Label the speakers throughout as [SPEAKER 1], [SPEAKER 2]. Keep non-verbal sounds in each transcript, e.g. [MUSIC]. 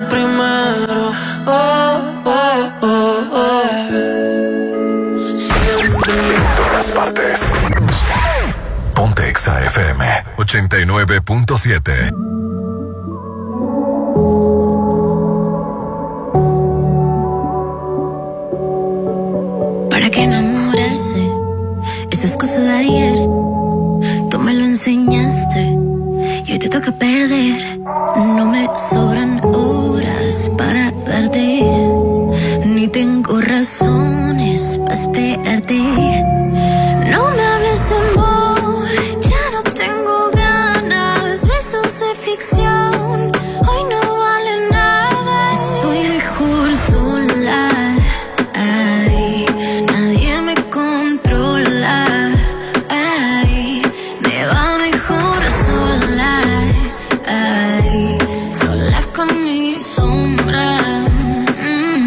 [SPEAKER 1] Oh,
[SPEAKER 2] partes. Ponte Exa FM 89.7.
[SPEAKER 1] ¿Para qué enamorarse? Eso es cosa de ayer. Tú me lo enseñaste y hoy te toca perder. No me sobran horas para darte, ni tengo razones para esperarte. No me hables de amor, ya no tengo ganas. Besos de ficción, hoy no valen nada. Estoy mejor sola. Ay, nadie me controla. Ay, me va mejor sola. Ay, sola con mi sombra. Mm,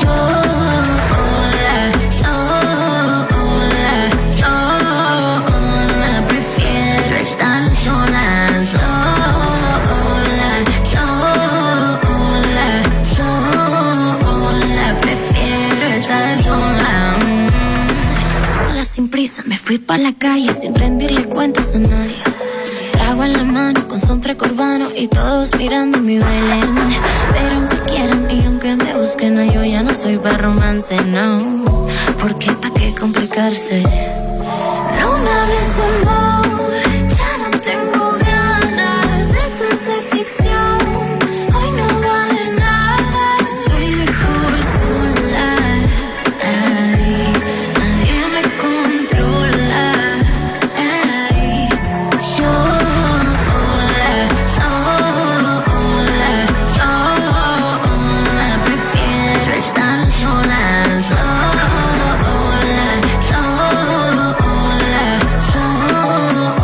[SPEAKER 1] sola, sola, sola. Prefiero estar sola, sola, sola, sola. Prefiero estar sola. mm. Sola sin prisa me fui pa' la calle sin rendirle cuentas a nadie. Trago en la mano con son urbano y todos mirando mi Belén. Pero aunque quieran y aunque me busquen, no, yo ya no soy pa' romance, no. Porque pa' qué complicarse. No me hables de amor, ya no tengo ganas. Besos de ficción, hoy no vale nada. Estoy mejor sola. Ay, nadie me controla. Ay, sola, sola, sola. Prefiero estar sola, sola, sola, sola.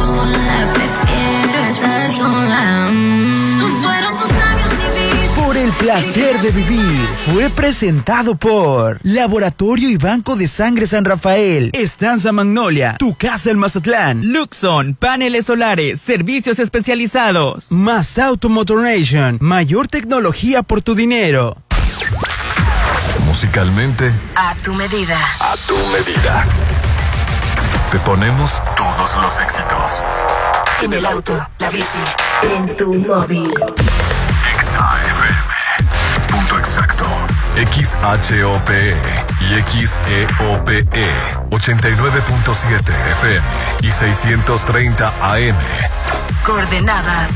[SPEAKER 1] Prefiero estar sola. No fueron tus labios mi vida.
[SPEAKER 3] Por el placer de vivir fue presentado por Laboratorio y Banco de Sangre San Rafael, Estanza Magnolia, Tu Casa en Mazatlán, Luxon, paneles solares, servicios especializados, Más Automotoration, mayor tecnología por tu dinero.
[SPEAKER 2] Musicalmente,
[SPEAKER 4] A tu medida.
[SPEAKER 2] a tu medida. Te ponemos todos los éxitos.
[SPEAKER 4] En el auto, la bici, en tu móvil.
[SPEAKER 2] Exa FM. Punto exacto. XHOPE E y E XEOPE 89.7 FM y 630 AM.
[SPEAKER 4] Coordenadas.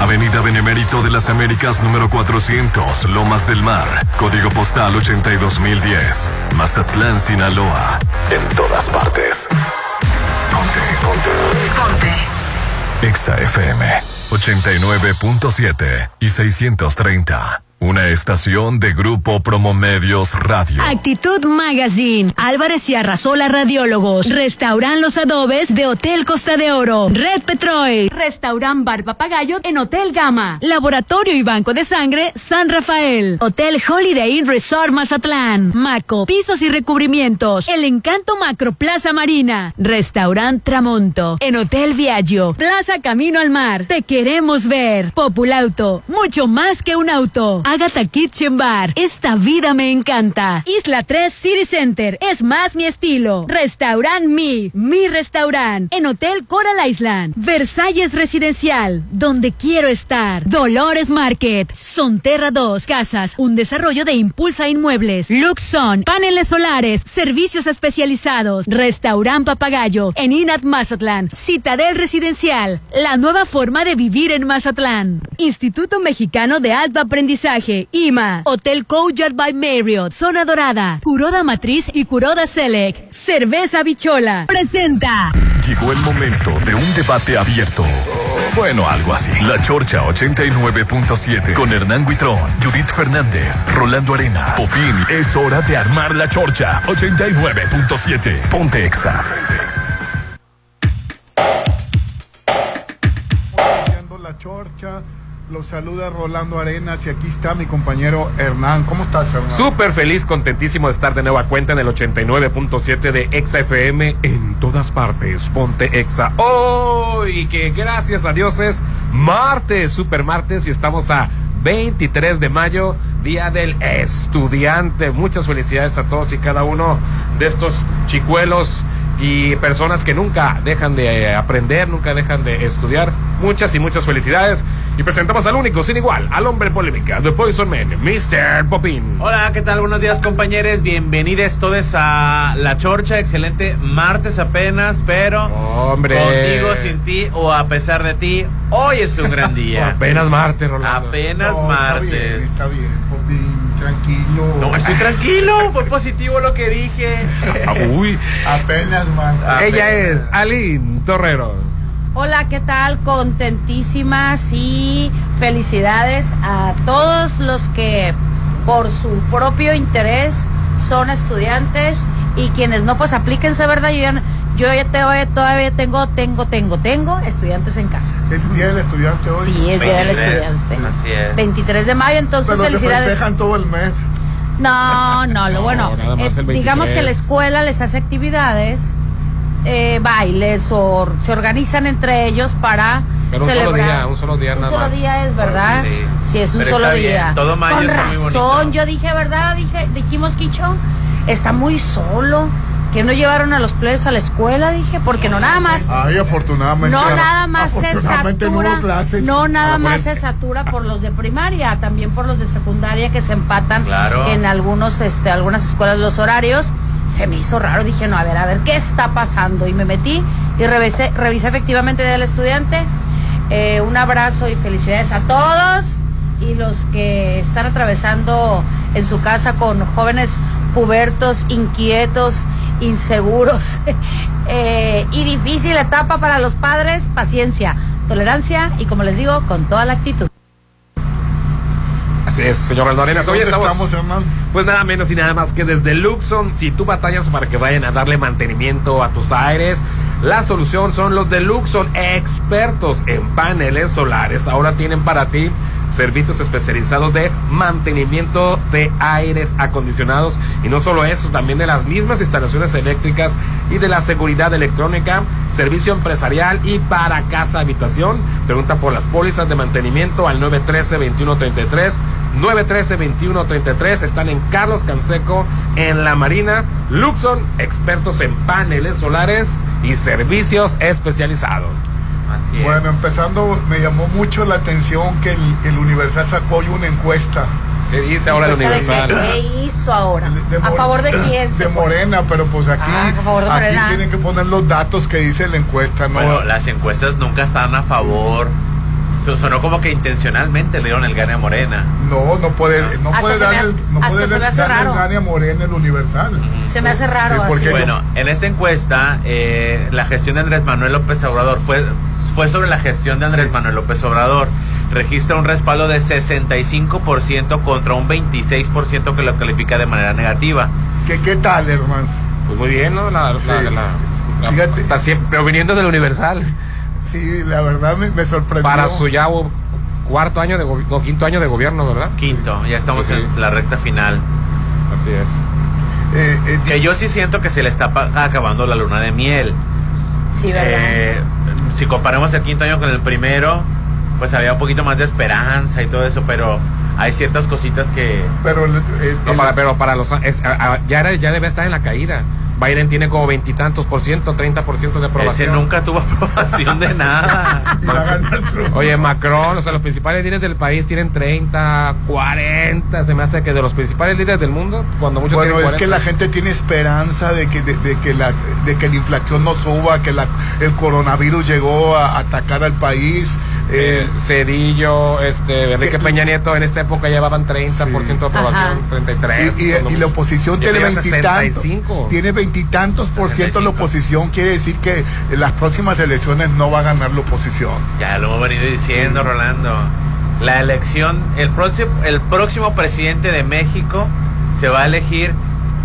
[SPEAKER 2] Avenida Benemérito de las Américas número 400, Lomas del Mar, código postal 82010, Mazatlán, Sinaloa. En todas partes. Ponte, ponte.
[SPEAKER 4] Ponte.
[SPEAKER 2] Exa FM 89.7 y 630. Una estación de Grupo Promomedios Radio.
[SPEAKER 5] Actitud Magazine. Álvarez y Arrasola Radiólogos. Restauran los adobes de Hotel Costa de Oro. Red Petroil. Restaurant Bar Papagayo en Hotel Gama. Laboratorio y Banco de Sangre San Rafael. Hotel Holiday Inn Resort Mazatlán. Maco. Pisos y recubrimientos. El Encanto Macro Plaza Marina. Restaurant Tramonto. En Hotel Viaggio. Plaza Camino al Mar. Te queremos ver. Populauto. Mucho más que un auto. Agatha Kitchen Bar. Esta vida me encanta. Isla 3 City Center. Es más mi estilo. Restaurant Mi. Mi restaurant. En Hotel Coral Island. Versalles Residencial. Donde quiero estar. Dolores Market. Sonterra 2. Casas. Un desarrollo de Impulsa Inmuebles. Luxon. Paneles solares. Servicios especializados. Restaurant Papagayo. En Inat Mazatlán. Citadel Residencial. La nueva forma de vivir en Mazatlán. Instituto Mexicano de Alto Aprendizaje, IMA, Hotel Couchard by Marriott, Zona Dorada, Curoda Matriz y Curoda Select, Cerveza Bichola, presenta
[SPEAKER 2] Llegó el momento de un debate abierto. Bueno, algo así. La Chorcha 89.7 con Hernán Guitrón, Judith Fernández, Rolando Arenas, Popín. Es hora de armar la Chorcha 89.7. Ponte Exa.
[SPEAKER 6] Iniciando la chorcha. Los saluda Rolando Arenas y aquí está mi compañero Hernán. ¿Cómo estás, Hernán?
[SPEAKER 7] Súper feliz, contentísimo de estar de nueva cuenta en el 89.7 de Exa FM en todas partes. Ponte Exa. Hoy, que gracias a Dios es martes, super martes, y estamos a 23 de mayo, día del estudiante. Muchas felicidades a todos y cada uno de estos chicuelos y personas que nunca dejan de eh, aprender, nunca dejan de estudiar. Muchas y muchas felicidades. Y presentamos al único, sin igual, al hombre polémica, The Poison Man, Mr. Popin.
[SPEAKER 8] Hola, ¿qué tal? Buenos días, compañeros. Bienvenidos todos a La Chorcha. Excelente martes apenas, pero
[SPEAKER 7] Hombre.
[SPEAKER 8] contigo, sin ti o a pesar de ti, hoy es un gran día.
[SPEAKER 7] Apenas martes, Rolando.
[SPEAKER 8] apenas
[SPEAKER 6] No,
[SPEAKER 8] martes.
[SPEAKER 6] Está bien, está bien, Popín, tranquilo.
[SPEAKER 8] No, estoy
[SPEAKER 6] [LAUGHS]
[SPEAKER 8] tranquilo. Fue positivo lo que dije.
[SPEAKER 7] Ah, Uy.
[SPEAKER 6] Apenas martes.
[SPEAKER 8] Ah,
[SPEAKER 7] Ella
[SPEAKER 8] apenas.
[SPEAKER 7] es Aline Torrero.
[SPEAKER 9] Hola, ¿qué tal? Contentísimas y felicidades a todos los que por su propio interés son estudiantes y quienes no, pues aplíquense, ¿verdad? Yo ya, no- yo ya te- todavía tengo, tengo, tengo, tengo estudiantes en casa.
[SPEAKER 6] Es día del estudiante hoy.
[SPEAKER 9] Sí, es Día del
[SPEAKER 8] 23,
[SPEAKER 9] Estudiante.
[SPEAKER 8] Así es.
[SPEAKER 9] 23 de mayo, entonces
[SPEAKER 6] Pero se
[SPEAKER 9] felicidades.
[SPEAKER 6] festejan todo el mes.
[SPEAKER 9] No, no, lo
[SPEAKER 7] No,
[SPEAKER 9] bueno,
[SPEAKER 7] nada más
[SPEAKER 9] eh,
[SPEAKER 7] el 23.
[SPEAKER 9] digamos que la escuela les hace actividades, eh, bailes, o se organizan entre ellos para
[SPEAKER 7] Pero un solo
[SPEAKER 9] celebrar.
[SPEAKER 7] día, un solo día
[SPEAKER 9] Un
[SPEAKER 7] nada
[SPEAKER 9] solo
[SPEAKER 7] más.
[SPEAKER 9] día es verdad.
[SPEAKER 8] Sí.
[SPEAKER 9] Sí, es un
[SPEAKER 8] Pero
[SPEAKER 9] solo
[SPEAKER 8] está bien,
[SPEAKER 9] día.
[SPEAKER 8] todo mayo
[SPEAKER 9] Con
[SPEAKER 8] está muy
[SPEAKER 9] razón,
[SPEAKER 8] bonito.
[SPEAKER 9] yo dije verdad, dije, dijimos Quicho, está muy solo. Que no llevaron a los plebes a la escuela, dije, porque no nada más
[SPEAKER 6] Ay, afortunadamente.
[SPEAKER 9] no nada más se
[SPEAKER 6] Afortunadamente no hubo
[SPEAKER 9] satura,
[SPEAKER 6] clases.
[SPEAKER 9] no nada
[SPEAKER 7] Ah, bueno,
[SPEAKER 9] más se
[SPEAKER 7] es que-
[SPEAKER 9] satura por los de primaria, también por los de secundaria que se empatan
[SPEAKER 8] Claro.
[SPEAKER 9] en algunos este algunas escuelas los horarios. Se me hizo raro, dije, no, a ver, a ver, ¿qué está pasando? Y me metí y revisé, revisé efectivamente del estudiante. Eh, un abrazo y felicidades a todos y los que están atravesando en su casa con jóvenes pubertos, inquietos, inseguros [LAUGHS] eh, y difícil etapa para los padres, paciencia, tolerancia y como les digo, con toda la actitud.
[SPEAKER 7] Así es, señor Rolando Arenas. Hoy
[SPEAKER 6] ¿Dónde
[SPEAKER 7] estamos,
[SPEAKER 6] estamos, hermano?
[SPEAKER 7] pues nada menos y nada más que desde Luxon. Si tú batallas para que vayan a darle mantenimiento a tus aires, la solución son los de Luxon, expertos en paneles solares. Ahora tienen para ti servicios especializados de mantenimiento de aires acondicionados y no solo eso, también de las mismas instalaciones eléctricas y de la seguridad electrónica, servicio empresarial y para casa habitación. Pregunta por las pólizas de mantenimiento al 913-2133. 913-2133 están en Carlos Canseco, en La Marina, Luxon, expertos en paneles solares y servicios especializados.
[SPEAKER 8] Así es.
[SPEAKER 6] Bueno, empezando, me llamó mucho la atención que el, el Universal sacó hoy una encuesta
[SPEAKER 7] ¿Qué dice ahora el
[SPEAKER 9] Pues, ¿sabe qué?
[SPEAKER 7] Universal?
[SPEAKER 9] ¿Qué hizo ahora?
[SPEAKER 6] de- de
[SPEAKER 9] ¿A
[SPEAKER 6] More-
[SPEAKER 9] favor de quién? se
[SPEAKER 6] de
[SPEAKER 9] fue?
[SPEAKER 6] Morena, pero pues aquí,
[SPEAKER 9] Ah, a favor de
[SPEAKER 6] aquí
[SPEAKER 9] Morena.
[SPEAKER 6] tienen que poner los datos que dice la encuesta, ¿no?
[SPEAKER 8] Bueno, las encuestas nunca están a favor. So- Sonó como que intencionalmente le dieron el gane a Morena.
[SPEAKER 6] No, no
[SPEAKER 7] Ah,
[SPEAKER 6] puede, no
[SPEAKER 9] Hasta
[SPEAKER 6] puede
[SPEAKER 9] se me
[SPEAKER 6] darle,
[SPEAKER 9] hace-
[SPEAKER 6] no
[SPEAKER 9] hasta
[SPEAKER 6] puede
[SPEAKER 9] se me hace
[SPEAKER 6] darle
[SPEAKER 9] raro.
[SPEAKER 6] gane a Morena el Universal.
[SPEAKER 9] Se me hace raro
[SPEAKER 6] Sí, porque
[SPEAKER 9] así.
[SPEAKER 8] Bueno, en esta encuesta, eh, la gestión de Andrés Manuel López Obrador fue, fue sobre la gestión de Andrés Manuel López Obrador. Registra un respaldo de 65% contra un 26% que lo califica de manera negativa.
[SPEAKER 6] ¿Qué, qué tal, hermano?
[SPEAKER 7] Pues muy bien, ¿no? La, la-
[SPEAKER 6] Sí.
[SPEAKER 7] la- la-
[SPEAKER 6] Fíjate.
[SPEAKER 7] está siempre- pero viniendo del Universal.
[SPEAKER 6] Sí, la verdad me, me sorprendió.
[SPEAKER 7] Para su ya o- cuarto año de gobi- no, quinto año de gobierno, ¿verdad?
[SPEAKER 8] Quinto, ya estamos
[SPEAKER 7] Sí, sí.
[SPEAKER 8] en la recta final.
[SPEAKER 7] Así es.
[SPEAKER 6] Eh, eh,
[SPEAKER 8] Que yo sí siento que se le está pa- acabando la luna de miel.
[SPEAKER 9] sí, ¿verdad?
[SPEAKER 8] Eh, si comparamos el quinto año con el primero, pues había un poquito más de esperanza y todo eso, pero hay ciertas cositas que...
[SPEAKER 6] pero el- el-
[SPEAKER 8] eh,
[SPEAKER 7] No,
[SPEAKER 6] el-
[SPEAKER 7] para, pero para los a- es- a- a- ya, era- ya debe estar en la caída. Biden tiene como veintitantos por ciento, treinta por ciento de
[SPEAKER 8] Ese
[SPEAKER 7] aprobación.
[SPEAKER 8] nunca tuvo [LAUGHS] aprobación de nada.
[SPEAKER 6] [LAUGHS] y va a ganar Trump.
[SPEAKER 7] Oye, Macron, o sea, los principales líderes del país tienen 30, 40. Se me hace que de los principales líderes del mundo, cuando muchos
[SPEAKER 6] Bueno,
[SPEAKER 7] tienen
[SPEAKER 6] es que
[SPEAKER 7] 40.
[SPEAKER 6] la gente tiene esperanza de que, de, de que, la, de que la inflación no suba, que la, el coronavirus llegó a atacar al país.
[SPEAKER 7] Eh,
[SPEAKER 6] Eh,
[SPEAKER 7] Cedillo, este, Enrique
[SPEAKER 6] que-
[SPEAKER 7] Peña Nieto en esta época llevaban 30% de aprobación,
[SPEAKER 9] Ajá.
[SPEAKER 7] 33.
[SPEAKER 6] y, y-
[SPEAKER 7] cuando
[SPEAKER 6] y la
[SPEAKER 7] mucho.
[SPEAKER 6] oposición
[SPEAKER 7] Ya
[SPEAKER 6] tiene
[SPEAKER 7] lleva
[SPEAKER 6] veintitantos.
[SPEAKER 7] 65.
[SPEAKER 6] Tiene veintitantos por ciento
[SPEAKER 8] 65.
[SPEAKER 6] la oposición. Quiere decir que en las próximas elecciones no va a ganar la oposición.
[SPEAKER 8] Ya lo hemos venido diciendo, Rolando. La elección, el próximo, el próximo presidente de México se va a elegir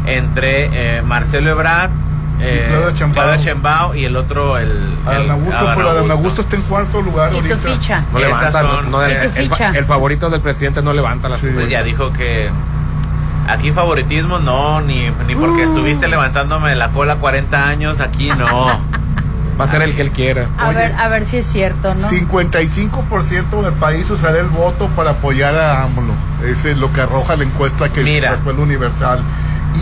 [SPEAKER 8] entre eh, Marcelo Ebrard, eh,
[SPEAKER 6] Claudia Sheinbaum.
[SPEAKER 8] Claudia Sheinbaum y el otro, el... el-
[SPEAKER 6] Adán Augusto,
[SPEAKER 8] Adán
[SPEAKER 6] pero Adán
[SPEAKER 8] Ah, Augusto.
[SPEAKER 6] Augusto está en cuarto lugar
[SPEAKER 9] y tu
[SPEAKER 6] ahorita.
[SPEAKER 9] ficha.
[SPEAKER 7] No
[SPEAKER 8] Esas
[SPEAKER 7] levanta, no-
[SPEAKER 8] son-
[SPEAKER 7] no-
[SPEAKER 9] ¿Y tu
[SPEAKER 7] el, fa-
[SPEAKER 9] ficha?
[SPEAKER 7] el favorito del presidente no levanta las
[SPEAKER 6] Sí.
[SPEAKER 8] Pues ya dijo que aquí favoritismo no, ni, ni
[SPEAKER 6] Uh.
[SPEAKER 8] porque estuviste levantándome de la cola 40 años, aquí no.
[SPEAKER 7] Va a ser el que él quiera.
[SPEAKER 9] A ver, a ver si es cierto, ¿no?
[SPEAKER 6] 55% del país usará el voto para apoyar a AMLO. Ese es lo que arroja la encuesta que
[SPEAKER 8] Mira.
[SPEAKER 6] sacó el Universal.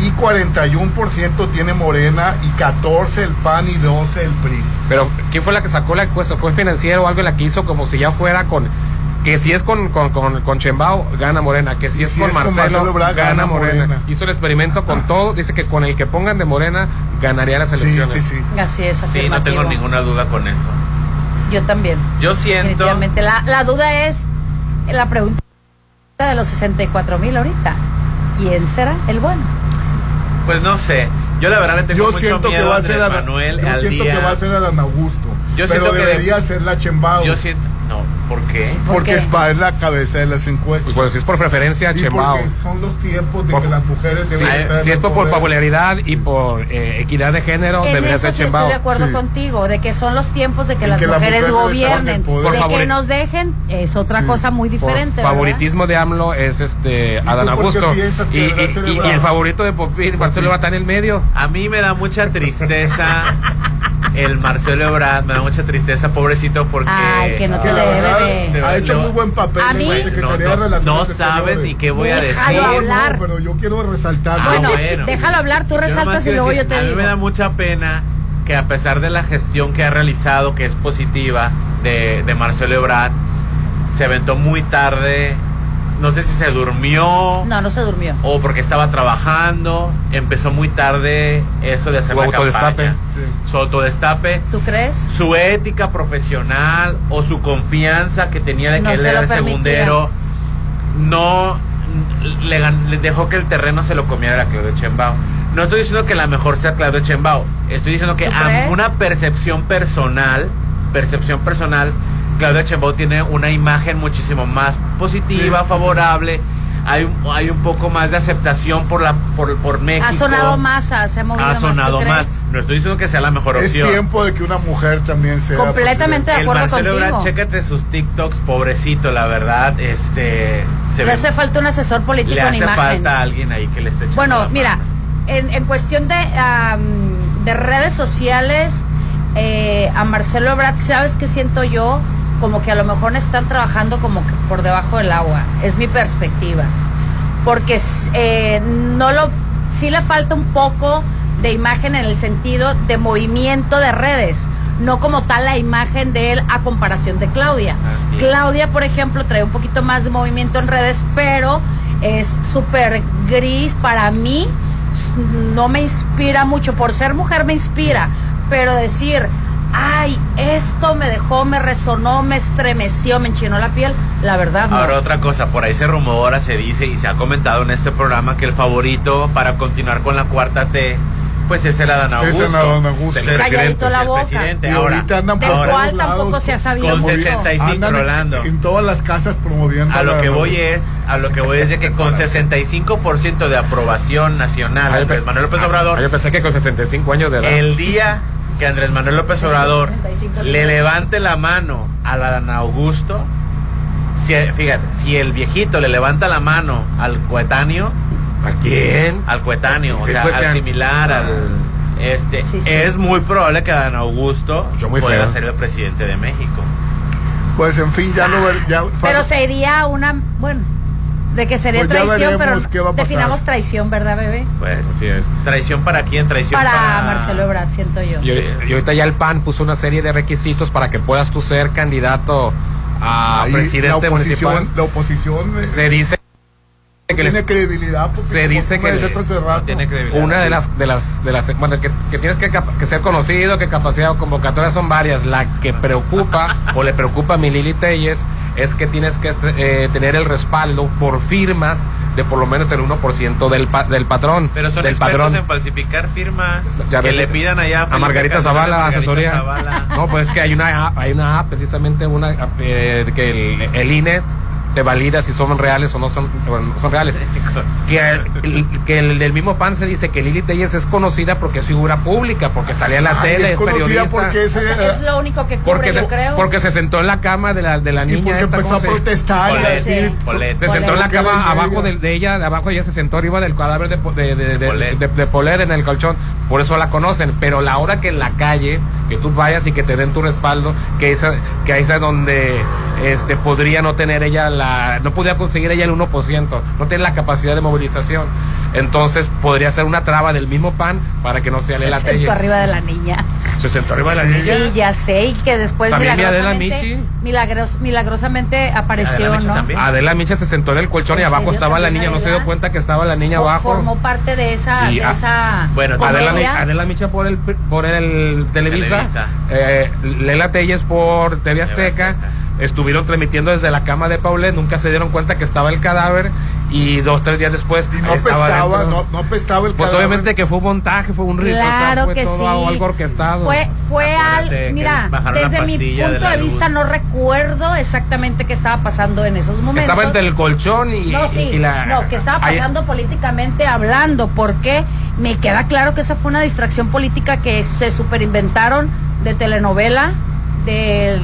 [SPEAKER 6] y 41% tiene Morena y 14 el PAN y 12 el PRI.
[SPEAKER 7] Pero, ¿quién fue la que sacó la encuesta? ¿Fue financiero o algo la que hizo como si ya fuera con... Que si es con, con, con, con Chembao, gana Morena. Que si es,
[SPEAKER 6] si
[SPEAKER 7] con,
[SPEAKER 6] es con
[SPEAKER 7] Marcelo,
[SPEAKER 6] Marcelo Ebrard,
[SPEAKER 7] gana,
[SPEAKER 6] gana
[SPEAKER 7] Morena.
[SPEAKER 6] Morena. Ah.
[SPEAKER 7] Hizo el experimento con todo. Dice que con el que pongan de Morena, ganaría las
[SPEAKER 6] Sí,
[SPEAKER 7] elecciones.
[SPEAKER 6] sí, sí.
[SPEAKER 9] Así es,
[SPEAKER 8] Sí, no tengo
[SPEAKER 9] afirmativo.
[SPEAKER 8] ninguna duda con eso.
[SPEAKER 9] Yo también.
[SPEAKER 8] Yo siento...
[SPEAKER 9] Definitivamente. La, la duda es la pregunta de los 64 mil ahorita. ¿Quién será el bueno?
[SPEAKER 8] Pues no sé. Yo la verdad le tengo
[SPEAKER 6] Yo
[SPEAKER 8] mucho
[SPEAKER 6] siento
[SPEAKER 8] miedo
[SPEAKER 6] que va
[SPEAKER 8] a
[SPEAKER 6] a ser
[SPEAKER 8] Andrés
[SPEAKER 6] Adán-
[SPEAKER 8] Manuel
[SPEAKER 6] yo
[SPEAKER 8] al
[SPEAKER 6] siento
[SPEAKER 8] día.
[SPEAKER 6] que va a ser Adán Augusto.
[SPEAKER 8] Yo
[SPEAKER 6] pero
[SPEAKER 8] siento que
[SPEAKER 6] debería
[SPEAKER 8] de-
[SPEAKER 6] ser la Chembao.
[SPEAKER 8] Yo siento... No, ¿por qué?
[SPEAKER 9] ¿Por
[SPEAKER 6] porque
[SPEAKER 9] qué?
[SPEAKER 6] es va en la cabeza de las
[SPEAKER 7] Y
[SPEAKER 6] encuestas.
[SPEAKER 7] cuando Pues, si es por preferencia,
[SPEAKER 6] Y
[SPEAKER 7] Chembao.
[SPEAKER 6] porque son los tiempos de
[SPEAKER 7] Por-
[SPEAKER 6] que las mujeres
[SPEAKER 7] Si,
[SPEAKER 6] deben estar en
[SPEAKER 7] si
[SPEAKER 6] el
[SPEAKER 7] es por, por
[SPEAKER 6] poder.
[SPEAKER 7] popularidad y por eh, equidad de género,
[SPEAKER 9] en
[SPEAKER 7] debería
[SPEAKER 9] eso
[SPEAKER 7] ser
[SPEAKER 9] sí
[SPEAKER 7] Chembao.
[SPEAKER 9] estoy de acuerdo
[SPEAKER 6] Sí.
[SPEAKER 9] contigo, de que son los tiempos de que
[SPEAKER 6] En
[SPEAKER 9] las
[SPEAKER 6] que las
[SPEAKER 9] mujeres,
[SPEAKER 6] mujeres deben estar en el
[SPEAKER 9] gobiernen,
[SPEAKER 6] poder.
[SPEAKER 9] de
[SPEAKER 7] Por
[SPEAKER 9] que
[SPEAKER 7] favori-
[SPEAKER 9] nos dejen, es otra
[SPEAKER 6] Sí.
[SPEAKER 9] cosa muy diferente.
[SPEAKER 7] Por
[SPEAKER 9] ¿verdad?
[SPEAKER 7] favoritismo de AMLO es este
[SPEAKER 6] tú
[SPEAKER 7] Adán
[SPEAKER 6] por qué
[SPEAKER 7] Augusto.
[SPEAKER 6] piensas que
[SPEAKER 7] Y,
[SPEAKER 6] deberá
[SPEAKER 7] y-
[SPEAKER 6] ser
[SPEAKER 7] y- y el
[SPEAKER 6] Ebrard?
[SPEAKER 7] favorito de Popín, Marcelo va en el medio.
[SPEAKER 8] A mí me da mucha tristeza [LAUGHS] el Marcelo Ebrard, me da mucha tristeza, pobrecito, porque...
[SPEAKER 9] Ay, Ah, que no
[SPEAKER 6] Que
[SPEAKER 9] te
[SPEAKER 6] Ah, la
[SPEAKER 9] debe
[SPEAKER 6] verdad
[SPEAKER 9] de-
[SPEAKER 6] ha hecho
[SPEAKER 8] No.
[SPEAKER 6] muy buen papel
[SPEAKER 9] A
[SPEAKER 6] en
[SPEAKER 9] mí-
[SPEAKER 6] la
[SPEAKER 8] Güey, no,
[SPEAKER 6] Secretaría de
[SPEAKER 8] no,
[SPEAKER 6] Relaciones
[SPEAKER 8] no sabes
[SPEAKER 6] Exteriores.
[SPEAKER 8] ni qué voy a decir.
[SPEAKER 9] Déjalo
[SPEAKER 6] No, no,
[SPEAKER 9] hablar.
[SPEAKER 6] pero yo quiero resaltar.
[SPEAKER 8] Ah,
[SPEAKER 9] Bueno,
[SPEAKER 8] bueno.
[SPEAKER 9] déjalo hablar, tú
[SPEAKER 8] Yo
[SPEAKER 9] resaltas
[SPEAKER 8] nomás
[SPEAKER 9] y
[SPEAKER 8] quiero
[SPEAKER 9] luego yo
[SPEAKER 8] decir,
[SPEAKER 9] te
[SPEAKER 8] a mí
[SPEAKER 9] digo.
[SPEAKER 8] me da mucha pena que a pesar de la gestión que ha realizado, que es positiva, de, de Marcelo Ebrard, se aventó muy tarde. No sé si se durmió
[SPEAKER 9] No, no se durmió.
[SPEAKER 8] o porque estaba trabajando. Empezó muy tarde eso de hacer
[SPEAKER 7] Su
[SPEAKER 8] la
[SPEAKER 7] autodestape.
[SPEAKER 8] campaña. Su autodestape.
[SPEAKER 9] ¿Tú crees?
[SPEAKER 8] Su ética profesional o su confianza que tenía de que
[SPEAKER 9] No
[SPEAKER 8] él
[SPEAKER 9] se
[SPEAKER 8] era
[SPEAKER 9] lo
[SPEAKER 8] el segundero no le, gan- le dejó que el terreno se lo comiera a Claudio Chembao. No estoy diciendo que la mejor sea Claudio Chembao. Estoy diciendo que
[SPEAKER 9] ¿Tú
[SPEAKER 8] a
[SPEAKER 9] crees?
[SPEAKER 8] una percepción personal, percepción personal, Claudio Chembao tiene una imagen muchísimo más positiva,
[SPEAKER 6] Sí, sí,
[SPEAKER 8] favorable. Hay, un- hay un poco más de aceptación por la por, por México.
[SPEAKER 9] Ha sonado más, ha- se ha movido
[SPEAKER 8] Ha
[SPEAKER 9] más. ¿tú
[SPEAKER 8] sonado
[SPEAKER 9] crees?
[SPEAKER 8] más. No estoy diciendo que sea la mejor
[SPEAKER 6] Es
[SPEAKER 8] opción.
[SPEAKER 6] tiempo de que una mujer también sea. pues,
[SPEAKER 9] Completamente de
[SPEAKER 8] El
[SPEAKER 9] acuerdo
[SPEAKER 8] Marcelo
[SPEAKER 9] contigo.
[SPEAKER 8] Ebrard, chécate sus TikToks, pobrecito, la verdad, este se
[SPEAKER 9] Le
[SPEAKER 8] ve-
[SPEAKER 9] hace falta un asesor político
[SPEAKER 8] le
[SPEAKER 9] en
[SPEAKER 8] hace
[SPEAKER 9] imagen.
[SPEAKER 8] falta alguien ahí que le esté echando
[SPEAKER 9] Bueno,
[SPEAKER 8] la
[SPEAKER 9] mira,
[SPEAKER 8] mano.
[SPEAKER 9] en, en cuestión de, am, de redes sociales, eh, a Marcelo Ebrard, ¿sabes qué siento yo? Como que a lo mejor están trabajando como que por debajo del agua. Es mi perspectiva. Porque s- eh, no lo. Sí le falta un poco de imagen en el sentido de movimiento de redes. No como tal la imagen de él a comparación de Claudia.
[SPEAKER 8] Así es.
[SPEAKER 9] Claudia, por ejemplo, trae un poquito más de movimiento en redes, pero es súper gris para mí. s- No me inspira mucho. Por ser mujer me inspira, pero decir, ay, esto me dejó, me resonó, me estremeció, me enchinó la piel, la verdad no.
[SPEAKER 8] Ahora otra cosa, por ahí se rumora, se dice y se ha comentado en este programa que el favorito para continuar con la cuarta T, pues es el Adán
[SPEAKER 6] Es
[SPEAKER 8] Augusto.
[SPEAKER 6] el Adán Augusto.
[SPEAKER 8] Del
[SPEAKER 9] Calladito
[SPEAKER 8] presidente,
[SPEAKER 9] la
[SPEAKER 8] del
[SPEAKER 9] boca.
[SPEAKER 8] presidente.
[SPEAKER 6] Y
[SPEAKER 8] Ahora,
[SPEAKER 6] ahorita andan
[SPEAKER 9] del
[SPEAKER 6] por
[SPEAKER 8] ahora,
[SPEAKER 9] cual
[SPEAKER 6] todos lados
[SPEAKER 9] tampoco se ha sabido
[SPEAKER 8] Con
[SPEAKER 9] mucho.
[SPEAKER 8] 65,
[SPEAKER 6] Andan en-
[SPEAKER 8] Rolando.
[SPEAKER 6] En, todas las casas promoviendo.
[SPEAKER 8] a lo
[SPEAKER 6] la-
[SPEAKER 8] que voy es, a lo que voy es de que con 65% de aprobación nacional,
[SPEAKER 7] Ay,
[SPEAKER 8] Andrés
[SPEAKER 7] pe-
[SPEAKER 8] Manuel López
[SPEAKER 7] Ah,
[SPEAKER 8] Obrador
[SPEAKER 7] Yo pensé que con 65 años de edad.
[SPEAKER 8] El día que Andrés Manuel López Obrador le
[SPEAKER 9] 65 millones.
[SPEAKER 8] levante la mano a Adán Augusto, si, fíjate, si el viejito le levanta la mano al coetáneo,
[SPEAKER 7] ¿A quién?
[SPEAKER 8] al coetáneo, o
[SPEAKER 7] Sí,
[SPEAKER 8] sea,
[SPEAKER 7] pues,
[SPEAKER 8] al
[SPEAKER 7] vean.
[SPEAKER 8] similar, al este,
[SPEAKER 9] Sí, sí.
[SPEAKER 8] es muy probable que Adán Augusto
[SPEAKER 7] Yo muy
[SPEAKER 8] pueda
[SPEAKER 7] feo.
[SPEAKER 8] ser el presidente de México.
[SPEAKER 6] Pues en fin, ya lo ver- ya-
[SPEAKER 9] Pero sería una, bueno, de que sería
[SPEAKER 6] Pues ya
[SPEAKER 9] traición, pero
[SPEAKER 6] veremos qué va a pasar.
[SPEAKER 9] definamos traición, ¿verdad, bebé?
[SPEAKER 8] Pues,
[SPEAKER 7] Así es.
[SPEAKER 8] traición para quién, traición
[SPEAKER 9] Para
[SPEAKER 8] para,
[SPEAKER 9] Marcelo Ebrard, siento yo.
[SPEAKER 7] Y, ahori- y ahorita ya el PAN puso una serie de requisitos para que puedas tú ser candidato a
[SPEAKER 6] ahí
[SPEAKER 7] presidente
[SPEAKER 6] la oposición,
[SPEAKER 7] municipal.
[SPEAKER 6] la oposición eh,
[SPEAKER 7] Se dice que les-
[SPEAKER 6] tiene credibilidad. porque
[SPEAKER 7] se
[SPEAKER 6] como
[SPEAKER 7] dice
[SPEAKER 6] tú
[SPEAKER 7] que
[SPEAKER 6] me decías
[SPEAKER 7] le-
[SPEAKER 6] hace
[SPEAKER 8] No
[SPEAKER 6] rato,
[SPEAKER 8] tiene credibilidad.
[SPEAKER 7] una de las de las de las bueno, que, que tienes que, cap- que ser conocido, que capacidad o convocatoria son varias. La que preocupa o le preocupa a mi Lili Telles es que tienes que este, eh, tener el respaldo por firmas de por lo menos el 1% del pa- del patrón,
[SPEAKER 8] Pero son
[SPEAKER 7] del
[SPEAKER 8] expertos
[SPEAKER 7] padrón.
[SPEAKER 8] en falsificar firmas
[SPEAKER 7] Ya
[SPEAKER 8] que
[SPEAKER 7] ves,
[SPEAKER 8] le pidan allá
[SPEAKER 7] a Margarita Zavala,
[SPEAKER 8] Margarita
[SPEAKER 7] asesoría.
[SPEAKER 8] Zavala.
[SPEAKER 7] No, pues es que hay una app, hay una app, precisamente una app, eh, que el, el INE te valida si son reales o no son, o no son
[SPEAKER 8] [LAUGHS]
[SPEAKER 7] reales. Que el, que el del mismo PAN se dice que Lili Telles es conocida porque es figura pública, porque salía en la
[SPEAKER 6] ay,
[SPEAKER 7] tele,
[SPEAKER 6] es
[SPEAKER 7] es
[SPEAKER 6] conocida
[SPEAKER 7] periodista.
[SPEAKER 6] porque es,
[SPEAKER 9] O sea,
[SPEAKER 6] eh,
[SPEAKER 9] es lo único que cubre,
[SPEAKER 7] porque
[SPEAKER 9] yo
[SPEAKER 7] se,
[SPEAKER 9] creo.
[SPEAKER 7] porque se sentó en la cama de la, de la
[SPEAKER 6] y
[SPEAKER 7] niña
[SPEAKER 6] porque
[SPEAKER 7] esta,
[SPEAKER 6] empezó
[SPEAKER 7] ¿cómo
[SPEAKER 6] a "Pues,
[SPEAKER 7] se-
[SPEAKER 6] protestar. y
[SPEAKER 9] Hola,
[SPEAKER 6] así,
[SPEAKER 9] sí.
[SPEAKER 8] Polet.
[SPEAKER 7] se sentó en la
[SPEAKER 6] Porque
[SPEAKER 7] cama
[SPEAKER 6] era
[SPEAKER 7] abajo
[SPEAKER 6] ella.
[SPEAKER 7] de, de ella, de abajo ella se sentó arriba del cadáver de, po- de, de, de-
[SPEAKER 8] Polet.
[SPEAKER 7] de- de Polet en el colchón, por eso la conocen, pero la hora que en la calle, que tú vayas y que te den tu respaldo, que esa, que ahí es donde este podría no tener ella la, no podía conseguir ella el 1%, no tiene la capacidad de movilización. Entonces podría ser una traba del mismo pan para que no sea Adela
[SPEAKER 9] Se sentó
[SPEAKER 7] Telles.
[SPEAKER 9] arriba de la niña.
[SPEAKER 7] Se sentó arriba de la niña.
[SPEAKER 9] Sí, ya sé, y que después
[SPEAKER 7] También mi Adela
[SPEAKER 9] milagrosamente, milagros- milagrosamente apareció,
[SPEAKER 8] Micha
[SPEAKER 9] ¿no?
[SPEAKER 8] también.
[SPEAKER 7] Adela Micha se sentó en el colchón y
[SPEAKER 9] ¿En
[SPEAKER 7] abajo
[SPEAKER 9] serio
[SPEAKER 7] estaba la
[SPEAKER 9] también,
[SPEAKER 7] niña. No se
[SPEAKER 9] Adela?
[SPEAKER 7] dio cuenta que estaba la niña
[SPEAKER 9] Fo-
[SPEAKER 7] abajo.
[SPEAKER 9] Formó parte de esa,
[SPEAKER 7] Sí,
[SPEAKER 9] de
[SPEAKER 7] ah,
[SPEAKER 9] esa
[SPEAKER 8] bueno,
[SPEAKER 7] Adela, Mi-
[SPEAKER 9] comedia.
[SPEAKER 7] Adela Micha por el por el Televisa,
[SPEAKER 8] Televisa.
[SPEAKER 7] eh, Lela Telles por TV Azteca,
[SPEAKER 8] Azteca.
[SPEAKER 7] estuvieron transmitiendo desde la cama de Paulette, nunca se dieron cuenta que estaba el cadáver y dos tres días después
[SPEAKER 6] Y no pestaba,
[SPEAKER 7] dentro.
[SPEAKER 6] no, no pestaba el
[SPEAKER 7] Pues
[SPEAKER 6] cadáver.
[SPEAKER 7] obviamente que fue un montaje, fue un ritual,
[SPEAKER 9] Claro
[SPEAKER 7] fue
[SPEAKER 9] que
[SPEAKER 7] todo
[SPEAKER 9] sí.
[SPEAKER 7] algo orquestado.
[SPEAKER 9] Fue, fue
[SPEAKER 8] Acuérdate que
[SPEAKER 9] al. Mira,
[SPEAKER 8] bajaron la
[SPEAKER 9] desde mi
[SPEAKER 8] pastilla
[SPEAKER 9] punto
[SPEAKER 8] de
[SPEAKER 9] de,
[SPEAKER 8] la luz.
[SPEAKER 9] vista no recuerdo exactamente qué estaba pasando en esos momentos.
[SPEAKER 7] estaba entre el colchón y,
[SPEAKER 9] No, sí,
[SPEAKER 7] y la
[SPEAKER 9] no, que estaba
[SPEAKER 7] ahí-
[SPEAKER 9] pasando políticamente hablando, porque me queda claro que esa fue una distracción política que se superinventaron de telenovela, de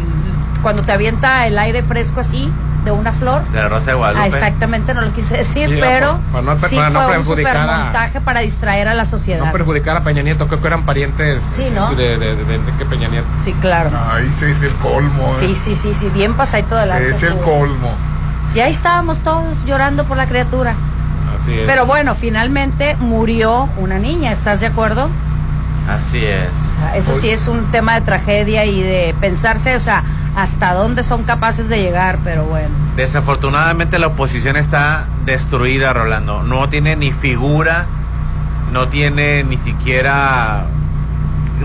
[SPEAKER 9] cuando te avienta el aire fresco así, de una flor.
[SPEAKER 8] De la Rosa de
[SPEAKER 9] Ah,
[SPEAKER 8] Guadalupe.
[SPEAKER 9] exactamente, no lo quise decir,
[SPEAKER 7] Sí,
[SPEAKER 9] pero
[SPEAKER 7] para- para no-
[SPEAKER 9] sí
[SPEAKER 7] para no
[SPEAKER 9] fue un
[SPEAKER 7] perjudicar a-
[SPEAKER 9] supermontaje para distraer a la sociedad.
[SPEAKER 7] no perjudicar a Peña Nieto, creo que eran parientes
[SPEAKER 9] Sí, ¿no?
[SPEAKER 7] de, de- de- de Enrique Peña Nieto.
[SPEAKER 9] sí, claro.
[SPEAKER 6] Ahí sí es el colmo.
[SPEAKER 9] Sí,
[SPEAKER 6] eh.
[SPEAKER 9] sí, sí, sí, bien pasadito de la
[SPEAKER 6] Es el colmo.
[SPEAKER 9] Y ahí estábamos todos llorando por la criatura.
[SPEAKER 7] Así
[SPEAKER 8] Eh.
[SPEAKER 7] es.
[SPEAKER 9] Pero bueno, finalmente murió una niña, ¿estás de acuerdo?
[SPEAKER 8] Así es.
[SPEAKER 9] Ah, Eso sí es un tema de tragedia y de pensarse, o sea, hasta dónde son capaces de llegar, pero bueno.
[SPEAKER 8] Desafortunadamente la oposición está destruida, Rolando. No tiene ni figura, no tiene ni siquiera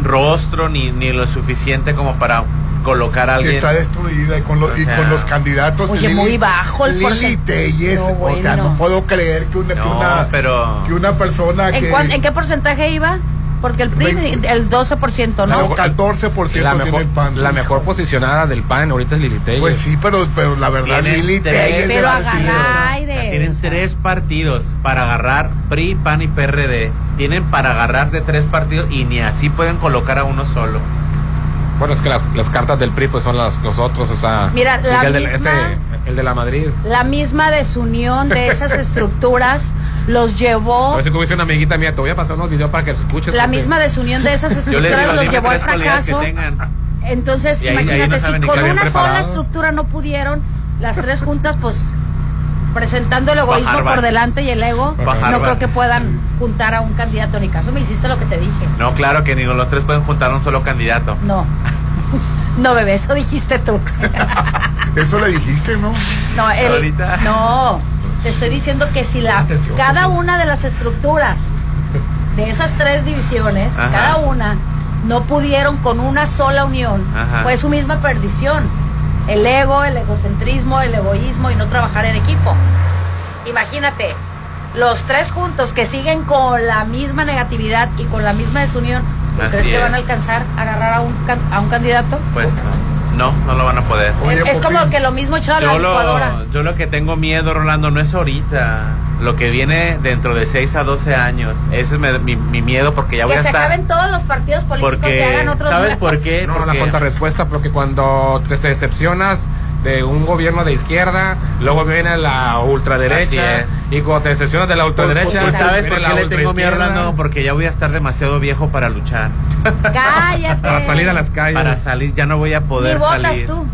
[SPEAKER 8] rostro, ni, ni lo suficiente como para colocar a
[SPEAKER 6] Si
[SPEAKER 8] alguien.
[SPEAKER 6] está destruida y con los,
[SPEAKER 8] O
[SPEAKER 6] y
[SPEAKER 8] sea,
[SPEAKER 6] con los candidatos.
[SPEAKER 9] oye, muy bajo el
[SPEAKER 6] Lili
[SPEAKER 9] porcent-
[SPEAKER 6] Telles,
[SPEAKER 9] No,
[SPEAKER 6] o sea,
[SPEAKER 9] bueno.
[SPEAKER 6] no puedo creer que una, que
[SPEAKER 8] No,
[SPEAKER 6] una,
[SPEAKER 8] pero...
[SPEAKER 6] que una persona
[SPEAKER 9] ¿En,
[SPEAKER 6] que.
[SPEAKER 9] cuán- en qué porcentaje iba? Porque el PRI,
[SPEAKER 6] Veinte.
[SPEAKER 9] el 12%,
[SPEAKER 6] No,
[SPEAKER 9] ¿no?
[SPEAKER 7] mejor-
[SPEAKER 6] 14%
[SPEAKER 7] la
[SPEAKER 6] tiene
[SPEAKER 7] mejor,
[SPEAKER 6] el pan.
[SPEAKER 7] la mejor posicionada del PAN ahorita es Lili Telles.
[SPEAKER 6] Pues sí, pero, pero la verdad,
[SPEAKER 8] Tienen
[SPEAKER 6] Lili
[SPEAKER 8] tres-
[SPEAKER 6] Telles.
[SPEAKER 9] Pero
[SPEAKER 6] era
[SPEAKER 9] a
[SPEAKER 6] así,
[SPEAKER 9] ganar.
[SPEAKER 6] ¿verdad?
[SPEAKER 9] Ay, de-
[SPEAKER 8] O sea, tienen
[SPEAKER 9] o sea.
[SPEAKER 8] tres partidos para agarrar PRI, PAN y PRD. Tienen para agarrar de tres partidos y ni así pueden colocar a uno solo.
[SPEAKER 7] Bueno, es que las, las cartas del PRI pues son las, los otros, o sea...
[SPEAKER 9] Mira,
[SPEAKER 7] el
[SPEAKER 9] la
[SPEAKER 7] del- el,
[SPEAKER 9] misma-
[SPEAKER 7] este, el de la Madrid.
[SPEAKER 9] La misma desunión de esas estructuras los llevó,
[SPEAKER 7] Por eso que hubiese una amiguita mía, te voy a pasar unos videos para Pues, que se escuche.
[SPEAKER 9] la
[SPEAKER 7] porque-
[SPEAKER 9] misma desunión de esas
[SPEAKER 8] Yo les digo,
[SPEAKER 9] estructuras los
[SPEAKER 8] dime
[SPEAKER 9] llevó al
[SPEAKER 8] tres cualidades que
[SPEAKER 9] fracaso.
[SPEAKER 8] tengan.
[SPEAKER 9] Entonces,
[SPEAKER 8] Y ahí-
[SPEAKER 9] imagínate,
[SPEAKER 8] ahí no
[SPEAKER 9] si
[SPEAKER 8] saben ni
[SPEAKER 9] con
[SPEAKER 8] qué
[SPEAKER 9] una
[SPEAKER 8] habían
[SPEAKER 9] sola
[SPEAKER 7] preparado.
[SPEAKER 9] estructura no pudieron, las tres juntas, pues presentando el egoísmo
[SPEAKER 8] Bajar
[SPEAKER 9] por
[SPEAKER 8] van.
[SPEAKER 9] delante y el ego,
[SPEAKER 8] Bajar
[SPEAKER 9] no
[SPEAKER 8] van.
[SPEAKER 9] creo que puedan juntar a un candidato. Ni caso, me hiciste lo que te dije.
[SPEAKER 8] No, claro que ni los tres pueden juntar a un solo candidato.
[SPEAKER 9] No. [LAUGHS] No, bebé, eso dijiste tú.
[SPEAKER 6] Eso le dijiste, ¿no?
[SPEAKER 9] No, el-
[SPEAKER 8] Ahorita.
[SPEAKER 9] no. Te estoy diciendo que si la
[SPEAKER 7] Atención,
[SPEAKER 9] cada
[SPEAKER 7] atención.
[SPEAKER 9] una de las estructuras de esas tres divisiones,
[SPEAKER 8] Ajá.
[SPEAKER 9] cada una no pudieron con una sola unión,
[SPEAKER 8] Ajá.
[SPEAKER 9] fue su misma perdición. El ego, el egocentrismo, el egoísmo y no trabajar en equipo. Imagínate, los tres juntos que siguen con la misma negatividad y con la misma desunión, ¿tú
[SPEAKER 8] Así
[SPEAKER 9] ¿crees que
[SPEAKER 8] es.
[SPEAKER 9] van a alcanzar a agarrar a un, can- a un candidato?
[SPEAKER 8] Pues no, no, no lo van a poder.
[SPEAKER 6] Oye,
[SPEAKER 9] es como
[SPEAKER 6] Popín.
[SPEAKER 9] que lo mismo echó a la
[SPEAKER 8] Yo
[SPEAKER 9] licuadora.
[SPEAKER 8] lo, yo lo que tengo miedo, Rolando, no es ahorita. Lo que viene dentro de 6 a 12 años. Ese es mi, mi- mi miedo porque ya voy
[SPEAKER 9] que
[SPEAKER 8] a
[SPEAKER 9] se
[SPEAKER 8] estar.
[SPEAKER 9] acaben todos los partidos políticos y
[SPEAKER 8] porque,
[SPEAKER 9] hagan otros
[SPEAKER 8] ¿Sabes
[SPEAKER 9] nuevos.
[SPEAKER 8] por qué?
[SPEAKER 7] No, la
[SPEAKER 8] Porque- [LAUGHS]
[SPEAKER 7] contrarrespuesta, porque cuando te te decepcionas de un gobierno de izquierda, luego viene la ultraderecha,
[SPEAKER 8] Así
[SPEAKER 7] y cuando te decepcionas de la ultraderecha,
[SPEAKER 8] Pues, ¿Sabes
[SPEAKER 7] viene
[SPEAKER 8] por
[SPEAKER 7] la
[SPEAKER 8] qué le tengo miedo,
[SPEAKER 7] ultraizquierda
[SPEAKER 8] Rolando? Porque ya voy a estar demasiado viejo para luchar.
[SPEAKER 9] Cállate.
[SPEAKER 7] Para salir a las calles.
[SPEAKER 8] Para salir, ya no voy a
[SPEAKER 9] Ni
[SPEAKER 8] poder
[SPEAKER 9] votas
[SPEAKER 8] salir.
[SPEAKER 9] tú.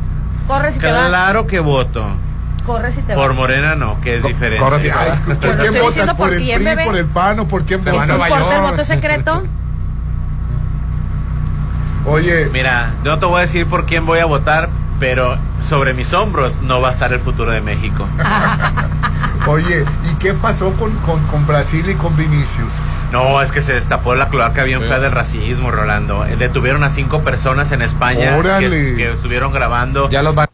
[SPEAKER 9] Corres y te vas.
[SPEAKER 8] Claro que voto.
[SPEAKER 9] Corres y te
[SPEAKER 8] Por
[SPEAKER 9] vas.
[SPEAKER 8] Morena no, que es
[SPEAKER 7] Co-
[SPEAKER 8] diferente.
[SPEAKER 7] corre si-
[SPEAKER 6] Ay, ¿Por
[SPEAKER 9] Yo no
[SPEAKER 6] quién
[SPEAKER 9] estoy
[SPEAKER 6] votas?
[SPEAKER 9] diciendo
[SPEAKER 6] ¿Por
[SPEAKER 9] por
[SPEAKER 6] el
[SPEAKER 9] quién,
[SPEAKER 6] PRI?
[SPEAKER 9] bebé.
[SPEAKER 6] ¿Por el PAN o por quién
[SPEAKER 7] Se
[SPEAKER 9] ¿Y
[SPEAKER 7] van
[SPEAKER 9] tú
[SPEAKER 7] a Nueva
[SPEAKER 6] votas?
[SPEAKER 9] importa el
[SPEAKER 7] York.
[SPEAKER 9] voto secreto?
[SPEAKER 6] Oye,
[SPEAKER 8] Mira, no te voy a decir por quién voy a votar, pero sobre mis hombros no va a estar el futuro de México.
[SPEAKER 6] oye, ¿y qué pasó con, con, con Brasil y con Vinicius?
[SPEAKER 8] No, es que se destapó la cloaca bien
[SPEAKER 7] Sí.
[SPEAKER 8] fea del racismo, Rolando. Eh, Detuvieron a cinco personas en España que,
[SPEAKER 6] Órale.
[SPEAKER 8] que estuvieron grabando.
[SPEAKER 7] Ya los van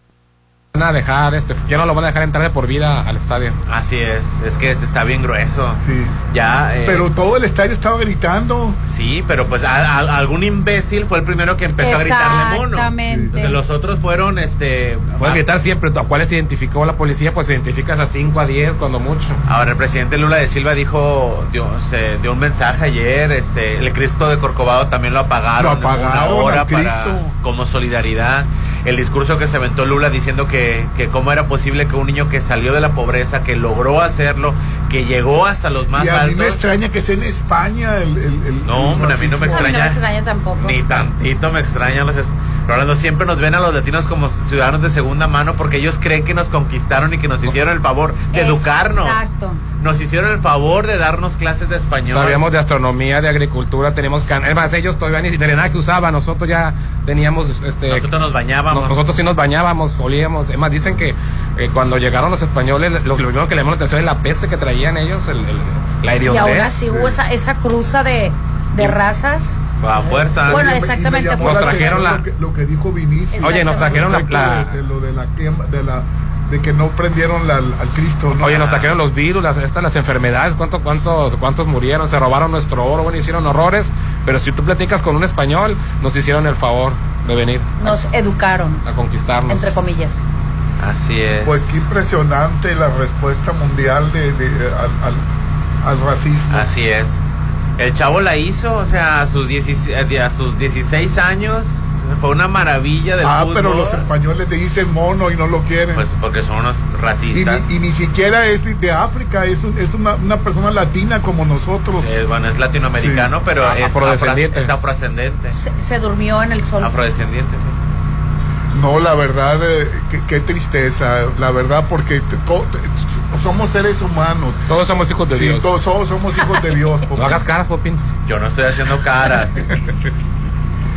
[SPEAKER 7] a dejar, este, ya no los van a dejar entrar de por vida al estadio.
[SPEAKER 8] Así es, es que se está bien grueso.
[SPEAKER 6] Sí.
[SPEAKER 8] Ya, eh,
[SPEAKER 6] Pero todo el estadio estaba gritando.
[SPEAKER 8] Sí, pero pues a- a- algún imbécil fue el primero que empezó a gritarle mono.
[SPEAKER 9] Exactamente.
[SPEAKER 8] Entonces, los otros fueron, este...
[SPEAKER 7] Puedes
[SPEAKER 8] a-
[SPEAKER 7] gritar siempre, ¿a cuáles identificó la policía? Pues identificas a 5 a 10 cuando mucho.
[SPEAKER 8] Ahora, el presidente Lula de Silva dijo, dio, se dio un mensaje ayer, este, el Cristo de Corcovado también lo apagaron.
[SPEAKER 6] Lo apagaron
[SPEAKER 8] una hora
[SPEAKER 6] al Cristo.
[SPEAKER 8] para- como solidaridad. El discurso que se aventó Lula diciendo que, que cómo era posible que un niño que salió de la pobreza, que logró hacerlo, que llegó hasta los más
[SPEAKER 6] y a mí me
[SPEAKER 8] altos,
[SPEAKER 6] extraña que sea en España el. el- el-
[SPEAKER 8] No,
[SPEAKER 6] el
[SPEAKER 8] hombre, a mí no me
[SPEAKER 6] racismo.
[SPEAKER 9] A mí no me
[SPEAKER 8] extraña.
[SPEAKER 9] extraña tampoco.
[SPEAKER 8] ni tantito me extrañan los... es- Rolando, siempre nos ven a los latinos como ciudadanos de segunda mano porque ellos creen que nos conquistaron y que nos hicieron el favor de educarnos.
[SPEAKER 9] Exacto.
[SPEAKER 8] nos hicieron el favor de darnos clases de español.
[SPEAKER 7] Sabíamos de astronomía, de agricultura, tenemos can... Es más, ellos todavía ni nada que usaban, nosotros ya teníamos... este
[SPEAKER 8] Nosotros nos
[SPEAKER 7] no-
[SPEAKER 8] bañábamos.
[SPEAKER 7] Nosotros sí nos bañábamos, olíamos. Es más, dicen que eh, cuando llegaron los españoles, lo, lo primero que le llamó la atención es la peste que traían ellos, el- el- la
[SPEAKER 9] Y
[SPEAKER 7] hediondez.
[SPEAKER 9] ahora sí hubo esa, esa cruza de, de razas.
[SPEAKER 8] A fuerza.
[SPEAKER 6] Y me- y
[SPEAKER 9] Bueno,
[SPEAKER 6] me
[SPEAKER 9] exactamente,
[SPEAKER 6] llamó
[SPEAKER 7] Nos
[SPEAKER 6] la atención
[SPEAKER 7] trajeron la-
[SPEAKER 6] Lo que, lo que dijo Vinicius.
[SPEAKER 7] Oye, nos trajeron la- la-
[SPEAKER 6] De, de lo de la quema- de la de que no prendieron la- al Cristo, ¿no?
[SPEAKER 7] Oye, nos trajeron los virus, las, estas, las enfermedades, ¿cuánto, cuántos, cuántos murieron, se robaron nuestro oro, bueno, hicieron horrores, pero si tú platicas con un español, nos hicieron el favor de venir
[SPEAKER 9] Nos educaron,
[SPEAKER 7] a conquistarnos.
[SPEAKER 9] entre comillas.
[SPEAKER 8] Así es.
[SPEAKER 6] Pues qué impresionante la respuesta mundial de, de- al, al- al racismo.
[SPEAKER 8] Así es. El chavo la hizo, o sea, a sus, 16 a sus 16 años fue una maravilla del
[SPEAKER 6] ah,
[SPEAKER 8] fútbol.
[SPEAKER 6] pero los españoles le dicen mono y no lo quieren.
[SPEAKER 8] Pues porque son unos
[SPEAKER 6] y,
[SPEAKER 8] racistas.
[SPEAKER 6] ni, y ni siquiera es de, de África, es, un- es una, una persona latina como nosotros.
[SPEAKER 8] Eh, bueno, es latinoamericano,
[SPEAKER 6] Sí.
[SPEAKER 8] pero
[SPEAKER 7] Ah,
[SPEAKER 8] es,
[SPEAKER 7] afrodescendiente.
[SPEAKER 8] afra- es afrodescendiente.
[SPEAKER 9] Se, se durmió en el sol.
[SPEAKER 8] Afrodescendiente, sí.
[SPEAKER 6] No, la verdad, eh, qué, qué tristeza, la verdad, porque to- somos seres humanos.
[SPEAKER 7] Todos somos hijos de
[SPEAKER 6] Sí,
[SPEAKER 7] Dios.
[SPEAKER 6] todos somos- somos hijos de
[SPEAKER 7] [LAUGHS]
[SPEAKER 6] Dios.
[SPEAKER 7] No
[SPEAKER 6] porque
[SPEAKER 7] hagas caras, Popín.
[SPEAKER 8] Yo no estoy haciendo caras.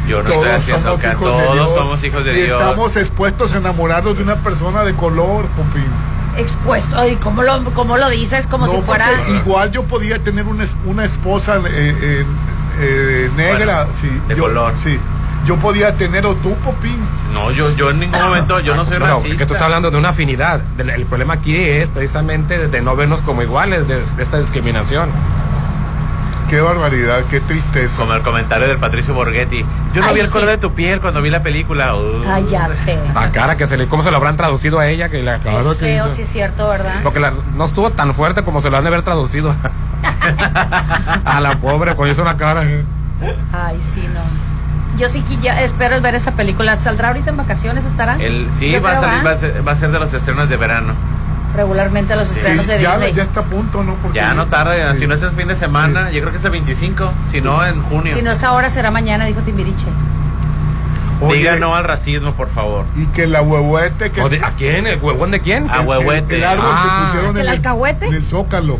[SPEAKER 8] Yo no estoy
[SPEAKER 6] Todos
[SPEAKER 8] haciendo
[SPEAKER 6] somos
[SPEAKER 8] caras.
[SPEAKER 6] hijos de Dios.
[SPEAKER 8] Todos somos hijos de
[SPEAKER 6] y
[SPEAKER 8] Dios.
[SPEAKER 6] Estamos expuestos a enamorarnos de una persona de color, Popín.
[SPEAKER 9] Expuesto. Ay, ¿cómo lo, cómo lo dices? Como
[SPEAKER 6] No,
[SPEAKER 9] si fuera.
[SPEAKER 6] porque Igual yo podía tener una, es- una esposa eh, eh, eh, negra,
[SPEAKER 8] Bueno,
[SPEAKER 6] sí,
[SPEAKER 8] de
[SPEAKER 6] yo,
[SPEAKER 8] color.
[SPEAKER 6] Sí. Yo podía tener, o tú, Popín.
[SPEAKER 8] No, yo, yo en ningún momento, yo no soy
[SPEAKER 7] No,
[SPEAKER 8] racista.
[SPEAKER 7] es que tú estás hablando de una afinidad. Del- El, problema aquí es precisamente de, de no vernos como iguales, de, de esta discriminación.
[SPEAKER 6] Qué barbaridad, qué tristeza.
[SPEAKER 8] Como el comentario del Patricio Borghetti. Yo no
[SPEAKER 9] Ay,
[SPEAKER 8] vi el
[SPEAKER 9] sí.
[SPEAKER 8] color de tu piel cuando vi la película. Uh.
[SPEAKER 9] Ay, Ah, ya sé.
[SPEAKER 7] La cara que se le, ¿cómo se lo habrán traducido a ella? Que la
[SPEAKER 9] Qué
[SPEAKER 7] claro que
[SPEAKER 9] feo,
[SPEAKER 7] hizo.
[SPEAKER 9] sí es cierto, ¿verdad?
[SPEAKER 7] Porque la- no estuvo tan fuerte como se lo han de haber traducido. [LAUGHS] a la pobre, con eso una cara. eh.
[SPEAKER 9] Ay, sí, no. Yo sí que ya espero ver esa película. ¿Saldrá ahorita en vacaciones? ¿Estará?
[SPEAKER 8] El, sí,
[SPEAKER 9] Yo
[SPEAKER 8] va a,
[SPEAKER 9] creo,
[SPEAKER 8] salir,
[SPEAKER 9] ¿va?
[SPEAKER 8] va, a ser, va a ser de los estrenos de verano.
[SPEAKER 9] Regularmente a los
[SPEAKER 6] Sí,
[SPEAKER 9] estrenos de
[SPEAKER 6] ya,
[SPEAKER 9] Disney.
[SPEAKER 6] ya está a punto, ¿no? Porque-
[SPEAKER 8] Ya no tarda,
[SPEAKER 6] Sí.
[SPEAKER 8] si no es el fin de semana, yo creo que es el 25, si no en junio.
[SPEAKER 9] Si no es ahora, será mañana, dijo Timbiriche.
[SPEAKER 6] Oye,
[SPEAKER 8] Diga no al racismo, por favor.
[SPEAKER 6] Y que la huehuete que
[SPEAKER 7] ¿O de- ¿A quién? ¿El huevón de quién?
[SPEAKER 8] Ah,
[SPEAKER 6] el-
[SPEAKER 8] huehuete.
[SPEAKER 6] El, el árbol
[SPEAKER 7] Ah.
[SPEAKER 6] que pusieron
[SPEAKER 9] ¿El
[SPEAKER 6] en
[SPEAKER 9] alcahuete?
[SPEAKER 6] en el zócalo.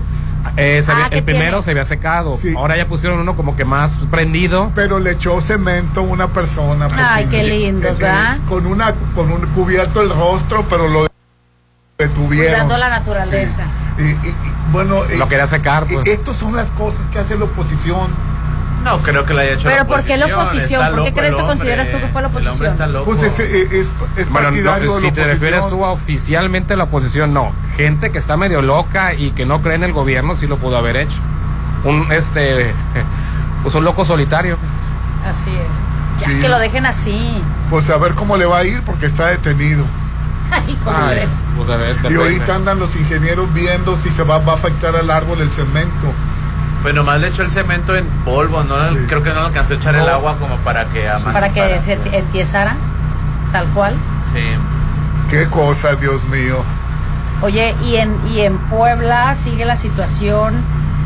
[SPEAKER 7] Eh, se
[SPEAKER 9] Ah,
[SPEAKER 7] había-
[SPEAKER 9] ¿qué
[SPEAKER 7] el primero
[SPEAKER 9] tiene?
[SPEAKER 7] se había secado.
[SPEAKER 6] Sí.
[SPEAKER 7] Ahora ya pusieron uno como que más prendido.
[SPEAKER 6] Pero le echó cemento a una persona.
[SPEAKER 9] Ay,
[SPEAKER 6] porque-
[SPEAKER 9] qué lindos,
[SPEAKER 6] eh, eh,
[SPEAKER 9] ¿verdad?
[SPEAKER 6] Con una, con un cubierto el rostro, pero lo detuvieron.
[SPEAKER 9] Cuidando Pues la naturaleza.
[SPEAKER 6] Sí. Y- y- y, bueno, eh,
[SPEAKER 7] Lo quería secar.
[SPEAKER 6] eh,
[SPEAKER 7] Pues.
[SPEAKER 6] estas son las cosas que hace la oposición.
[SPEAKER 8] No creo que lo haya hecho
[SPEAKER 9] Pero ¿por qué la oposición?
[SPEAKER 8] Está
[SPEAKER 9] ¿Por qué
[SPEAKER 8] loco
[SPEAKER 9] crees
[SPEAKER 8] el
[SPEAKER 9] o
[SPEAKER 8] hombre.
[SPEAKER 9] consideras tú que fue la
[SPEAKER 8] El hombre
[SPEAKER 9] oposición?
[SPEAKER 8] está loco.
[SPEAKER 6] Pues es, es, es-
[SPEAKER 7] Bueno,
[SPEAKER 6] es
[SPEAKER 7] no, pues,
[SPEAKER 6] partidario de la
[SPEAKER 7] si te
[SPEAKER 6] oposición.
[SPEAKER 7] refieres tú a oficialmente la oposición, no. Gente que está medio loca y que no cree en el gobierno sí lo pudo haber hecho. Un este [LAUGHS] pues un loco solitario.
[SPEAKER 9] Así es. Ya
[SPEAKER 6] Sí.
[SPEAKER 9] que lo dejen así. [LAUGHS]
[SPEAKER 6] Pues a ver cómo le va a ir porque está detenido.
[SPEAKER 9] Ay, ¿cómo
[SPEAKER 8] Ah,
[SPEAKER 7] Ay,
[SPEAKER 9] crees?
[SPEAKER 7] pues, a ver,
[SPEAKER 6] Y
[SPEAKER 7] depende.
[SPEAKER 6] ahorita andan los ingenieros viendo si se va, va a afectar al árbol el cemento.
[SPEAKER 8] Pues nomás le echó el cemento en polvo, no
[SPEAKER 6] Sí.
[SPEAKER 8] creo que no alcanzó a echar el
[SPEAKER 6] No.
[SPEAKER 8] agua como para que amase
[SPEAKER 9] Para que se
[SPEAKER 8] Sí.
[SPEAKER 9] empiezara tal cual.
[SPEAKER 6] Qué cosa, Dios mío.
[SPEAKER 9] Oye, y en, y en Puebla sigue la situación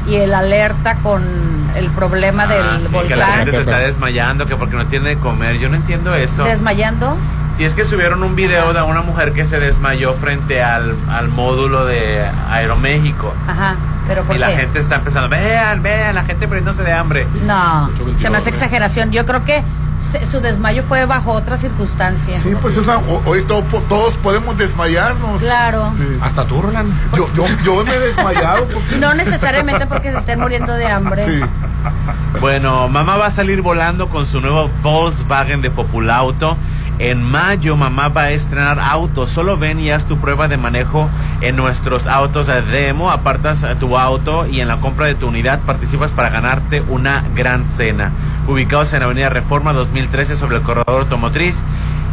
[SPEAKER 9] y el alerta con el problema
[SPEAKER 8] Ah,
[SPEAKER 9] del
[SPEAKER 8] sí, que la gente
[SPEAKER 9] volcán
[SPEAKER 8] se está desmayando, que porque no tiene de comer. Yo no entiendo eso.
[SPEAKER 9] desmayando.
[SPEAKER 8] Si es que subieron un video de una mujer que se desmayó frente al, al módulo de Aeroméxico.
[SPEAKER 9] Ajá, pero ¿por
[SPEAKER 8] Y la
[SPEAKER 9] qué?
[SPEAKER 8] gente está empezando, vean, vean, la gente prendiéndose de hambre.
[SPEAKER 9] No,
[SPEAKER 7] Mucho ventilador,
[SPEAKER 9] se me hace
[SPEAKER 7] ¿eh?
[SPEAKER 9] exageración. Yo creo que se- su desmayo fue bajo otra circunstancia.
[SPEAKER 6] Sí, pues es una- ho- hoy to- po- todos podemos desmayarnos.
[SPEAKER 9] Claro.
[SPEAKER 6] Sí.
[SPEAKER 7] hasta tú, Roland.
[SPEAKER 6] Yo, yo, yo me he
[SPEAKER 9] [LAUGHS]
[SPEAKER 6] desmayado porque...
[SPEAKER 9] No necesariamente porque se estén muriendo de hambre.
[SPEAKER 6] Sí.
[SPEAKER 8] Bueno, mamá va a salir volando con su nuevo Volkswagen de Populauto. En mayo mamá va a estrenar autos. Solo ven y haz tu prueba de manejo en nuestros autos de demo. Apartas eh, tu auto y en la compra de tu unidad participas para ganarte una gran cena. Ubicados en Avenida Reforma 2013 sobre el corredor automotriz.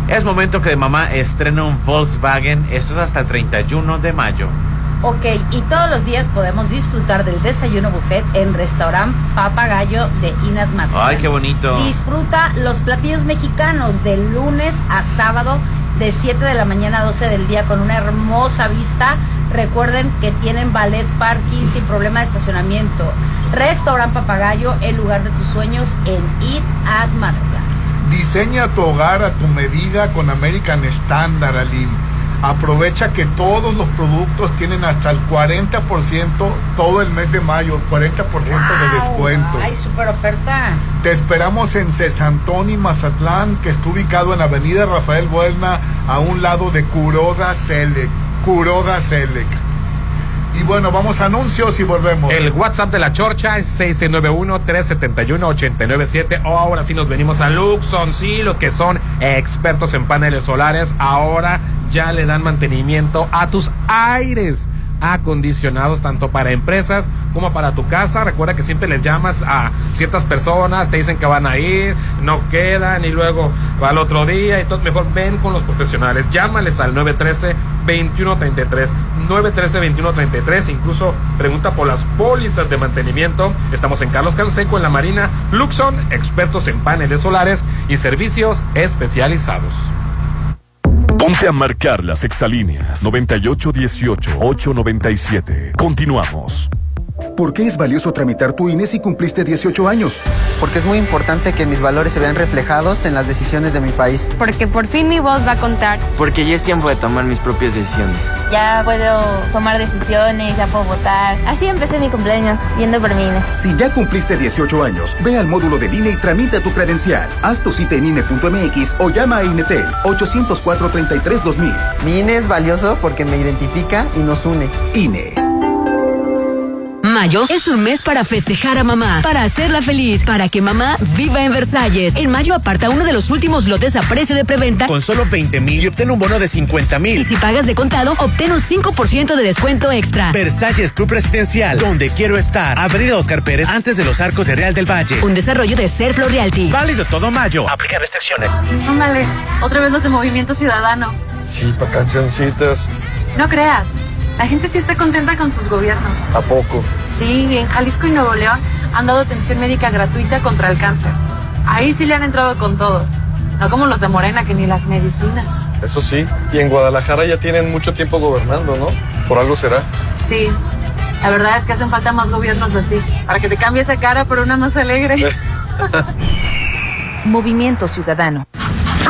[SPEAKER 8] Es momento que mamá estrene un Volkswagen. Esto es hasta el 31 de mayo.
[SPEAKER 9] Ok, y todos los días podemos disfrutar del desayuno buffet en restaurante Papagayo de Inat Mazatlán.
[SPEAKER 8] Ay, qué bonito.
[SPEAKER 9] Disfruta los platillos mexicanos de lunes a sábado de 7 de la mañana a 12 del día con una hermosa vista. Recuerden que tienen ballet parking sin problema de estacionamiento. Restaurant Papagayo, el lugar de tus sueños en It at Mazatlán.
[SPEAKER 6] Diseña tu hogar a tu medida con American Standard, Alim. aprovecha que todos los productos tienen hasta el 40% todo el mes de mayo, 40% de descuento.
[SPEAKER 10] Ay, super oferta.
[SPEAKER 6] Te esperamos en Cesantón y Mazatlán, que está ubicado en la avenida Rafael Buelna, a un lado de Curoda Selec. Curoda Selec. Y bueno, vamos a anuncios y volvemos.
[SPEAKER 7] El WhatsApp de la Chorcha es 691-371-897. Oh, ahora sí nos venimos a Luxon, sí, los que son expertos en paneles solares. Ahora ya le dan mantenimiento a tus aires acondicionados tanto para empresas como para tu casa. Recuerda que siempre les llamas a ciertas personas, te dicen que van a ir, no quedan y luego va al otro día. Entonces mejor ven con los profesionales. Llámales al 913-2133. 913-2133. Incluso pregunta por las pólizas de mantenimiento. Estamos en Carlos Canseco, en la Marina. Luxon, expertos en paneles solares y servicios especializados.
[SPEAKER 11] Ponte a marcar las exalíneas 9818-897. Continuamos.
[SPEAKER 12] ¿Por qué es valioso tramitar tu INE si cumpliste 18 años?
[SPEAKER 3] porque es muy importante que mis valores se vean reflejados en las decisiones de mi país.
[SPEAKER 9] Porque por fin mi voz va a contar.
[SPEAKER 13] Porque ya es tiempo de tomar mis propias decisiones.
[SPEAKER 14] Ya puedo tomar decisiones, ya puedo votar. Así empecé mi cumpleaños, yendo por mi INE.
[SPEAKER 12] Si ya cumpliste 18 años, ve al módulo del INE y tramita tu credencial. Haz tu cita en INE.mx o llama a INETEL 804-33-2000.
[SPEAKER 3] Mi INE es valioso porque me identifica y nos une.
[SPEAKER 12] INE.
[SPEAKER 5] Mayo es un mes para festejar a mamá, para hacerla feliz, para que mamá viva en Versalles. En mayo aparta uno de los últimos lotes a precio de preventa
[SPEAKER 8] Con solo 20 mil y obtén un bono de 50
[SPEAKER 5] y
[SPEAKER 8] mil.
[SPEAKER 5] si pagas de contado, obtén un 5% de descuento extra.
[SPEAKER 8] Versalles Club Residencial, donde quiero estar. Avenida Oscar Pérez, antes de los arcos de Real del Valle.
[SPEAKER 5] Un desarrollo de Ser Flor Realty.
[SPEAKER 8] Válido todo mayo. Aplica restricciones.
[SPEAKER 9] Ándale, otra vez los de Movimiento Ciudadano.
[SPEAKER 15] Sí, para cancioncitas.
[SPEAKER 9] No creas, la gente sí está contenta con sus gobiernos.
[SPEAKER 15] ¿A poco?
[SPEAKER 9] Sí, en Jalisco y Nuevo León han dado atención médica gratuita contra el cáncer. Ahí sí le han entrado con todo. No como los de Morena que ni las medicinas.
[SPEAKER 15] Eso sí. Y en Guadalajara ya tienen mucho tiempo gobernando, ¿no? Por algo será.
[SPEAKER 9] Sí, la verdad es que hacen falta más gobiernos así, para que te cambie esa cara por una más alegre.
[SPEAKER 16] Movimiento Ciudadano.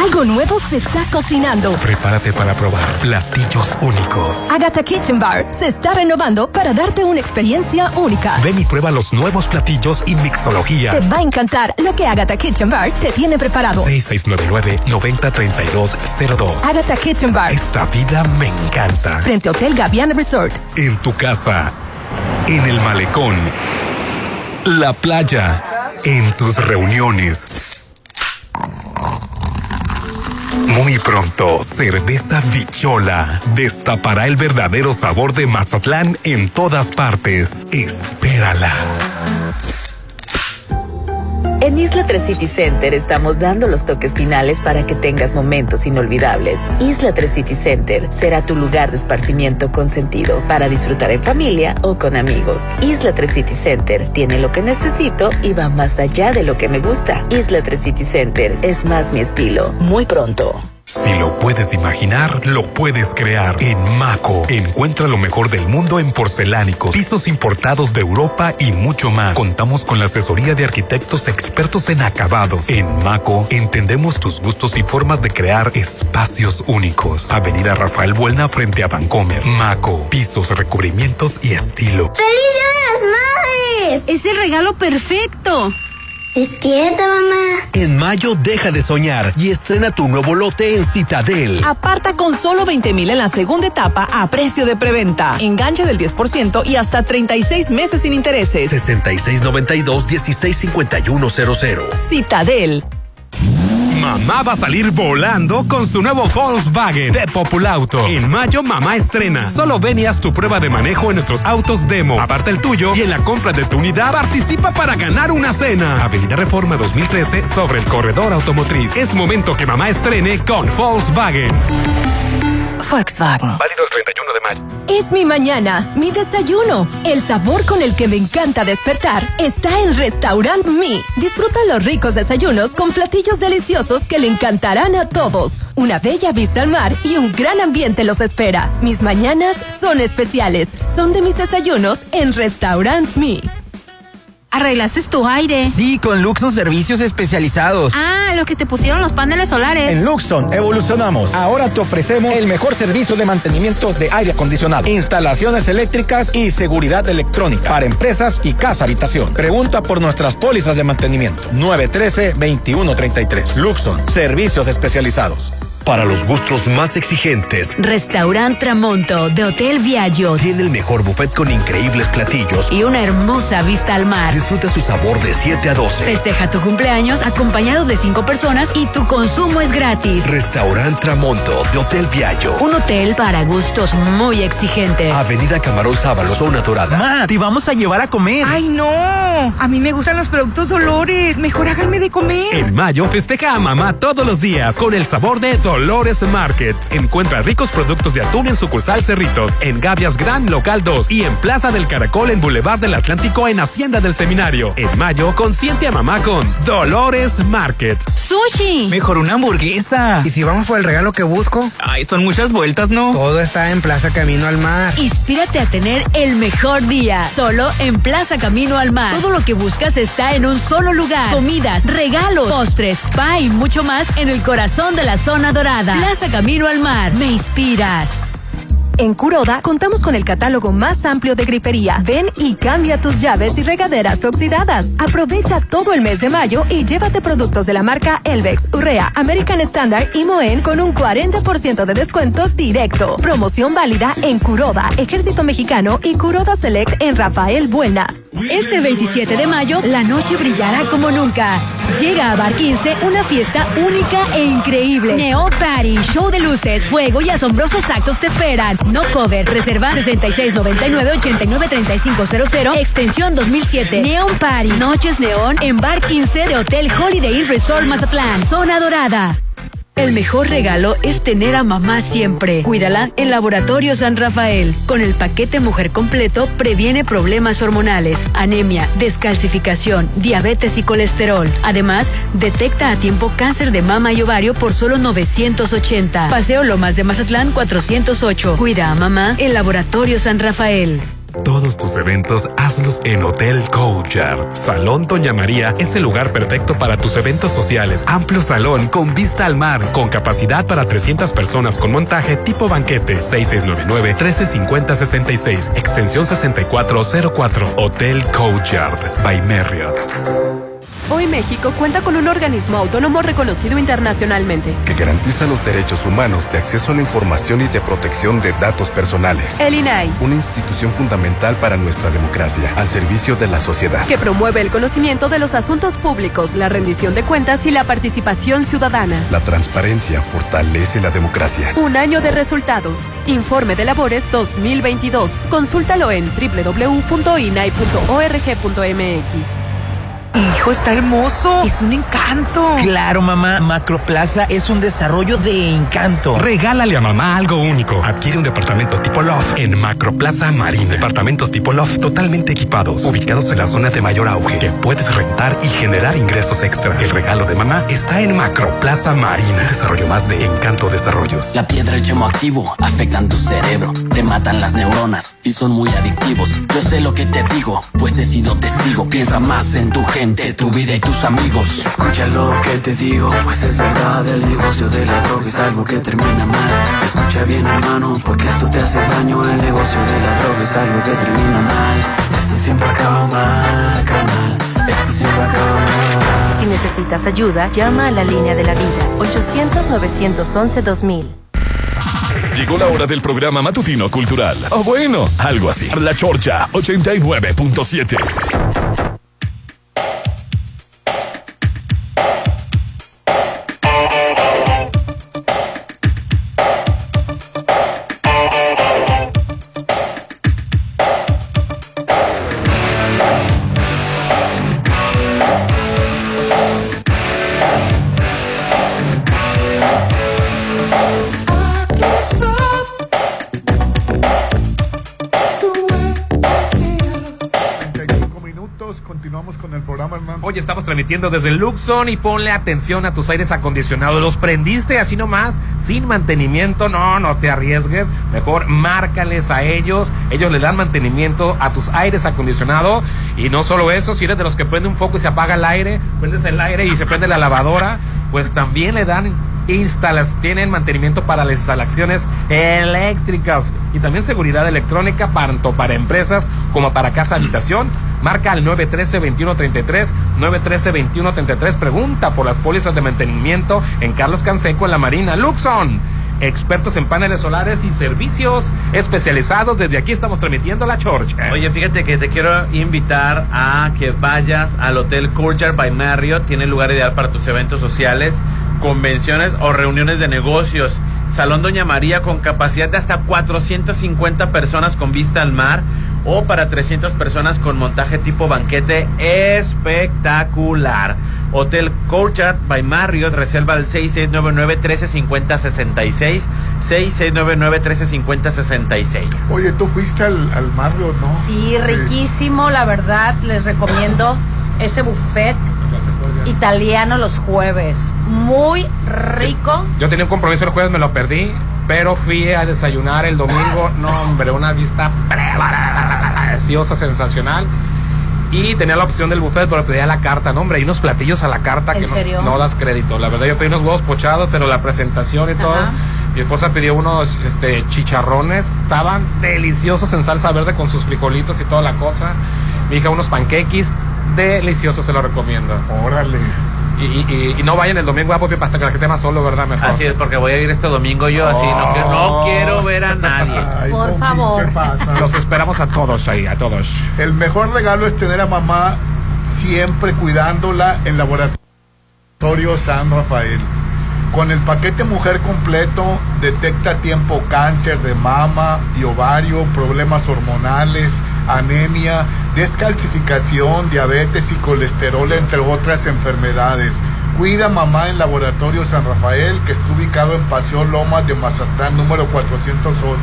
[SPEAKER 17] Algo nuevo se está cocinando.
[SPEAKER 11] Prepárate para probar platillos únicos.
[SPEAKER 17] Agatha Kitchen Bar se está renovando para darte una experiencia única.
[SPEAKER 11] Ven y prueba los nuevos platillos y mixología.
[SPEAKER 17] Te va a encantar lo que Agatha Kitchen Bar te tiene preparado.
[SPEAKER 11] 6699-903202.
[SPEAKER 17] Agatha Kitchen Bar,
[SPEAKER 11] Esta vida me encanta.
[SPEAKER 17] frente a Hotel Gaviana Resort.
[SPEAKER 11] En tu casa, en el malecón, la playa, en tus reuniones. Muy pronto, Cerveza Bichola destapará el verdadero sabor de Mazatlán en todas partes. Espérala.
[SPEAKER 18] En Isla 3 City Center estamos dando los toques finales para que tengas momentos inolvidables. Isla 3 City Center será tu lugar de esparcimiento consentido para disfrutar en familia o con amigos. Isla 3 City Center tiene lo que necesito y va más allá de lo que me gusta. Isla 3 City Center es más mi estilo. Muy pronto.
[SPEAKER 11] Si lo puedes imaginar, lo puedes crear. En Maco, encuentra lo mejor del mundo en porcelánicos, pisos importados de Europa y mucho más. Contamos con la asesoría de arquitectos expertos en acabados. En Maco, entendemos tus gustos y formas de crear espacios únicos. Avenida Rafael Buelna frente a Vancomer. Maco, pisos, recubrimientos y estilo.
[SPEAKER 19] ¡Feliz Día de las Madres! Es el regalo perfecto. Despierta, mamá.
[SPEAKER 8] En mayo deja de soñar y estrena tu nuevo lote en Citadel.
[SPEAKER 20] Aparta con solo 20 mil en la segunda etapa a precio de preventa. Enganche del 10% y hasta 36 meses sin intereses.
[SPEAKER 8] 6692-165100.
[SPEAKER 20] Citadel.
[SPEAKER 11] Mamá va a salir volando con su nuevo Volkswagen de Populauto. En mayo, mamá estrena. Solo ven y haz tu prueba de manejo en nuestros autos demo. Aparte el tuyo y en la compra de tu unidad participa para ganar una cena. Avenida Reforma 2013 sobre el corredor automotriz. Es momento que mamá estrene con Volkswagen.
[SPEAKER 17] Volkswagen.
[SPEAKER 11] Válido el 31 de mayo.
[SPEAKER 17] Es mi mañana, mi desayuno. El sabor con el que me encanta despertar está en Restaurant Mi. Disfruta los ricos desayunos con platillos deliciosos que le encantarán a todos. Una bella vista al mar y un gran ambiente los espera. Mis mañanas son especiales. Son de mis desayunos en Restaurant Mi.
[SPEAKER 21] Arreglaste tu aire.
[SPEAKER 3] Sí, con Luxon Servicios Especializados.
[SPEAKER 21] Ah, lo que te pusieron los paneles solares.
[SPEAKER 22] En Luxon evolucionamos. Ahora te ofrecemos el mejor servicio de mantenimiento de aire acondicionado, instalaciones eléctricas y seguridad electrónica para empresas y casa habitación. Pregunta por nuestras pólizas de mantenimiento. 913-2133. Luxon, servicios especializados.
[SPEAKER 20] Para los gustos más exigentes,
[SPEAKER 5] Restaurant Tramonto de Hotel Viallo
[SPEAKER 20] tiene el mejor buffet con increíbles platillos.
[SPEAKER 5] y una hermosa vista al mar.
[SPEAKER 20] Disfruta su sabor de 7 a 12.
[SPEAKER 5] Festeja tu cumpleaños acompañado de cinco personas y tu consumo es gratis.
[SPEAKER 20] Restaurant Tramonto de Hotel Viallo.
[SPEAKER 5] Un hotel para gustos muy exigentes.
[SPEAKER 20] Avenida Camarón Sábalo, Zona Dorada.
[SPEAKER 3] Ma, te vamos a llevar a comer.
[SPEAKER 23] ¡Ay, no! A mí me gustan los productos Dolores. Mejor háganme de comer.
[SPEAKER 11] En mayo festeja a mamá todos los días con el sabor de Dolores Market. Encuentra ricos productos de atún en sucursal Cerritos, en Gavias Gran Local 2 y en Plaza del Caracol en Boulevard del Atlántico en Hacienda del Seminario. En mayo consiente a mamá con Dolores Market.
[SPEAKER 5] ¡Sushi!
[SPEAKER 24] Mejor una hamburguesa. ¿Y si vamos por el regalo que busco? Ay, son muchas vueltas, ¿no? Todo está en Plaza Camino al Mar.
[SPEAKER 5] Inspírate a tener el mejor día, solo en Plaza Camino al Mar. Todo lo que buscas está en un solo lugar. Comidas, regalos, postres, spa y mucho más en el corazón de la zona dorada. Plaza Camino al Mar, me inspiras.
[SPEAKER 17] En Curoda contamos con el catálogo más amplio de grifería. Ven y cambia tus llaves y regaderas oxidadas. Aprovecha todo el mes de mayo y llévate productos de la marca Elvex, Urrea, American Standard y Moen con un 40% de descuento directo. Promoción válida en Curoda, Ejército Mexicano y Curoda Select en Rafael Buena.
[SPEAKER 5] Este 27 de mayo, la noche brillará como nunca. Llega a Bar 15 una fiesta única e increíble. Neo Party, show de luces, fuego y asombrosos actos te esperan. No cover, reserva 6699-893500, extensión 2007. Neon Party, noches neón en Bar 15 de Hotel Holiday Inn Resort Mazatlán, zona dorada. El mejor regalo es tener a mamá siempre. Cuídala en Laboratorio San Rafael. Con el paquete Mujer Completo previene problemas hormonales, anemia, descalcificación, diabetes y colesterol. Además, detecta a tiempo cáncer de mama y ovario por solo 980. Paseo Lomas de Mazatlán 408. Cuida a mamá en Laboratorio San Rafael.
[SPEAKER 11] Todos tus eventos hazlos en Hotel Couchard. Salón Doña María es el lugar perfecto para tus eventos sociales. Amplio salón con vista al mar, con capacidad para 300 personas con montaje tipo banquete 6699-1350-66, extensión 6404. Hotel Couchard by Marriott.
[SPEAKER 25] Hoy México cuenta con un organismo autónomo reconocido internacionalmente,
[SPEAKER 26] que garantiza los derechos humanos de acceso a la información y de protección de datos personales.
[SPEAKER 25] el INAI,
[SPEAKER 26] Una institución fundamental para nuestra democracia, al servicio de la sociedad.
[SPEAKER 25] que promueve el conocimiento de los asuntos públicos, la rendición de cuentas y la participación ciudadana.
[SPEAKER 26] La transparencia fortalece la democracia.
[SPEAKER 25] Un año de resultados. Informe de labores 2022. Consúltalo en www.inai.org.mx.
[SPEAKER 3] Hijo, está hermoso. Es un encanto. Claro, mamá. Macroplaza es un desarrollo de encanto.
[SPEAKER 11] Regálale a mamá algo único. Adquiere un departamento tipo loft en Macroplaza Marina. Departamentos tipo loft totalmente equipados, ubicados en la zona de mayor auge, que puedes rentar y generar ingresos extra. El regalo de mamá está en Macroplaza Marina. Desarrollo más de Encanto Desarrollos.
[SPEAKER 27] La piedra y el chemo activo afectan tu cerebro, te matan las neuronas y son muy adictivos. Yo sé lo que te digo, pues he sido testigo. Piensa más en tu gente, tu vida y tus amigos. Escucha lo que te digo, pues es verdad. El negocio de la droga es algo que termina mal. Escucha bien, hermano, porque esto te hace daño. El negocio de la droga es algo que termina mal. Esto siempre acaba mal, carnal. Esto siempre acaba mal.
[SPEAKER 28] Si necesitas ayuda, llama a la línea de la vida 800-911-2000.
[SPEAKER 2] Llegó la hora del programa matutino cultural. O bueno, algo así. La Chorcha 89.7.
[SPEAKER 6] minutos, continuamos con el programa, Hernán.
[SPEAKER 7] Oye, estamos transmitiendo desde Luxon y ponle atención a tus aires acondicionados. Los prendiste así nomás, sin mantenimiento. No, no te arriesgues. Mejor márcales a ellos. Ellos le dan mantenimiento a tus aires acondicionados. Y no solo eso, si eres de los que prende un foco y se apaga el aire, prendes el aire y se prende la lavadora, pues también le dan instalas, tienen mantenimiento para las instalaciones eléctricas y también seguridad electrónica tanto para empresas como para casa habitación. Marca al 913-2133, 913-2133. Pregunta por las pólizas de mantenimiento en Carlos Canseco en la Marina Luxon. Expertos en paneles solares y servicios especializados. Desde aquí estamos transmitiendo la chorcha.
[SPEAKER 8] Oye, fíjate que te quiero invitar a que vayas al Hotel Courtyard by Marriott. Tiene lugar ideal para tus eventos sociales, convenciones o reuniones de negocios. Salón Doña María con capacidad de hasta 450 personas con vista al mar o para 300 personas con montaje tipo banquete espectacular. Hotel Courtyard by Marriott reserva al 6699-1350-66. 6699-1350-66.
[SPEAKER 6] Oye, tú fuiste al, al Marriott, ¿no?
[SPEAKER 9] Sí, riquísimo, la verdad, les recomiendo ese buffet italiano los jueves. Muy rico.
[SPEAKER 7] Yo tenía un compromiso el jueves, me lo perdí, pero fui a desayunar el domingo. No, hombre, una vista preciosa, sensacional. Y tenía la opción del buffet, pero pedía la carta, no, hombre, hay unos platillos a la carta
[SPEAKER 9] ¿En
[SPEAKER 7] que no-
[SPEAKER 9] serio?
[SPEAKER 7] No, das crédito. La verdad, yo pedí unos huevos pochados, pero la presentación y todo.
[SPEAKER 9] Ajá.
[SPEAKER 7] Mi esposa pidió unos este, chicharrones, estaban deliciosos en salsa verde con sus frijolitos y toda la cosa. Mi hija, unos panqueques, deliciosos, se los recomiendo.
[SPEAKER 6] Órale.
[SPEAKER 7] Y, y- y- y no vayan el domingo a Popio hasta que la que esté más solo, ¿verdad? Mejor. Oh.
[SPEAKER 8] Así es, porque voy a ir este domingo yo, así no, quiero- no quiero ver a nadie.
[SPEAKER 9] Por favor. [LAUGHS]
[SPEAKER 7] Los esperamos a todos ahí, a todos.
[SPEAKER 6] El mejor regalo es tener a mamá siempre cuidándola en laboratorio San Rafael. Con el paquete mujer completo detecta a tiempo cáncer de mama y ovario, problemas hormonales, anemia, descalcificación, diabetes y colesterol, entre otras enfermedades. Cuida mamá en Laboratorio San Rafael, que está ubicado en Paseo Lomas de Mazatlán, número 408.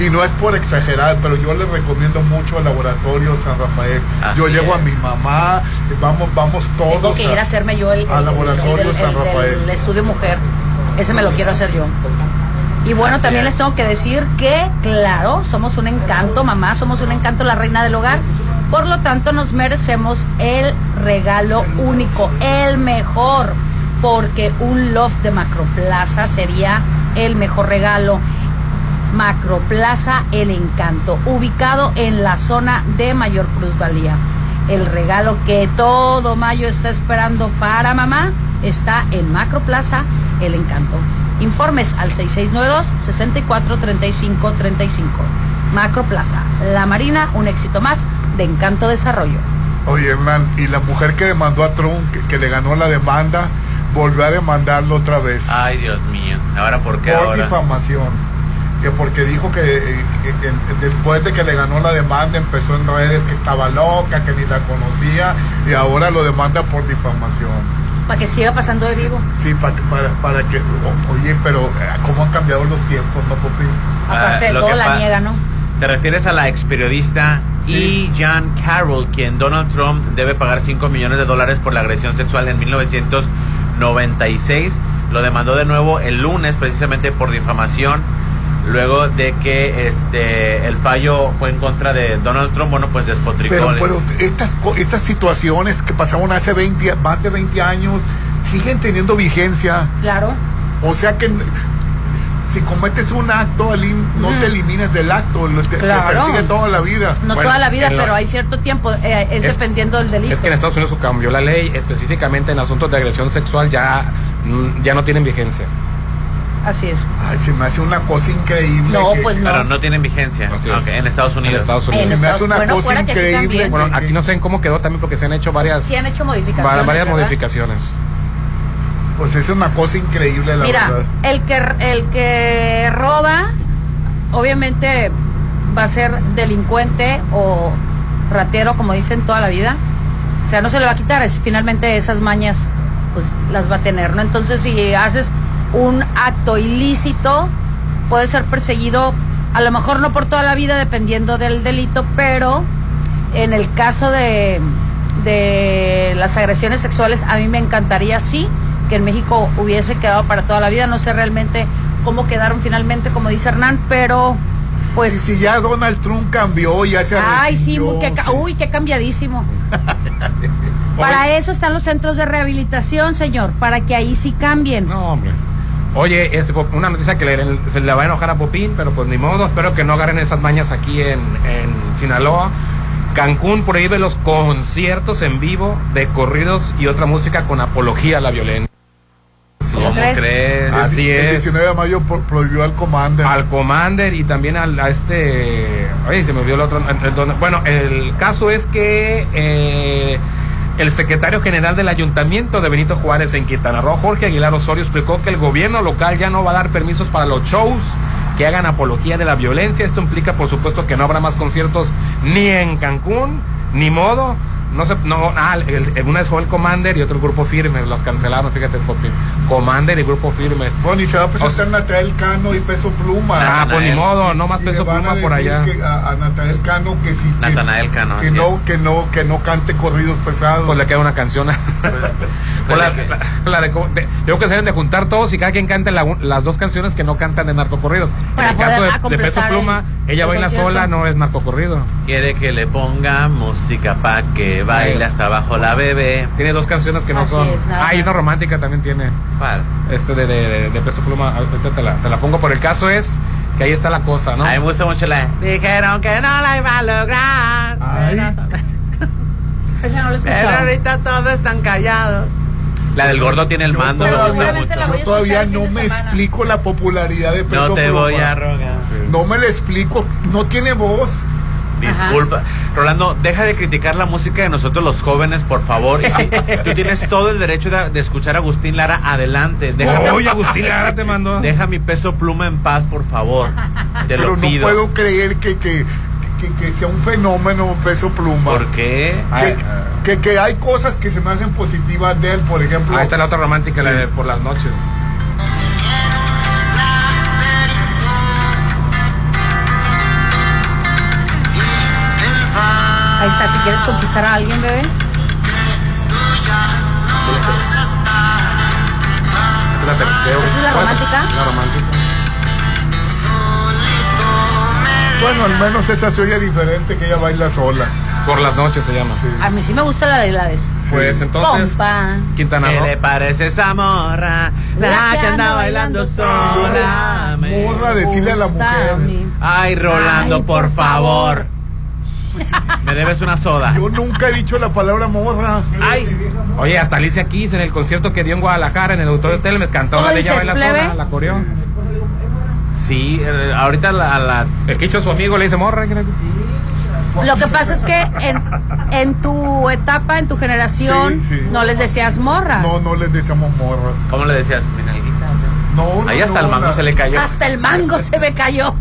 [SPEAKER 6] Y no es por exagerar, pero yo le recomiendo mucho el Laboratorio San Rafael.
[SPEAKER 9] Así
[SPEAKER 6] yo llevo a
[SPEAKER 9] es.
[SPEAKER 6] mi mamá, vamos, vamos
[SPEAKER 9] Tengo
[SPEAKER 6] todos.
[SPEAKER 9] que ir a hacerme yo el,
[SPEAKER 6] al
[SPEAKER 9] el-
[SPEAKER 6] laboratorio
[SPEAKER 9] el del-
[SPEAKER 6] San
[SPEAKER 9] el del
[SPEAKER 6] Rafael.
[SPEAKER 9] estudio mujer. Ese me lo quiero hacer yo. Y bueno, también les tengo que decir que, claro, somos un encanto, mamá, somos un encanto, la reina del hogar. Por lo tanto, nos merecemos el regalo único, el mejor, porque un loft de Macroplaza sería el mejor regalo. Macroplaza El Encanto, ubicado en la zona de mayor plusvalía. El regalo que todo mayo está esperando para mamá está en Macroplaza El Encanto. Informes al 6692-643535. Macroplaza, La Marina, un éxito más de Encanto Desarrollo.
[SPEAKER 6] Oye, Hernán, y la mujer que demandó a Trump, que, que le ganó la demanda, volvió a demandarlo otra vez.
[SPEAKER 8] Ay, Dios mío. Ahora, Ah, ¿por qué
[SPEAKER 6] por
[SPEAKER 8] ahora?
[SPEAKER 6] difamación. Que porque dijo que, eh, que- que después de que le ganó la demanda empezó en redes que estaba loca, que ni la conocía y ahora lo demanda por difamación.
[SPEAKER 9] Para que siga pasando de vivo.
[SPEAKER 6] Sí, para, para, para que... o- Oye, pero eh, ¿cómo han cambiado los tiempos, no, Popín?
[SPEAKER 9] Aparte
[SPEAKER 8] Ah,
[SPEAKER 9] de
[SPEAKER 8] lo
[SPEAKER 9] todo
[SPEAKER 8] que
[SPEAKER 9] la
[SPEAKER 8] pa-
[SPEAKER 9] niega, ¿no?
[SPEAKER 8] ¿Te refieres a la ex periodista
[SPEAKER 9] Sí.
[SPEAKER 8] E. Jan Carroll, quien Donald Trump debe pagar 5 millones de dólares por la agresión sexual en 1996? Lo demandó de nuevo el lunes precisamente por difamación. Luego de que este el fallo fue en contra de Donald Trump, bueno, pues despotricó.
[SPEAKER 6] Pero,
[SPEAKER 8] Le-
[SPEAKER 6] pero estas, co- estas situaciones que pasaron hace 20, más de 20 años siguen teniendo vigencia.
[SPEAKER 9] Claro.
[SPEAKER 6] O sea que n- si cometes un acto, Aline, no
[SPEAKER 9] Ujú.
[SPEAKER 6] te eliminas del acto, lo- te- te,
[SPEAKER 9] Claro.
[SPEAKER 6] persigue toda la vida.
[SPEAKER 9] No toda la vida, pero hay cierto tiempo, eh, es,
[SPEAKER 7] Es-
[SPEAKER 9] dependiendo del delito.
[SPEAKER 7] Es que en Estados Unidos cambió la ley, específicamente en asuntos de agresión sexual ya, mm, ya no tienen vigencia.
[SPEAKER 9] Así es.
[SPEAKER 6] Ay, se me hace una cosa increíble. que-
[SPEAKER 9] pues
[SPEAKER 8] Pero no tienen vigencia. Ok, en Estados Unidos.
[SPEAKER 7] En Estados Unidos.
[SPEAKER 6] Se me hace una cosa increíble. que-
[SPEAKER 7] Bueno, aquí no sé en cómo quedó también porque se han hecho varias,
[SPEAKER 9] Sí han hecho modificaciones.
[SPEAKER 7] varias
[SPEAKER 9] ¿verdad?
[SPEAKER 7] modificaciones.
[SPEAKER 6] Pues es una cosa increíble, la
[SPEAKER 9] Mira,
[SPEAKER 6] verdad.
[SPEAKER 9] el que el que roba, obviamente va a ser delincuente o ratero, como dicen toda la vida. O sea, no se le va a quitar. Es, finalmente esas mañas, pues las va a tener, ¿no? Entonces, si haces un acto ilícito, puede ser perseguido, a lo mejor no por toda la vida, dependiendo del delito, pero en el caso de, de las agresiones sexuales, a mí me encantaría, sí, que en México hubiese quedado para toda la vida. No sé realmente cómo quedaron finalmente, como dice Hernán, pero pues...
[SPEAKER 6] Si ya Donald Trump cambió, ya se
[SPEAKER 9] Ay, sí,
[SPEAKER 6] arrepintió,
[SPEAKER 9] qué ca- uy,
[SPEAKER 6] [LAUGHS]
[SPEAKER 9] qué cambiadísimo.
[SPEAKER 7] Oye.
[SPEAKER 9] Para eso están los centros de rehabilitación, señor, para que ahí sí cambien.
[SPEAKER 7] No, hombre. Oye, este, Pop- una noticia que le, se le va a enojar a Popín, pero pues ni modo, espero que no agarren esas mañas aquí en, en Sinaloa. Cancún prohíbe los conciertos en vivo de corridos y otra música con apología a la violencia.
[SPEAKER 6] ¿Cómo
[SPEAKER 7] ¿Cómo
[SPEAKER 6] crees?
[SPEAKER 7] crees?
[SPEAKER 6] El-
[SPEAKER 7] Así
[SPEAKER 6] el
[SPEAKER 7] es.
[SPEAKER 6] 19 de mayo pro- prohibió al Commander.
[SPEAKER 7] Al Commander y también al, a este. Ay, se me olvidó el otro. el- el don- bueno, el caso es que eh, el secretario general del Ayuntamiento de Benito Juárez en Quintana Roo, Jorge Aguilar Osorio, explicó que el gobierno local ya no va a dar permisos para los shows que hagan apología de la violencia. Esto implica, por supuesto, que no habrá más conciertos ni en Cancún, ni modo. No sé, no, ah, el- el- una vez fue el Commander y otro el Grupo Firme, los cancelaron, fíjate, Popín. Commander y Grupo Firme.
[SPEAKER 6] Bueno, y se va a presentar Natal Cano y Peso Pluma.
[SPEAKER 7] Ah, pues ni modo, no más
[SPEAKER 6] Y le
[SPEAKER 7] Peso
[SPEAKER 6] van a
[SPEAKER 7] Pluma por
[SPEAKER 6] decir
[SPEAKER 7] allá.
[SPEAKER 6] que a, a Natanael Cano que sí. que-
[SPEAKER 8] Natanael Cano,
[SPEAKER 6] Que
[SPEAKER 8] así
[SPEAKER 6] no, que no, que no cante corridos pesados.
[SPEAKER 7] Ah, Pues le queda una canción. [LAUGHS] O la, la- la de, co- de- yo creo que se deben de juntar todos y cada quien cante la un- las dos canciones que no cantan de narcocorridos. En
[SPEAKER 9] Para
[SPEAKER 7] el
[SPEAKER 9] poder
[SPEAKER 7] caso de,
[SPEAKER 9] ah,
[SPEAKER 7] de Peso
[SPEAKER 9] completar el-
[SPEAKER 7] Pluma, ella
[SPEAKER 9] el
[SPEAKER 7] baila
[SPEAKER 9] concierto.
[SPEAKER 7] sola, no es narcocorrido.
[SPEAKER 8] Quiere que le ponga música pa' que baile hasta abajo la bebé.
[SPEAKER 7] Tiene dos canciones que no
[SPEAKER 8] Así
[SPEAKER 7] son.
[SPEAKER 8] es, nada
[SPEAKER 7] ah, y
[SPEAKER 8] más.
[SPEAKER 7] una romántica también tiene. Este de, de- de- de Peso Pluma, ahorita te la, te la pongo, pero el caso es que ahí está la cosa, ¿no? A mí me gusta mucho
[SPEAKER 6] E.
[SPEAKER 7] la.
[SPEAKER 8] Dijeron que no la iba a lograr.
[SPEAKER 9] Esa no la he
[SPEAKER 8] Pero
[SPEAKER 9] escuchado.
[SPEAKER 8] ahorita todos están callados. La del gordo tiene el mando, me gusta mucho.
[SPEAKER 6] Yo todavía no me explico la popularidad de Peso
[SPEAKER 8] No te
[SPEAKER 6] Pluma.
[SPEAKER 8] voy a rogar.
[SPEAKER 6] No me la explico, no tiene voz.
[SPEAKER 8] Disculpa. Rolando, deja de criticar la música de nosotros los jóvenes, por favor. Y
[SPEAKER 7] [LAUGHS]
[SPEAKER 8] si tú tienes todo el derecho de, de escuchar a Agustín Lara, adelante. Déjame,
[SPEAKER 7] Oye, Agustín Lara te mandó.
[SPEAKER 8] Deja mi peso pluma en paz, por favor. Te
[SPEAKER 6] Pero
[SPEAKER 8] lo
[SPEAKER 6] no
[SPEAKER 8] pido.
[SPEAKER 6] puedo creer que, que, que, que sea un fenómeno Peso Pluma.
[SPEAKER 8] ¿Por qué?
[SPEAKER 6] Que, que, que hay cosas que se me hacen positivas de él, por ejemplo.
[SPEAKER 7] Ahí está la otra romántica, la de por las noches.
[SPEAKER 9] Ahí está, si quieres conquistar a alguien, bebé.
[SPEAKER 7] Esta es la te- te-
[SPEAKER 9] ¿Esa es la
[SPEAKER 7] ¿cuál?
[SPEAKER 9] romántica?
[SPEAKER 7] La romántica.
[SPEAKER 6] Bueno, al menos esa se oye diferente que ella baila sola.
[SPEAKER 7] Por las noches se llama.
[SPEAKER 9] A mí sí me gusta la de la de.
[SPEAKER 7] Pues entonces.
[SPEAKER 9] Compa.
[SPEAKER 7] Quintana
[SPEAKER 8] ¿Qué
[SPEAKER 7] Roo.
[SPEAKER 8] le parece esa morra? La que anda bailando sola. me
[SPEAKER 6] Morra, decirle a la
[SPEAKER 8] gusta
[SPEAKER 6] mujer.
[SPEAKER 8] a mí. Ay, Rolando,
[SPEAKER 6] Ay,
[SPEAKER 8] por,
[SPEAKER 6] por
[SPEAKER 8] favor. Me debes una soda.
[SPEAKER 6] Yo Pues nunca he dicho la palabra morra.
[SPEAKER 8] Ay.
[SPEAKER 7] Oye, hasta Alicia Keys en el concierto que dio en Guadalajara, en el Auditorio Telmes, cantó
[SPEAKER 8] ¿Cómo
[SPEAKER 7] la de ella
[SPEAKER 8] dices,
[SPEAKER 7] baila
[SPEAKER 8] plebe?
[SPEAKER 7] sola, la coreó.
[SPEAKER 8] Sí, eh, ahorita la, la...
[SPEAKER 7] El quicho su amigo le dice morra.
[SPEAKER 9] Lo que pasa es que en, en tu etapa, en tu generación,
[SPEAKER 6] Sí, sí.
[SPEAKER 9] no les decías morras.
[SPEAKER 6] No, no les decíamos morras.
[SPEAKER 8] ¿Cómo le decías? Minalguita.
[SPEAKER 6] No, no,
[SPEAKER 8] Ahí hasta
[SPEAKER 6] no,
[SPEAKER 8] el mango
[SPEAKER 6] la-
[SPEAKER 8] se le cayó.
[SPEAKER 9] Hasta el mango se me cayó.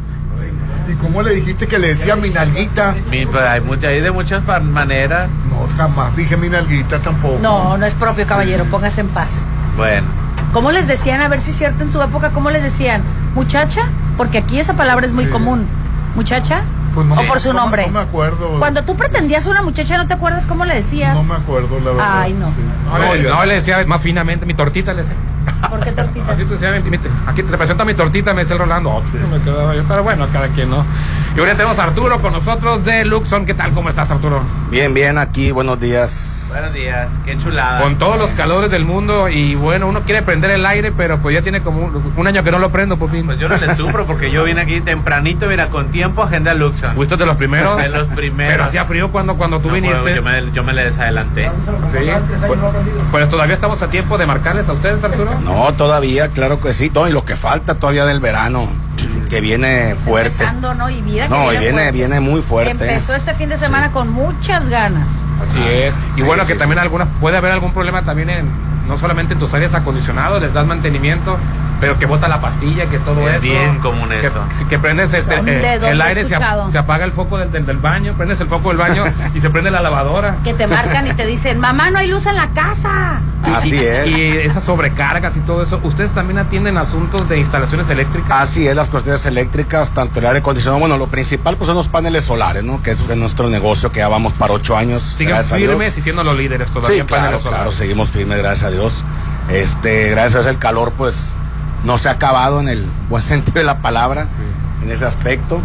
[SPEAKER 6] ¿Y cómo le dijiste que le decía mi nalguita?
[SPEAKER 8] Mi- pues, hay, mucha- hay de muchas fa- maneras.
[SPEAKER 6] No, jamás dije mi nalguita tampoco.
[SPEAKER 9] No, no es propio, caballero, póngase en paz.
[SPEAKER 8] Bueno.
[SPEAKER 9] ¿Cómo les decían? A ver si es cierto en su época, ¿cómo les decían? ¿Muchacha? Porque aquí esa palabra es muy común. ¿Muchacha?
[SPEAKER 6] Pues no
[SPEAKER 9] ¿O
[SPEAKER 6] me-
[SPEAKER 9] por su
[SPEAKER 6] no me-
[SPEAKER 9] nombre?
[SPEAKER 6] No me acuerdo.
[SPEAKER 9] Cuando tú pretendías a una muchacha, ¿no te acuerdas cómo le decías?
[SPEAKER 6] No me acuerdo, la verdad.
[SPEAKER 9] Ay, no.
[SPEAKER 7] No, le, no, le decía más finamente, mi tortita le decía.
[SPEAKER 9] ¿Por qué
[SPEAKER 7] [LAUGHS]
[SPEAKER 9] tortita?
[SPEAKER 7] Así te decía, "Ven, mi- aquí te presento mi tortita, me decía el Rolando. Oh, me quedaba yo, pero bueno, cada quien no. Y ahora tenemos a Arturo con nosotros de Luxon. ¿Qué tal? ¿Cómo estás, Arturo?
[SPEAKER 22] Bien, bien, aquí, buenos días.
[SPEAKER 8] Buenos días, qué chulada.
[SPEAKER 7] Con todos los calores del mundo y bueno, uno quiere prender el aire, pero pues ya tiene como un, un año que no lo prendo, Popín.
[SPEAKER 8] Pues, Yo no le sufro porque yo vine aquí tempranito, mira, con tiempo, agenda Luxon.
[SPEAKER 7] ¿Fuiste de los primeros?
[SPEAKER 8] De los primeros.
[SPEAKER 7] Pero hacía frío cuando, cuando tú
[SPEAKER 8] No
[SPEAKER 7] viniste.
[SPEAKER 8] puedo, yo, me, yo me le desadelanté.
[SPEAKER 7] Sí. Pues, pues todavía estamos a tiempo de marcarles a ustedes, Arturo.
[SPEAKER 22] No, todavía, claro que sí, todo, y lo que falta todavía del verano, [CLEARS THROAT] que viene fuerte.
[SPEAKER 9] Empezando, ¿no? Y mira que
[SPEAKER 22] No, y viene,
[SPEAKER 9] fuerte.
[SPEAKER 22] viene muy fuerte.
[SPEAKER 9] Empezó este fin de semana con muchas ganas.
[SPEAKER 7] Así es. Y
[SPEAKER 22] Ah, sí,
[SPEAKER 7] bueno,
[SPEAKER 22] sí,
[SPEAKER 7] que
[SPEAKER 22] sí.
[SPEAKER 7] también algunas puede haber algún problema también en no solamente en tus áreas acondicionadas, les das mantenimiento, pero que bota la pastilla, que todo
[SPEAKER 6] Es
[SPEAKER 7] eso.
[SPEAKER 6] bien común
[SPEAKER 7] que,
[SPEAKER 6] eso.
[SPEAKER 7] si- que prendes este,
[SPEAKER 8] ¿Dónde?
[SPEAKER 7] eh, el
[SPEAKER 8] ¿Dónde he
[SPEAKER 7] aire, se, ap-
[SPEAKER 8] escuchado?
[SPEAKER 7] se apaga el foco del, del, del baño, prendes el foco del baño y se prende la
[SPEAKER 8] [LAUGHS]
[SPEAKER 7] lavadora.
[SPEAKER 8] Que te marcan y te dicen, mamá, no hay luz en la casa.
[SPEAKER 7] Así es. Y esas sobrecargas y todo eso. ¿Ustedes también atienden asuntos de instalaciones eléctricas?
[SPEAKER 22] Así es, las cuestiones eléctricas, tanto el aire acondicionado, bueno, lo principal pues son los paneles solares, ¿no? Que es de nuestro negocio que ya vamos para ocho años.
[SPEAKER 7] Siguen
[SPEAKER 22] gracias a
[SPEAKER 7] firmes y siendo los líderes
[SPEAKER 22] Dios.
[SPEAKER 7] todavía
[SPEAKER 22] Sí,
[SPEAKER 7] en
[SPEAKER 22] claro,
[SPEAKER 7] paneles
[SPEAKER 22] claro,
[SPEAKER 7] solares.
[SPEAKER 22] seguimos firmes, gracias a Dios. Este, gracias a Dios el calor pues no se ha acabado en el buen [LAUGHS] sentido de la palabra, en ese aspecto.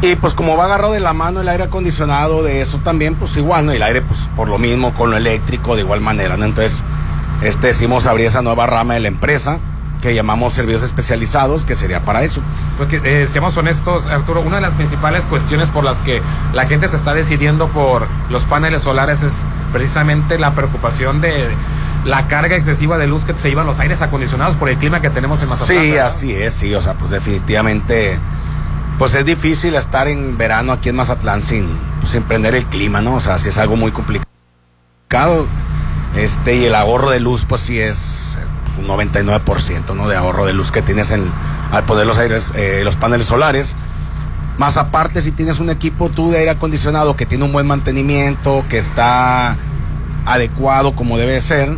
[SPEAKER 22] Y pues como va agarrado de la mano el aire acondicionado de eso también, pues igual, ¿no? Y el aire pues por lo mismo con lo eléctrico de igual manera, ¿no? Entonces, este decimos abrir esa nueva rama de la empresa que llamamos servicios especializados, que sería para eso.
[SPEAKER 7] Porque eh, seamos honestos, Arturo, una de las principales cuestiones por las que la gente se está decidiendo por los paneles solares es precisamente la preocupación de la carga excesiva de luz que se iba a los aires acondicionados por el clima que tenemos en Mazatlán.
[SPEAKER 22] Sí,
[SPEAKER 7] ¿verdad?
[SPEAKER 22] así es, sí, o sea, pues definitivamente, pues es difícil estar en verano aquí en Mazatlán sin, pues, sin prender el clima, ¿no? O sea, sí es algo muy complicado, este, y el ahorro de luz, pues sí es eh, pues, un 99%, ¿no? De ahorro de luz que tienes en, al poner los aires, eh, los paneles solares. Más aparte, si tienes un equipo tú de aire acondicionado que tiene un buen mantenimiento, que está adecuado como debe de ser,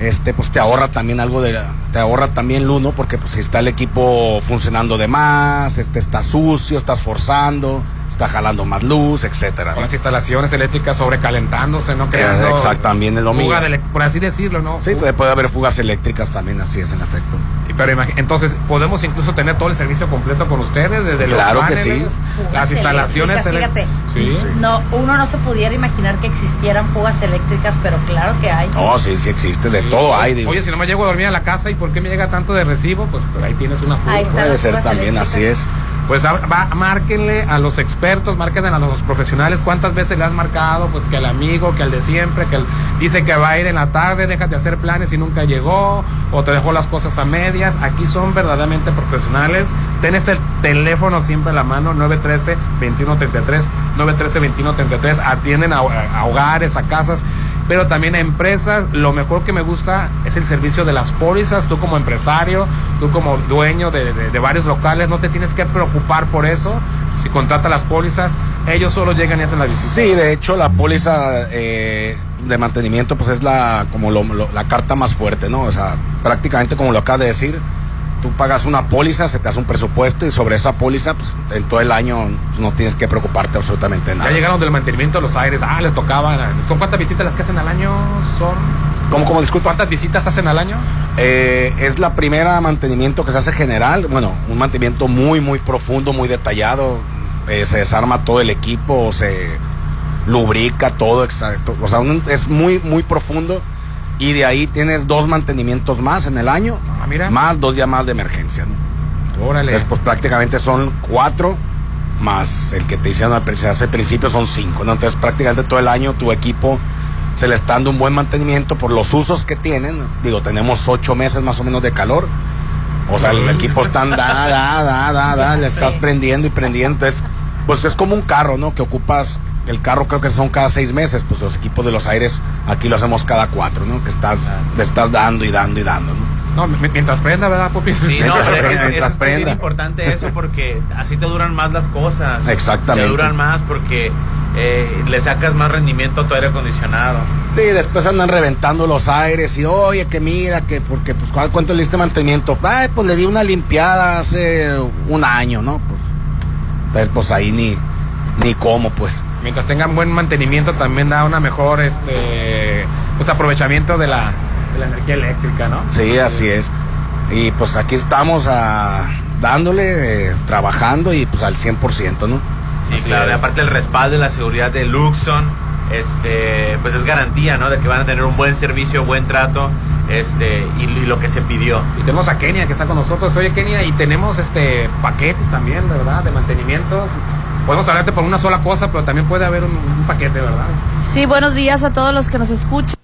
[SPEAKER 22] este, pues te ahorra también algo de, te ahorra también luz, ¿no? Porque pues si está el equipo funcionando de más, este está sucio, estás forzando, está jalando más luz, etcétera.
[SPEAKER 7] Con las instalaciones eléctricas sobrecalentándose, ¿no?
[SPEAKER 22] Eh,
[SPEAKER 7] Creando
[SPEAKER 22] Exacto, también es lo mismo.
[SPEAKER 7] fuga de elec- por así decirlo, ¿no?
[SPEAKER 22] Sí, puede, puede haber fugas eléctricas también, así es en efecto.
[SPEAKER 7] Y Pero imagi- entonces, ¿podemos incluso tener todo el servicio completo con ustedes? Desde los
[SPEAKER 22] Claro que
[SPEAKER 7] paneles,
[SPEAKER 8] Fugas
[SPEAKER 7] las instalaciones.
[SPEAKER 8] eléctricas,
[SPEAKER 7] elec-
[SPEAKER 8] fíjate.
[SPEAKER 7] Sí.
[SPEAKER 8] No, uno no se pudiera imaginar que existieran fugas eléctricas, pero claro que hay.
[SPEAKER 22] No, Oh, sí, sí existe, de todo hay. digo.
[SPEAKER 7] Oye, si no me llego a dormir a la casa, ¿y por qué me llega tanto de recibo? Pues por ahí tienes una fuga.
[SPEAKER 8] Ahí están Puede las ser fugas también, eléctricas. así
[SPEAKER 22] es.
[SPEAKER 7] Pues a- va- márquenle a los expertos, márquenle a los profesionales cuántas veces le has marcado, pues que al amigo, que al de siempre, que al- dice que va a ir en la tarde, déjate hacer planes y nunca llegó, o te dejó las cosas a medias. Aquí son verdaderamente profesionales. Ten este teléfono siempre a la mano, 913-2133, 913-2133. Atienden a, a hogares, a casas pero también a empresas. Lo mejor que me gusta es el servicio de las pólizas. Tú como empresario, tú como dueño de, de- de varios locales, no te tienes que preocupar por eso. Si contratas las pólizas, ellos solo llegan y hacen la visita.
[SPEAKER 22] Sí, de hecho la póliza eh, de mantenimiento pues es la como lo- lo- la carta más fuerte, ¿no? O sea, prácticamente como lo acabas de decir, tú pagas una póliza, se te hace un presupuesto y sobre esa póliza pues en todo el año pues, no tienes que preocuparte absolutamente de
[SPEAKER 7] Ya
[SPEAKER 22] nada.
[SPEAKER 7] llegaron del mantenimiento de los aires. Ah, les tocaban. ¿Con cuántas visitas las que hacen al año son?
[SPEAKER 22] ¿Cómo, cómo, disculpa?
[SPEAKER 7] ¿Cuántas visitas hacen al año?
[SPEAKER 22] Eh, es la primera mantenimiento que se hace general, bueno, un mantenimiento muy, muy profundo, muy detallado. Eh, se desarma todo el equipo, se lubrica todo, exacto. O sea, un- es muy, muy profundo. Y de ahí tienes dos mantenimientos más en el año,
[SPEAKER 7] Ah, mira.
[SPEAKER 22] más dos días más de emergencia. ¿no?
[SPEAKER 7] Órale.
[SPEAKER 22] Entonces, pues prácticamente son cuatro más el que te hicieron al, prin- se hace al principio son cinco. ¿no? Entonces, prácticamente todo el año tu equipo se le está dando un buen mantenimiento por los usos que tienen. Digo, tenemos ocho meses más o menos de calor. O sea, el equipo está da, da, da, da, da, le estás prendiendo y prendiendo. Entonces, pues es como un carro, ¿no? Que ocupas, el carro creo que son cada seis meses, pues los equipos de los aires aquí lo hacemos cada cuatro, ¿no? Que estás, le estás dando y dando y dando, ¿no?
[SPEAKER 7] No, mi- mientras prenda, ¿verdad, Pupi?
[SPEAKER 22] Sí, no,
[SPEAKER 6] No, pero es- es-
[SPEAKER 22] Mientras
[SPEAKER 6] eso está bien
[SPEAKER 22] prenda.
[SPEAKER 6] importante eso porque así te duran más las cosas.
[SPEAKER 22] Exactamente.
[SPEAKER 6] Te duran más porque eh, le sacas más rendimiento a tu aire acondicionado.
[SPEAKER 22] Sí, después andan reventando los aires y oye que mira que porque pues ¿cuál- cuánto le diste mantenimiento. Ay, pues le di una limpiada hace un año, ¿no? Pues entonces pues ahí ni ni cómo pues.
[SPEAKER 7] Mientras tengan buen mantenimiento, también da una mejor este, pues, aprovechamiento de la, de la energía eléctrica, ¿no?
[SPEAKER 22] Sí, así es. Y pues aquí estamos a, dándole, eh, trabajando y pues al 100%, ¿no?
[SPEAKER 6] Sí, claro. Y aparte el respaldo y la seguridad de Luxon, este, pues es garantía, ¿no? De que van a tener un buen servicio, buen trato, este, y, y lo que se pidió.
[SPEAKER 7] Y tenemos a Kenia que está con nosotros. Oye, Kenia, y tenemos este paquetes también, ¿verdad? De mantenimientos. Podemos hablarte por una sola cosa, pero también puede haber un, un paquete, ¿verdad?
[SPEAKER 4] Ah, Sí, buenos días a todos los que nos escuchan.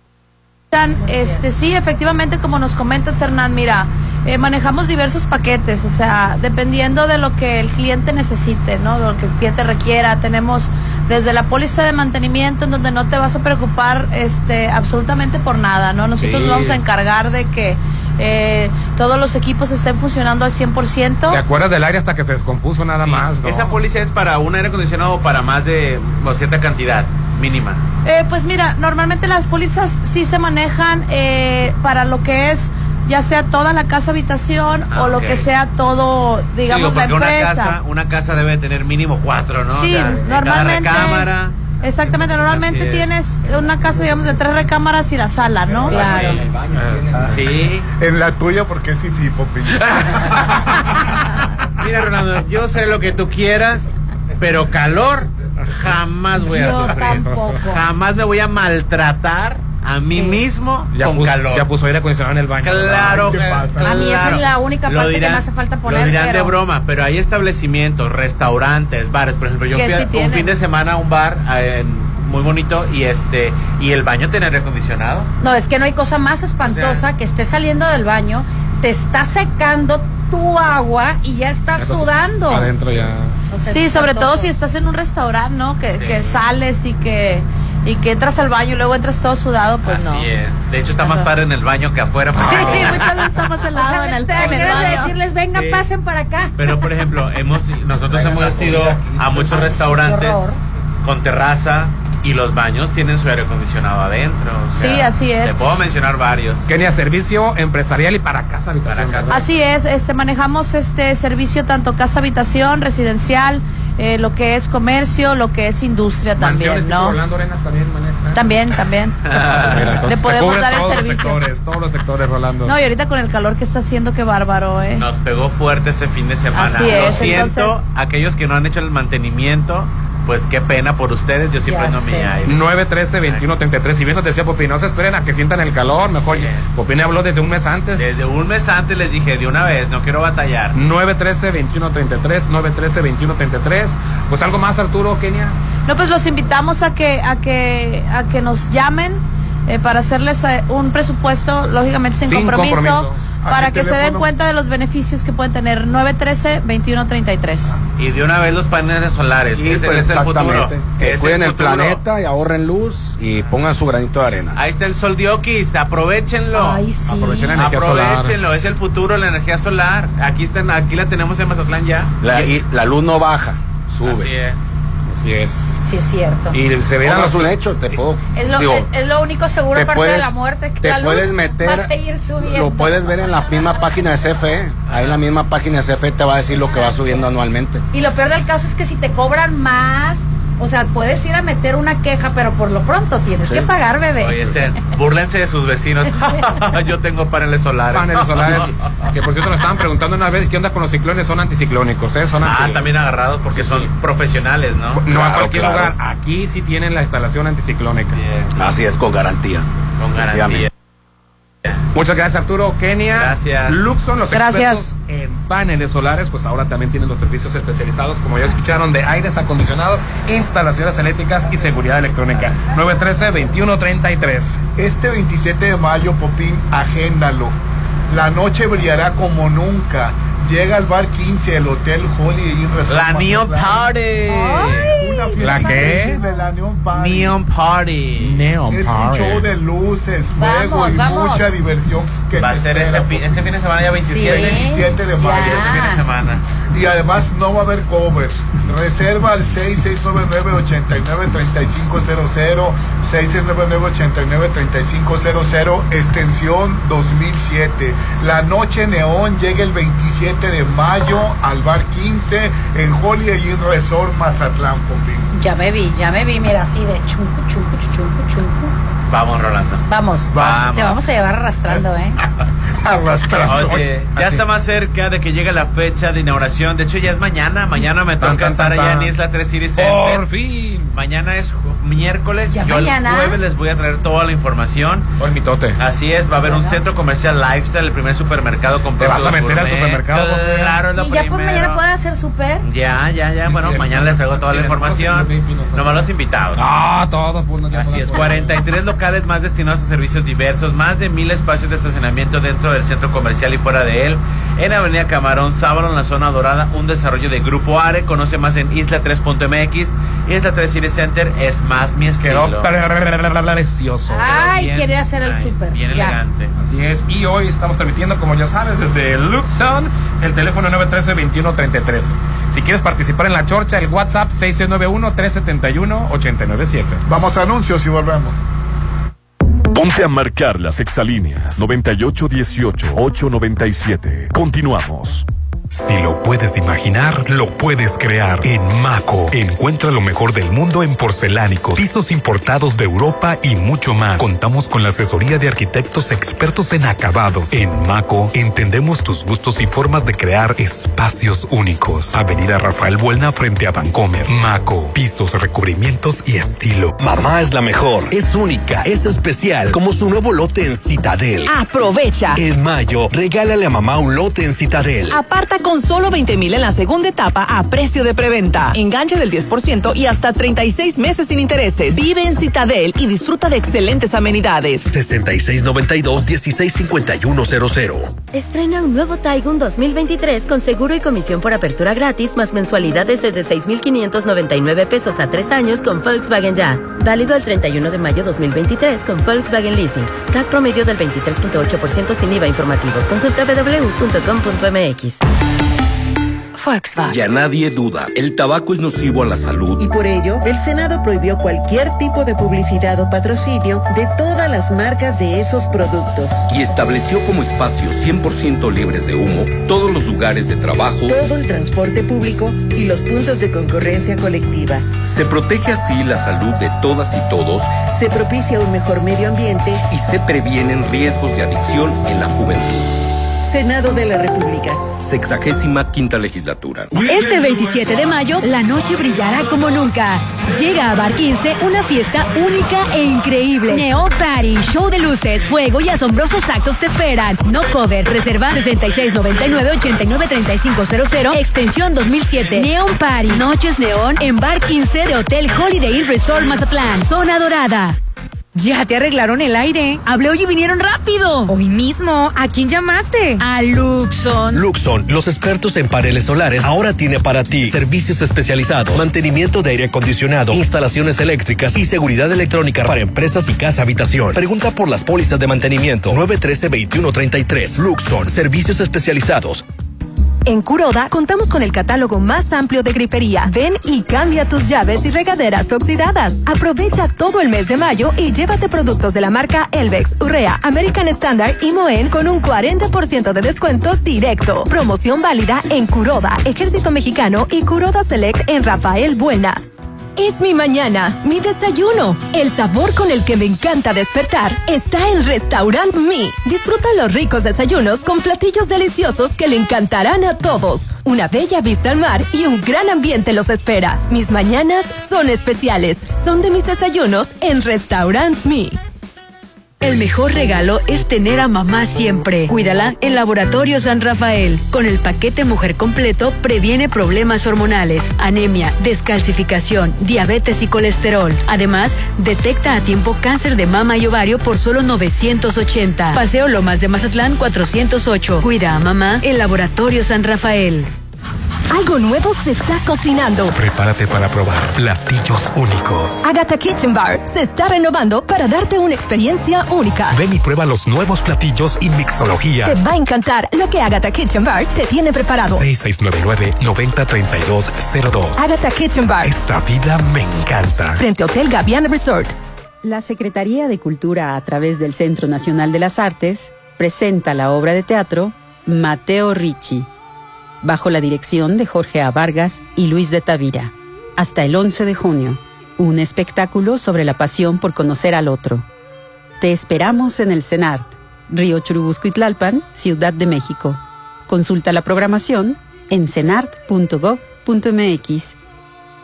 [SPEAKER 4] Este, sí, efectivamente, como nos comentas, Hernán, mira, eh, manejamos diversos paquetes, o sea, dependiendo de lo que el cliente necesite, ¿no? Lo que el cliente requiera. Tenemos desde la póliza de mantenimiento, en donde no te vas a preocupar este, absolutamente por nada, ¿no? Nosotros
[SPEAKER 9] Sí.
[SPEAKER 4] nos vamos a encargar de que eh, todos los equipos estén funcionando al 100%.
[SPEAKER 7] ¿Te acuerdas del aire hasta que se descompuso nada más? ¿no?
[SPEAKER 8] Esa póliza es para un aire acondicionado o para más de o cierta cantidad mínima.
[SPEAKER 4] Eh, pues mira, normalmente las pólizas sí se manejan eh, para lo que es ya sea toda la casa habitación
[SPEAKER 8] Ah,
[SPEAKER 4] o lo
[SPEAKER 8] ok.
[SPEAKER 4] que sea todo,
[SPEAKER 8] Digo,
[SPEAKER 4] digamos, la
[SPEAKER 8] porque una
[SPEAKER 4] empresa.
[SPEAKER 8] casa, una casa debe tener mínimo cuatro, ¿no?
[SPEAKER 4] Sí,
[SPEAKER 8] O sea, cada
[SPEAKER 4] normalmente.
[SPEAKER 8] recámara.
[SPEAKER 4] Exactamente, normalmente
[SPEAKER 8] Así es.
[SPEAKER 4] tienes una casa, digamos, de tres recámaras y la sala, ¿no?
[SPEAKER 8] Sí. Ah, Sí.
[SPEAKER 6] En la tuya porque es fifi, Popín.
[SPEAKER 8] [LAUGHS] Mira, Rolando, yo sé lo que tú quieras, pero calor jamás voy a
[SPEAKER 7] Yo
[SPEAKER 8] sufrir.
[SPEAKER 7] tampoco.
[SPEAKER 8] Jamás me voy a maltratar a mí
[SPEAKER 7] Sí.
[SPEAKER 8] mismo
[SPEAKER 7] Ya,
[SPEAKER 8] con
[SPEAKER 7] puso,
[SPEAKER 8] calor.
[SPEAKER 7] ya puso aire acondicionado en el baño.
[SPEAKER 8] Claro,
[SPEAKER 7] Ay, ¿qué pasa?
[SPEAKER 9] A mí esa es la única
[SPEAKER 8] Lo
[SPEAKER 9] parte que
[SPEAKER 8] dirán-
[SPEAKER 9] me hace falta poner.
[SPEAKER 8] Lo dirán de
[SPEAKER 9] pero-
[SPEAKER 8] broma, pero hay establecimientos, restaurantes, bares. Por ejemplo, yo
[SPEAKER 9] Que
[SPEAKER 8] fui
[SPEAKER 9] sí
[SPEAKER 8] a- un
[SPEAKER 9] tienen.
[SPEAKER 8] fin de semana a un bar eh, en- muy bonito y este y el baño tenía aire acondicionado.
[SPEAKER 9] No, es que no hay cosa más espantosa que estés saliendo del baño, te está secando tu agua y ya estás
[SPEAKER 7] Entonces,
[SPEAKER 9] sudando.
[SPEAKER 7] Adentro ya.
[SPEAKER 4] Sí, sobre todo si estás en un restaurante, ¿no? Que, que sales y que y que entras al baño y luego entras todo sudado, pues
[SPEAKER 8] Así
[SPEAKER 4] no.
[SPEAKER 8] es. De hecho, está más padre en el baño que afuera. [LAUGHS]
[SPEAKER 4] [LAUGHS] Sí, muchas veces está más helado en el, en el
[SPEAKER 9] Quiero
[SPEAKER 4] baño.
[SPEAKER 9] decirles, venga,
[SPEAKER 8] Sí.
[SPEAKER 9] pasen para acá.
[SPEAKER 8] Pero por ejemplo, hemos nosotros
[SPEAKER 9] Traigan
[SPEAKER 8] hemos
[SPEAKER 9] la
[SPEAKER 8] ido
[SPEAKER 9] comida aquí.
[SPEAKER 8] a muchos
[SPEAKER 9] Ay,
[SPEAKER 8] restaurantes
[SPEAKER 9] qué horror.
[SPEAKER 8] con terraza y los baños tienen su aire acondicionado adentro. o sea,
[SPEAKER 4] Sí, así es.
[SPEAKER 8] Te puedo mencionar varios.
[SPEAKER 7] Que ni a servicio
[SPEAKER 8] [LAUGHS]
[SPEAKER 7] empresarial y para casa, habitación. Para
[SPEAKER 4] Así es, este manejamos este servicio tanto casa habitación, residencial, eh, lo que es comercio, lo que es industria también, ¿no?
[SPEAKER 7] Orlando Arenas también maneja.
[SPEAKER 4] También, también. Le podemos dar el
[SPEAKER 7] todos
[SPEAKER 4] servicio.
[SPEAKER 7] los sectores, todos los sectores, Rolando.
[SPEAKER 4] No, y ahorita con el calor que está haciendo, qué bárbaro, ¿eh?
[SPEAKER 8] Nos pegó fuerte ese fin de semana.
[SPEAKER 4] Así
[SPEAKER 8] Lo
[SPEAKER 4] es,
[SPEAKER 8] siento,
[SPEAKER 4] entonces-
[SPEAKER 8] aquellos que no han hecho el mantenimiento, pues qué pena por ustedes. Yo siempre no me hallo.
[SPEAKER 7] 913-2133. Si bien nos decía Popín, no se esperen a que sientan el calor. Mejor Popín habló desde un mes antes.
[SPEAKER 8] Desde un mes antes les dije de una vez, no quiero batallar.
[SPEAKER 7] 913-2133, 913-2133. Pues algo más, Arturo, Kenia.
[SPEAKER 4] No, pues los invitamos a que, a que, a que nos llamen eh, para hacerles eh, un presupuesto, lógicamente sin,
[SPEAKER 7] Sin
[SPEAKER 4] compromiso,
[SPEAKER 7] compromiso. ¿A
[SPEAKER 4] para
[SPEAKER 8] qué
[SPEAKER 4] que se den
[SPEAKER 8] teléfono?
[SPEAKER 4] cuenta de los beneficios que pueden tener 913-2133.
[SPEAKER 8] Y de una vez los paneles solares.
[SPEAKER 22] Sí,
[SPEAKER 8] ese
[SPEAKER 22] pues,
[SPEAKER 8] es el futuro.
[SPEAKER 22] exactamente. Que
[SPEAKER 8] Es
[SPEAKER 22] cuiden el,
[SPEAKER 8] futuro.
[SPEAKER 22] planeta y ahorren luz y pongan su granito de arena.
[SPEAKER 8] Ahí está el sol de Oquis, aprovechenlo.
[SPEAKER 22] Aprovechen la energía solar.
[SPEAKER 8] Aprovechenlo, es el futuro la energía solar. Aquí está, aquí la tenemos en Mazatlán ya.
[SPEAKER 22] La, y la luz no baja, sube.
[SPEAKER 8] Así es.
[SPEAKER 7] Así es.
[SPEAKER 9] Sí, es cierto.
[SPEAKER 7] Y se verá.
[SPEAKER 22] su lecho, te puedo.
[SPEAKER 9] Es lo,
[SPEAKER 22] digo,
[SPEAKER 9] es- es lo único seguro
[SPEAKER 22] te
[SPEAKER 9] aparte de
[SPEAKER 22] puedes-
[SPEAKER 9] la muerte. Que
[SPEAKER 22] te
[SPEAKER 9] la luz
[SPEAKER 22] puedes meter-
[SPEAKER 9] Va a seguir subiendo.
[SPEAKER 22] lo puedes ver en la misma página de CFE. Ahí en la misma página de CFE te va a decir lo que va subiendo anualmente.
[SPEAKER 9] Y lo peor del caso es que si te cobran más, o sea, puedes ir a meter una queja, pero por lo pronto tienes
[SPEAKER 8] Sí.
[SPEAKER 9] que pagar, bebé.
[SPEAKER 8] Oye, Sen, búrlense de sus vecinos. [LAUGHS] Yo tengo paneles solares.
[SPEAKER 7] Paneles
[SPEAKER 8] [LAUGHS]
[SPEAKER 7] solares. que por cierto nos estaban preguntando una vez qué onda con los ciclones. Son anticiclónicos, ¿eh? Son
[SPEAKER 8] Ah,
[SPEAKER 7] anti-
[SPEAKER 8] también agarrados porque son profesionales, ¿no?
[SPEAKER 7] No a cualquier lugar. Aquí sí tienen la instalación anticiclónica.
[SPEAKER 22] Así es, con garantía.
[SPEAKER 8] Con garantía.
[SPEAKER 22] Efectivamente.
[SPEAKER 7] Muchas gracias, Arturo. Kenia.
[SPEAKER 8] Gracias.
[SPEAKER 7] Luxon, los
[SPEAKER 8] Gracias.
[SPEAKER 7] expertos
[SPEAKER 8] eh.
[SPEAKER 7] en paneles solares, pues ahora también tienen los servicios especializados, como ya escucharon, de aires acondicionados, instalaciones eléctricas y seguridad electrónica. 913-2133.
[SPEAKER 6] Este 27 de mayo, Popín, agéndalo. La noche brillará como nunca. Llega al bar 15, el Hotel Holiday Inn Resort
[SPEAKER 8] La Neon
[SPEAKER 6] Mazatlán.
[SPEAKER 8] Party.
[SPEAKER 6] Una fiesta
[SPEAKER 8] ¿La qué?
[SPEAKER 6] increíble, La Neon Party.
[SPEAKER 8] Neon Party. Neon
[SPEAKER 6] es un show de luces,
[SPEAKER 8] Vamos,
[SPEAKER 6] fuego y
[SPEAKER 8] vamos.
[SPEAKER 6] mucha diversión que
[SPEAKER 8] Va a
[SPEAKER 6] te
[SPEAKER 8] ser este
[SPEAKER 6] espera,
[SPEAKER 8] fin, este fin de semana ya 27.
[SPEAKER 6] 27 de mayo.
[SPEAKER 8] Este fin de semana.
[SPEAKER 6] Y además no va a haber covers. Reserva al 6699-893500, 6699-893500, extensión 2007. La noche neón llega el 27 de mayo al bar 15 en Holiday Inn Resort Mazatlán, Popín.
[SPEAKER 9] Ya me vi, ya me vi, mira, así de chunco, chunco, chunco, chunco.
[SPEAKER 8] Vamos,
[SPEAKER 7] [LAUGHS]
[SPEAKER 8] Rolando.
[SPEAKER 9] Vamos,
[SPEAKER 8] Vamos.
[SPEAKER 9] se vamos a llevar arrastrando, ¿eh?
[SPEAKER 6] Arrastrando.
[SPEAKER 8] Oye, ya está más cerca de que llegue la fecha de inauguración. De hecho, ya es mañana. Mañana me toca
[SPEAKER 7] Tan, tan,
[SPEAKER 8] estar
[SPEAKER 7] tan,
[SPEAKER 8] allá en
[SPEAKER 7] tan.
[SPEAKER 8] Isla 3 Cities
[SPEAKER 7] Por
[SPEAKER 8] fin. Mañana es ju- miércoles.
[SPEAKER 7] Ya
[SPEAKER 8] Yo
[SPEAKER 7] mañana.
[SPEAKER 8] el jueves les voy a traer toda la información.
[SPEAKER 7] Oh,
[SPEAKER 8] Hoy mitote. Así es, va a haber un centro comercial Lifestyle, el primer supermercado con
[SPEAKER 7] ¿Te vas a
[SPEAKER 8] productos
[SPEAKER 7] meter al
[SPEAKER 8] gourmet.
[SPEAKER 7] supermercado, Jorge?
[SPEAKER 8] Claro, es lo
[SPEAKER 9] Y ya por
[SPEAKER 8] primero.
[SPEAKER 9] mañana pueden hacer súper.
[SPEAKER 8] Ya, ya, ya. Bueno, mañana les traigo toda la información. Nomás los invitados.
[SPEAKER 7] Ah, todo.
[SPEAKER 8] Así es, 43 locales más destinados a servicios diversos, más de mil espacios de estacionamiento dentro del centro comercial y fuera de él. En Avenida Camarón, Sábado, en la zona dorada, un desarrollo de Grupo Are. Conoce más en Isla 3.mx, Isla 3
[SPEAKER 29] Comedy Center es más mi estilo.
[SPEAKER 7] Precioso.
[SPEAKER 9] Ay,
[SPEAKER 7] Bien
[SPEAKER 9] quería hacer el súper.
[SPEAKER 29] Bien
[SPEAKER 9] Ya.
[SPEAKER 29] elegante.
[SPEAKER 7] Así es, y hoy estamos transmitiendo, como ya sabes, desde Luxon, el teléfono 913-2133. Si quieres participar en la chorcha, el WhatsApp 6691-371-897.
[SPEAKER 6] Vamos a anuncios y volvemos.
[SPEAKER 2] Ponte a marcar las exalíneas 9818-897. Continuamos.
[SPEAKER 11] Si lo puedes imaginar, lo puedes crear. En Maco, encuentra lo mejor del mundo en porcelánicos, pisos importados de Europa y mucho más. Contamos con la asesoría de arquitectos expertos en acabados. En Maco, entendemos tus gustos y formas de crear espacios únicos. Avenida Rafael Buelna frente a Vancomer. Maco, pisos, recubrimientos y estilo.
[SPEAKER 20] Mamá es la mejor, es única, es especial, como su nuevo lote en Citadel.
[SPEAKER 3] Ah.
[SPEAKER 30] Aprovecha.
[SPEAKER 20] En mayo, regálale a mamá un lote en Citadel.
[SPEAKER 30] Aparta con solo 20 mil en la segunda etapa a precio de preventa. Enganche del 10% y hasta 36 meses sin intereses. Vive en Citadel y disfruta de excelentes amenidades.
[SPEAKER 20] 6692-165100.
[SPEAKER 18] Estrena un nuevo Taigun 2023 con seguro y comisión por apertura gratis, más mensualidades desde 6,599 pesos a tres años con Volkswagen Ya. Válido el 31 de mayo 2023 con Volkswagen Leasing. CAT promedio del 23,8% sin IVA informativo. Consulta www.com.mx.
[SPEAKER 31] Volkswagen. Ya nadie duda, el tabaco es nocivo a la salud.
[SPEAKER 32] Y por ello, el Senado prohibió cualquier tipo de publicidad o patrocinio de todas las marcas de esos productos.
[SPEAKER 31] Y estableció como espacios 100% libres de humo todos los lugares de trabajo.
[SPEAKER 32] Todo el transporte público y los puntos de concurrencia colectiva.
[SPEAKER 31] Se protege así la salud de todas y todos
[SPEAKER 32] Se propicia un mejor medio ambiente.
[SPEAKER 31] y se previenen riesgos de adicción en la juventud.
[SPEAKER 32] Senado de la República.
[SPEAKER 31] Sexagésima quinta legislatura.
[SPEAKER 5] Este 27 de mayo, la noche brillará como nunca. Llega a Bar 15 una fiesta única e increíble. Neo Party, show de luces, fuego y asombrosos actos te esperan. No cover, reserva 6699-893500, extensión 2007. Neon Party, noches neón en Bar 15 de Hotel Holiday Inn Resort Mazatlán, zona dorada.
[SPEAKER 33] Ya te arreglaron el aire. Hablé hoy y vinieron rápido. Hoy mismo. ¿A quién llamaste?
[SPEAKER 5] A Luxon.
[SPEAKER 20] Luxon, los expertos en paneles solares, ahora tiene para ti servicios especializados, mantenimiento de aire acondicionado, instalaciones eléctricas y seguridad electrónica para empresas y casa habitación. Pregunta por las pólizas de mantenimiento 913-2133. Luxon, servicios especializados.
[SPEAKER 17] En Curoda contamos con el catálogo más amplio de grifería. Ven y cambia tus llaves y regaderas oxidadas. Aprovecha todo el mes de mayo y llévate productos de la marca Elvex, Urrea, American Standard y Moen con un 40% de descuento directo. Promoción válida en Curoda, Ejército Mexicano y Curoda Select en Rafael Buena. Es mi mañana, mi desayuno. El sabor con el que me encanta despertar está en Restaurant Mi. Disfruta los ricos desayunos con platillos deliciosos que le encantarán a todos. Una bella vista al mar y un gran ambiente los espera. Mis mañanas son especiales. Son de mis desayunos en Restaurant Mi.
[SPEAKER 5] El mejor regalo es tener a mamá siempre. Cuídala en Laboratorio San Rafael. Con el paquete Mujer Completo previene problemas hormonales, anemia, descalcificación, diabetes y colesterol. Además, detecta a tiempo cáncer de mama y ovario por solo 980. Paseo Lomas de Mazatlán 408. Cuida a mamá en Laboratorio San Rafael.
[SPEAKER 17] Algo nuevo se está cocinando.
[SPEAKER 11] Prepárate para probar platillos únicos.
[SPEAKER 17] Agatha Kitchen Bar se está renovando para darte una experiencia única.
[SPEAKER 11] Ven y prueba los nuevos platillos y mixología.
[SPEAKER 17] Te va a encantar lo que Agatha Kitchen Bar te tiene preparado.
[SPEAKER 11] 6699-903202.
[SPEAKER 17] Agatha Kitchen Bar.
[SPEAKER 11] Esta vida me encanta.
[SPEAKER 17] Frente a Hotel Gaviana Resort.
[SPEAKER 21] La Secretaría de Cultura, a través del Centro Nacional de las Artes, presenta la obra de teatro Mateo Ricci, bajo la dirección de Jorge A. Vargas y Luis de Tavira, hasta el 11 de junio. Un espectáculo sobre la pasión por conocer al otro. Te esperamos en el CENART, Río Churubusco y Tlalpan, Ciudad de México. Consulta la programación en cenart.gov.mx.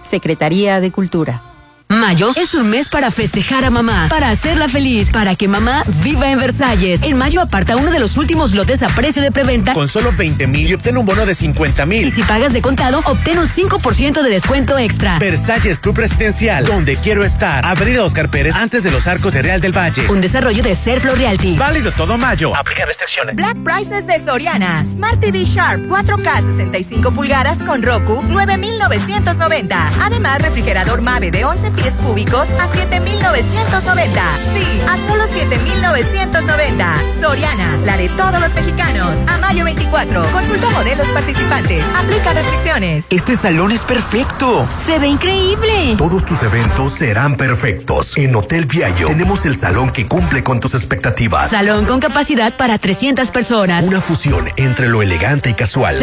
[SPEAKER 21] Secretaría de Cultura.
[SPEAKER 5] Mayo es un mes para festejar a mamá, para hacerla feliz, para que mamá viva en Versalles. En mayo aparta uno de los últimos lotes a precio de preventa.
[SPEAKER 8] Con solo 20 mil y obtén un bono de 50
[SPEAKER 5] Y
[SPEAKER 8] mil.
[SPEAKER 5] si pagas de contado, obtén un 5% de descuento extra.
[SPEAKER 8] Versalles Club Residencial, donde quiero estar. Avenida Oscar Pérez, antes de los arcos de Real del Valle.
[SPEAKER 5] Un desarrollo de Serflo Realty.
[SPEAKER 8] Válido todo mayo. Aplica restricciones.
[SPEAKER 34] Black Prices de Soriana. Smart TV Sharp 4K 65 pulgadas con Roku 9,990. Además, refrigerador Mave de 11
[SPEAKER 35] pies cúbicos a 7,990. Sí, a solo 7,990. Soriana, la de todos los mexicanos. A mayo 24. Consulta modelos participantes. Aplica restricciones.
[SPEAKER 3] Este salón es perfecto.
[SPEAKER 36] Se ve increíble.
[SPEAKER 3] Todos tus eventos serán perfectos. En Hotel Viallo tenemos el salón que cumple con tus expectativas.
[SPEAKER 5] Salón con capacidad para 300 personas.
[SPEAKER 3] Una fusión entre lo elegante y casual.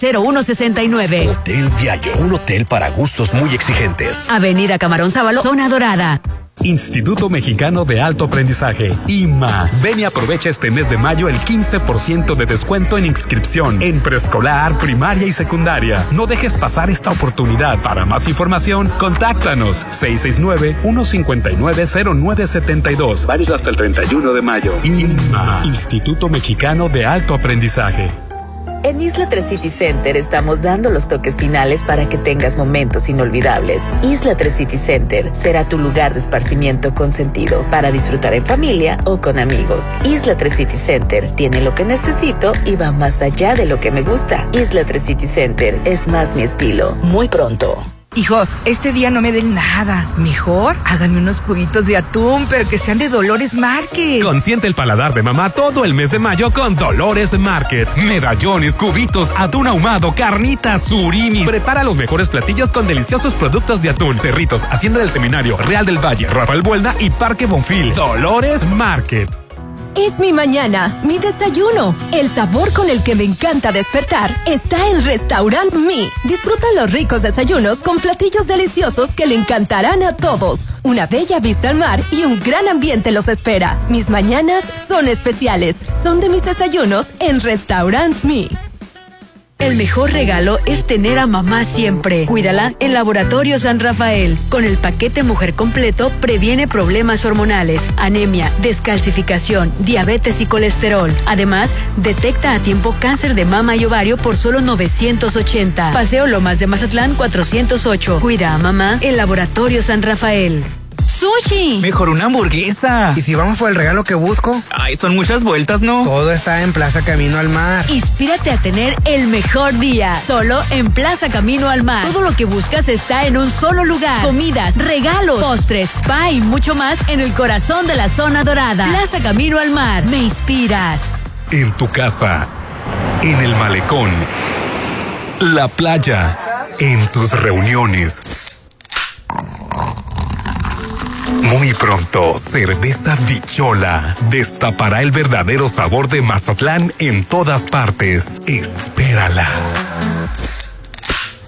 [SPEAKER 5] 6696-890169.
[SPEAKER 3] Hotel Viallo, un hotel para gustos muy exigentes.
[SPEAKER 5] Avenida Camarón Sábalo, Zona Dorada.
[SPEAKER 11] Instituto Mexicano de Alto Aprendizaje, IMA. Ven y aprovecha este mes de mayo el 15% de descuento en inscripción en preescolar, primaria y secundaria. No dejes pasar esta oportunidad. Para más información, contáctanos 669-159-0972. Válido hasta el 31 de mayo. IMA, Instituto Mexicano de Alto Aprendizaje.
[SPEAKER 18] En Isla 3 City Center estamos dando los toques finales para que tengas momentos inolvidables. Isla 3 City Center será tu lugar de esparcimiento consentido para disfrutar en familia o con amigos. Isla 3 City Center tiene lo que necesito y va más allá de lo que me gusta. Isla 3 City Center es más mi estilo. Muy pronto.
[SPEAKER 37] Hijos, este día no me den nada. Mejor háganme unos cubitos de atún, pero que sean de Dolores Market.
[SPEAKER 11] Consiente el paladar de mamá todo el mes de mayo con Dolores Market. Medallones, cubitos, atún ahumado, carnitas, surimis. Prepara los mejores platillos con deliciosos productos de atún. Cerritos, Hacienda del Seminario, Real del Valle, Rafael Buelda y Parque Bonfil. Dolores Market.
[SPEAKER 17] Es mi mañana, mi desayuno. El sabor con el que me encanta despertar está en Restaurant Mi. Disfruta los ricos desayunos con platillos deliciosos que le encantarán a todos. Una bella vista al mar y un gran ambiente los espera. Mis mañanas son especiales. Son de mis desayunos en Restaurant Mi.
[SPEAKER 5] El mejor regalo es tener a mamá siempre. Cuídala en Laboratorio San Rafael. Con el paquete Mujer Completo previene problemas hormonales, anemia, descalcificación, diabetes y colesterol. Además, detecta a tiempo cáncer de mama y ovario por solo 980. Paseo Lomas de Mazatlán 408. Cuida a mamá en Laboratorio San Rafael.
[SPEAKER 38] ¡Sushi! Mejor una hamburguesa.
[SPEAKER 39] ¿Y si vamos por el regalo que busco?
[SPEAKER 38] Ay, son muchas vueltas, ¿no?
[SPEAKER 39] Todo está en Plaza Camino al Mar.
[SPEAKER 5] Inspírate a tener el mejor día. Solo en Plaza Camino al Mar. Todo lo que buscas está en un solo lugar. Comidas, regalos, postres, spa y mucho más en el corazón de la zona dorada. Plaza Camino al Mar. Me inspiras.
[SPEAKER 11] En tu casa, en el malecón, la playa, en tus reuniones. Muy pronto, Cerveza Bichola destapará el verdadero sabor de Mazatlán en todas partes. Espérala.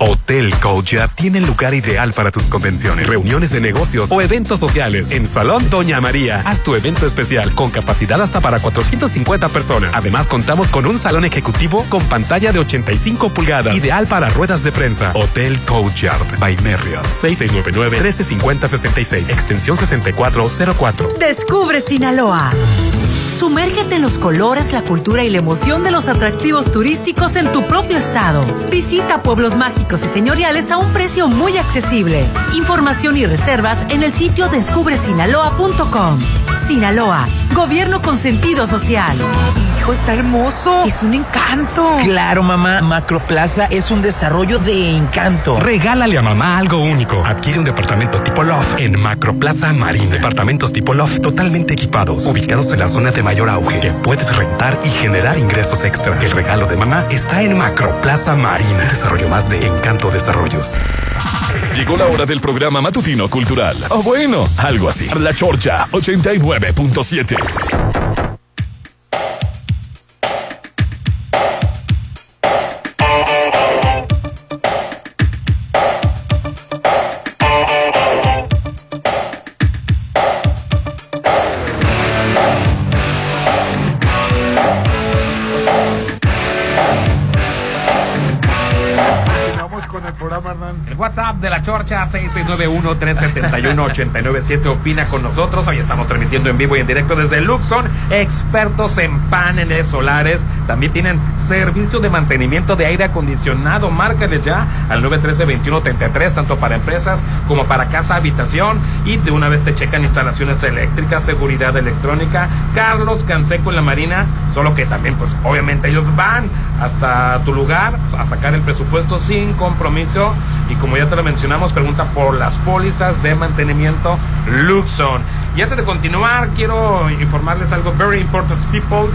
[SPEAKER 11] Hotel Coacha tiene el lugar ideal para tus convenciones, reuniones de negocios o eventos sociales. En Salón Doña María, haz tu evento especial con capacidad hasta para 450 personas. Además, contamos con un salón ejecutivo con pantalla de 85 pulgadas, ideal para ruedas de prensa. Hotel Coachyard by Marriott, 6699-1350-66, extensión 6404.
[SPEAKER 40] Descubre Sinaloa. Sumérgete en los colores, la cultura y la emoción de los atractivos turísticos en tu propio estado. Visita pueblos mágicos y señoriales a un precio muy accesible. Información y reservas en el sitio descubresinaloa.com. Sinaloa, gobierno con sentido social.
[SPEAKER 38] Hijo, está hermoso. Es un encanto. Claro, mamá. Macroplaza es un desarrollo de encanto.
[SPEAKER 11] Regálale a mamá algo único. Adquiere un departamento tipo Loft en Macroplaza Marina. Departamentos tipo Loft totalmente equipados, ubicados en la zona de mayor auge, que puedes rentar y generar ingresos extra. El regalo de mamá está en Macroplaza Marina. Desarrollo más de Encanto Desarrollos.
[SPEAKER 2] Llegó la hora del programa matutino cultural. O bueno, algo así. La Chorcha 89.7.
[SPEAKER 7] WhatsApp de la Chorcha 6691-371-897. Opina con nosotros. Hoy estamos transmitiendo en vivo y en directo desde Luxon. Expertos en paneles solares. También tienen servicio de mantenimiento de aire acondicionado. Márcale ya al 913-2133, tanto para empresas como para casa, habitación. Y de una vez te checan instalaciones eléctricas, seguridad electrónica. Carlos Canseco en la Marina. Solo que también, pues obviamente ellos van hasta tu lugar a sacar el presupuesto sin compromiso. Y como ya te lo mencionamos, pregunta por las pólizas de mantenimiento Luxon. Y antes de continuar, quiero informarles algo very important, people.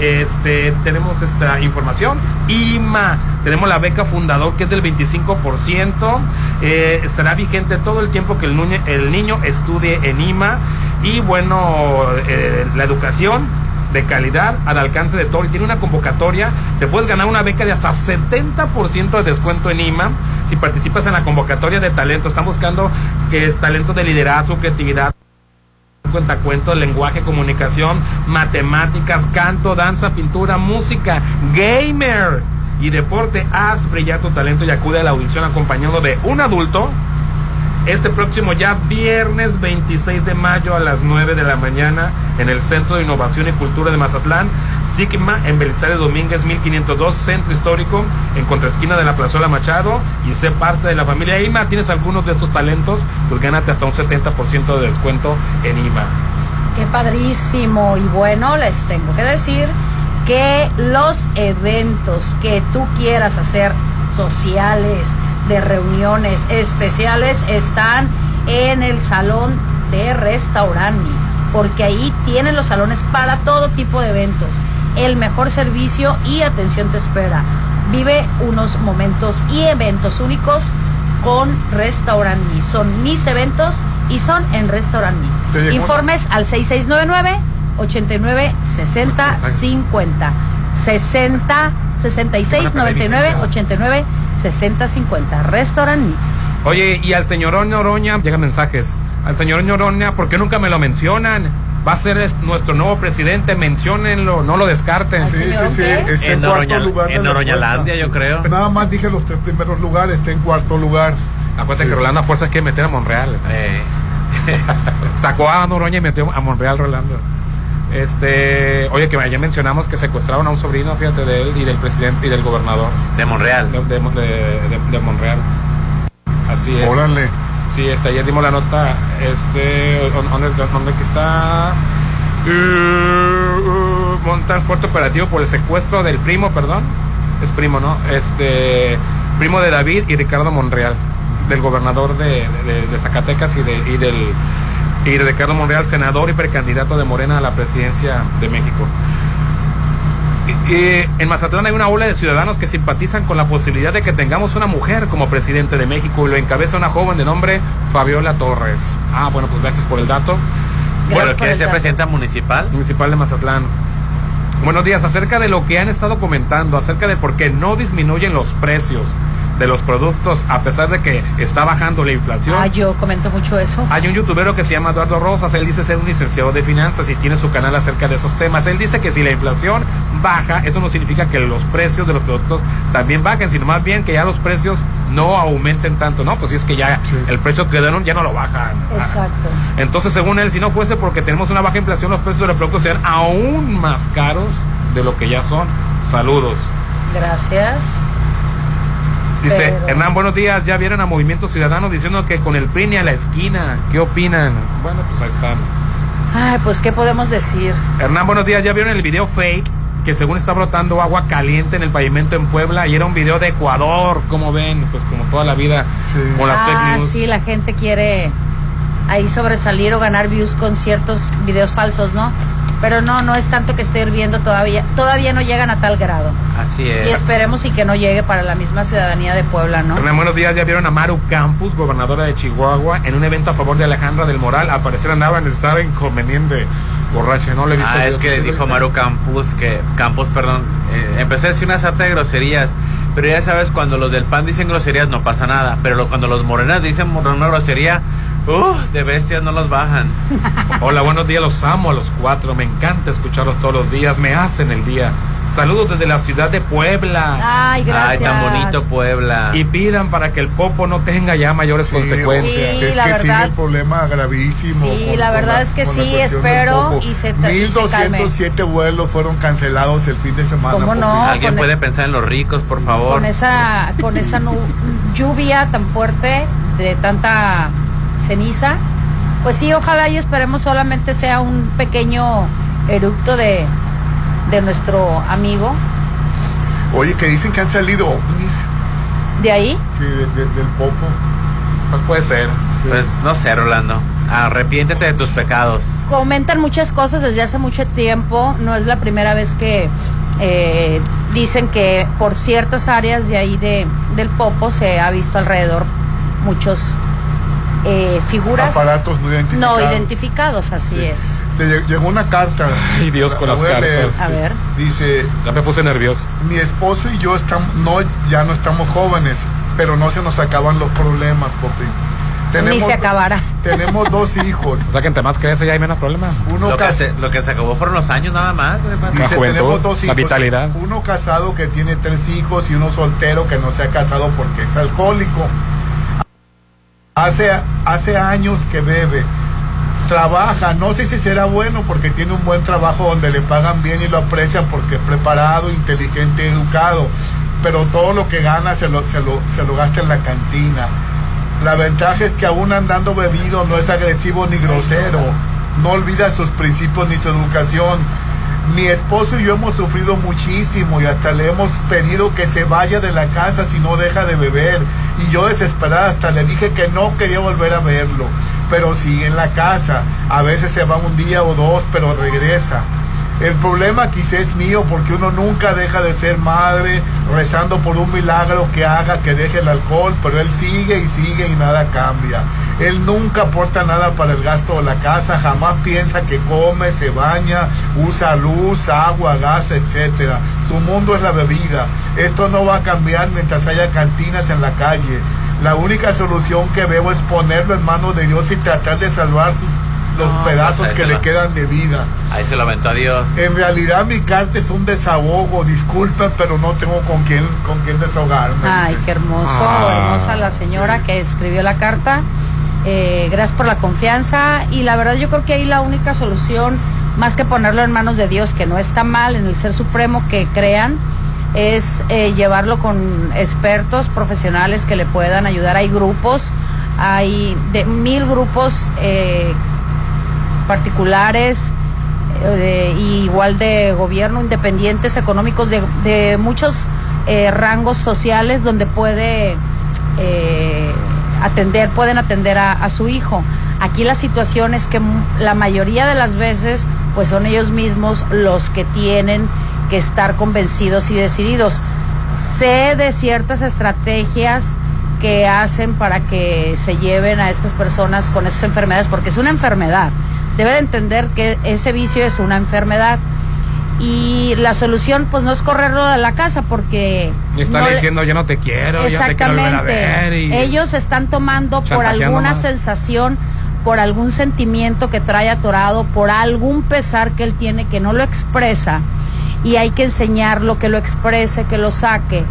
[SPEAKER 7] Este, tenemos esta información. IMA, tenemos la beca fundador que es del 25%. eh, estará vigente todo el tiempo que el, nuñe- el niño estudie en IMA. Y bueno, eh, la educación de calidad al alcance de todo y tiene una convocatoria, te puedes ganar una beca de hasta 70% de descuento en IMA si participas en la convocatoria de talento. Están buscando que es talento de liderazgo, creatividad, cuentacuentos, lenguaje, comunicación, matemáticas, canto, danza, pintura, música, gamer y deporte. Haz brillar tu talento y acude a la audición acompañado de un adulto este próximo ya viernes 26 de mayo a las 9 de la mañana en el Centro de Innovación y Cultura de Mazatlán, Sigma en Belisario Domínguez 1502, Centro Histórico, en contraesquina de la Plazuela Machado y sé parte de la familia IMA. ¿Tienes algunos de estos talentos? Pues gánate hasta un 70% de descuento en IMA.
[SPEAKER 9] Qué padrísimo. Y bueno, les tengo que decir que los eventos que tú quieras hacer sociales, de reuniones especiales, están en el salón de restaurante, porque ahí tienen los salones para todo tipo de eventos. El mejor servicio y atención te espera. Vive unos momentos y eventos únicos con Restaurant Me. Son mis eventos y son en Restaurant
[SPEAKER 5] Te
[SPEAKER 9] Me.
[SPEAKER 5] llegó-
[SPEAKER 9] Informes al 6699 89 60 50. 60 66 99 89 60 50. Restaurant Me.
[SPEAKER 7] Oye, y al señor Noroña, llegan mensajes. Al señor Noroña, ¿por qué nunca me lo mencionan? Va a ser es- nuestro nuevo presidente, menciónenlo, no lo descarten.
[SPEAKER 6] Sí, sí, sí. Está en, cuarto lugar. de la encuesta.
[SPEAKER 7] yo creo.
[SPEAKER 6] Nada más dije los tres primeros lugares, está en cuarto lugar.
[SPEAKER 7] Acuérdate que Rolando a fuerzas que meter a Monreal. [LAUGHS] Sacó a Noroña y metió a Monreal Rolando. Este, oye, que ya mencionamos que secuestraron a un sobrino, fíjate, de él y del presidente y del gobernador. De Monreal. De, de- de- de Monreal. Así es.
[SPEAKER 6] Órale.
[SPEAKER 7] Sí, este, ayer dimos la nota, este, ¿dó- ¿dónde, dónde aquí está? Eh, eh, montan fuerte operativo por el secuestro del primo, perdón. Es primo, ¿no? Este, primo de David y Ricardo Monreal, del gobernador de, de- de Zacatecas y, de, y del y de Ricardo Monreal, senador y precandidato de Morena a la presidencia de México. Y- y en Mazatlán hay una ola de ciudadanos que simpatizan con la posibilidad de que tengamos una mujer como presidente de México y lo encabeza una joven de nombre Fabiola Torres. Ah, bueno, pues gracias por el dato.
[SPEAKER 8] Pero quiere ser presidenta municipal.
[SPEAKER 7] Municipal de Mazatlán. Buenos días, acerca de lo que han estado comentando, acerca de por qué no disminuyen los precios de los productos a pesar de que está bajando la inflación.
[SPEAKER 9] Ah, yo comento mucho eso.
[SPEAKER 7] Hay un youtubero que se llama Eduardo Rosas, él dice ser un licenciado de finanzas y tiene su canal acerca de esos temas. Él dice que si la inflación baja, eso no significa que los precios de los productos también bajen, sino más bien que ya los precios no aumenten tanto, ¿no? Pues si es que ya el precio que dieron ya no lo bajan.
[SPEAKER 9] Exacto.
[SPEAKER 7] Entonces, según él, si no fuese porque tenemos una baja inflación, los precios de los productos serían aún más caros de lo que ya son. Saludos.
[SPEAKER 9] Gracias.
[SPEAKER 7] Dice
[SPEAKER 9] Pero-
[SPEAKER 7] Hernán, buenos días. Ya vieron a Movimiento Ciudadano diciendo que con el PRI ni a la esquina. ¿Qué opinan? Bueno, pues ahí están.
[SPEAKER 9] Ay, pues, ¿qué podemos decir?
[SPEAKER 7] Hernán, buenos días. ¿Ya vieron el video fake? Que según está brotando agua caliente en el pavimento en Puebla y era un video de Ecuador, como ven, pues como toda la vida con las fake
[SPEAKER 9] ah,
[SPEAKER 7] news.
[SPEAKER 9] sí, la gente quiere ahí sobresalir o ganar views con ciertos videos falsos, ¿no? Pero no, no es tanto que esté hirviendo todavía. Todavía no llegan a tal grado.
[SPEAKER 8] Así
[SPEAKER 9] Y esperemos y que no llegue para la misma ciudadanía de Puebla, ¿no?
[SPEAKER 7] Hernán, buenos días. Ya vieron a Maru Campus, gobernadora de Chihuahua, en un evento a favor de Alejandra del Moral. Al parecer andaba en estado inconveniente, borracha. No le he visto.
[SPEAKER 8] Ah,
[SPEAKER 7] video.
[SPEAKER 8] es que
[SPEAKER 7] ¿Sí lo
[SPEAKER 8] dijo
[SPEAKER 7] viste?
[SPEAKER 8] Maru Campos que Campos, perdón, eh, empecé a decir una sarta de groserías, pero ya sabes cuando los del PAN dicen groserías no pasa nada, pero lo- cuando los morenas dicen mor- una grosería, uh, de bestias no los bajan.
[SPEAKER 7] Hola, buenos días. Los amo a los cuatro. Me encanta escucharlos todos los días. Me hacen el día. Saludos desde la ciudad de Puebla.
[SPEAKER 9] Ay,
[SPEAKER 8] Ay,
[SPEAKER 9] gracias.
[SPEAKER 8] tan bonito Puebla.
[SPEAKER 7] Y pidan para que el popo no tenga ya mayores consecuencias.
[SPEAKER 9] Sí, Es la que sigue verdad. el
[SPEAKER 6] problema gravísimo.
[SPEAKER 9] Sí, la verdad es que sí, espero y se ta- y se calme.
[SPEAKER 6] 1207 vuelos fueron cancelados el fin de semana.
[SPEAKER 9] ¿Cómo
[SPEAKER 6] por
[SPEAKER 9] no?
[SPEAKER 6] fin.
[SPEAKER 8] Alguien
[SPEAKER 9] con
[SPEAKER 8] puede pensar en los ricos, por favor.
[SPEAKER 9] Con esa, con esa nu- lluvia tan fuerte, de tanta ceniza. Pues sí, ojalá y esperemos solamente sea un pequeño eructo de, de nuestro amigo
[SPEAKER 6] Oye, que dicen que han salido ovnis.
[SPEAKER 9] de ahí.
[SPEAKER 6] Sí, de- de- del popo.
[SPEAKER 8] Pues puede ser. Pues no sé, Rolando. Arrepiéntete de tus pecados.
[SPEAKER 9] Comentan muchas cosas desde hace mucho tiempo. No es la primera vez que eh, dicen que por ciertas áreas de ahí de, del Popo se ha visto alrededor muchos eh, figuras
[SPEAKER 6] Aparatos no identificados.
[SPEAKER 9] no identificados, así es.
[SPEAKER 6] Le lle- llegó una carta.
[SPEAKER 7] Ay, Dios,
[SPEAKER 6] La-
[SPEAKER 7] con
[SPEAKER 6] la
[SPEAKER 7] las
[SPEAKER 6] voy
[SPEAKER 7] cartas.
[SPEAKER 6] leer.
[SPEAKER 9] A ver.
[SPEAKER 6] Dice,
[SPEAKER 7] Ya me puse nervioso.
[SPEAKER 6] mi esposo y yo estamos, no, ya no estamos jóvenes, pero no se nos acaban los problemas, Popi.
[SPEAKER 9] Ni se acabará.
[SPEAKER 6] Tenemos dos hijos.
[SPEAKER 7] O sea, que entre más crece ya hay menos problemas.
[SPEAKER 6] Uno
[SPEAKER 8] Lo que,
[SPEAKER 6] casi-
[SPEAKER 8] se, lo que se acabó fueron los años nada más. ¿qué pasa?
[SPEAKER 6] Dice, tenemos dos hijos,
[SPEAKER 7] la vitalidad.
[SPEAKER 6] Uno casado que tiene tres hijos y uno soltero que no se ha casado porque es alcohólico. Hace, hace años que bebe. Trabaja, no sé si será bueno porque tiene un buen trabajo donde le pagan bien y lo aprecian porque es preparado, inteligente, educado. Pero todo lo que gana se lo, se lo, se lo gasta en la cantina. La ventaja es que aún andando bebido no es agresivo ni grosero. No olvida sus principios ni su educación. Mi esposo y yo hemos sufrido muchísimo y hasta le hemos pedido que se vaya de la casa si no deja de beber. Y yo desesperada hasta le dije que no quería volver a verlo. Pero sigue en la casa. A veces se va un día o dos, pero regresa. El problema quizás es mío porque uno nunca deja de ser madre rezando por un milagro que haga que deje el alcohol, pero él sigue y sigue y nada cambia. Él nunca aporta nada para el gasto de la casa, jamás piensa que come, se baña, usa luz, agua, gas, etcétera. Su mundo es la bebida. Esto no va a cambiar mientras haya cantinas en la calle. La única solución que veo es ponerlo en manos de Dios y tratar de salvar sus, los
[SPEAKER 8] No,
[SPEAKER 6] pedazos
[SPEAKER 8] pues, ahí
[SPEAKER 6] que
[SPEAKER 8] se
[SPEAKER 6] le
[SPEAKER 8] la-
[SPEAKER 6] quedan de vida.
[SPEAKER 8] Ahí se lo aventó a Dios.
[SPEAKER 9] ¿Eh?
[SPEAKER 6] En realidad mi carta es un desahogo, disculpen, pero no tengo con quién con quién desahogarme.
[SPEAKER 9] Ay, qué hermoso,
[SPEAKER 6] Ah.
[SPEAKER 9] hermosa la señora que escribió la carta. Eh, gracias por la confianza y la verdad yo creo que ahí la única solución, más que ponerlo en manos de Dios, que no está mal en el Ser Supremo que crean, es eh, llevarlo con expertos profesionales que le puedan ayudar. Hay grupos, hay de mil grupos eh, particulares, eh, de- y igual de gobierno, independientes, económicos, de, de muchos eh, rangos sociales donde puede eh, atender, pueden atender a, a su hijo. Aquí la situación es que mu- la mayoría de las veces, pues son ellos mismos los que tienen que estar convencidos y decididos. Sé de ciertas estrategias que hacen para que se lleven a estas personas con estas enfermedades, porque es una enfermedad. Debe de entender que ese vicio es una enfermedad. Y la solución, pues, no es correrlo de la casa, porque...
[SPEAKER 7] Y está
[SPEAKER 9] no le-
[SPEAKER 7] diciendo, yo no te quiero, yo no te quiero volver a ver.
[SPEAKER 9] Exactamente.
[SPEAKER 7] Y...
[SPEAKER 9] Ellos están tomando por
[SPEAKER 7] chantajeando
[SPEAKER 9] alguna
[SPEAKER 7] más.
[SPEAKER 9] sensación, por algún sentimiento que trae atorado, por algún pesar que él tiene que no lo expresa. Y hay que enseñarlo, que lo exprese, que lo saque.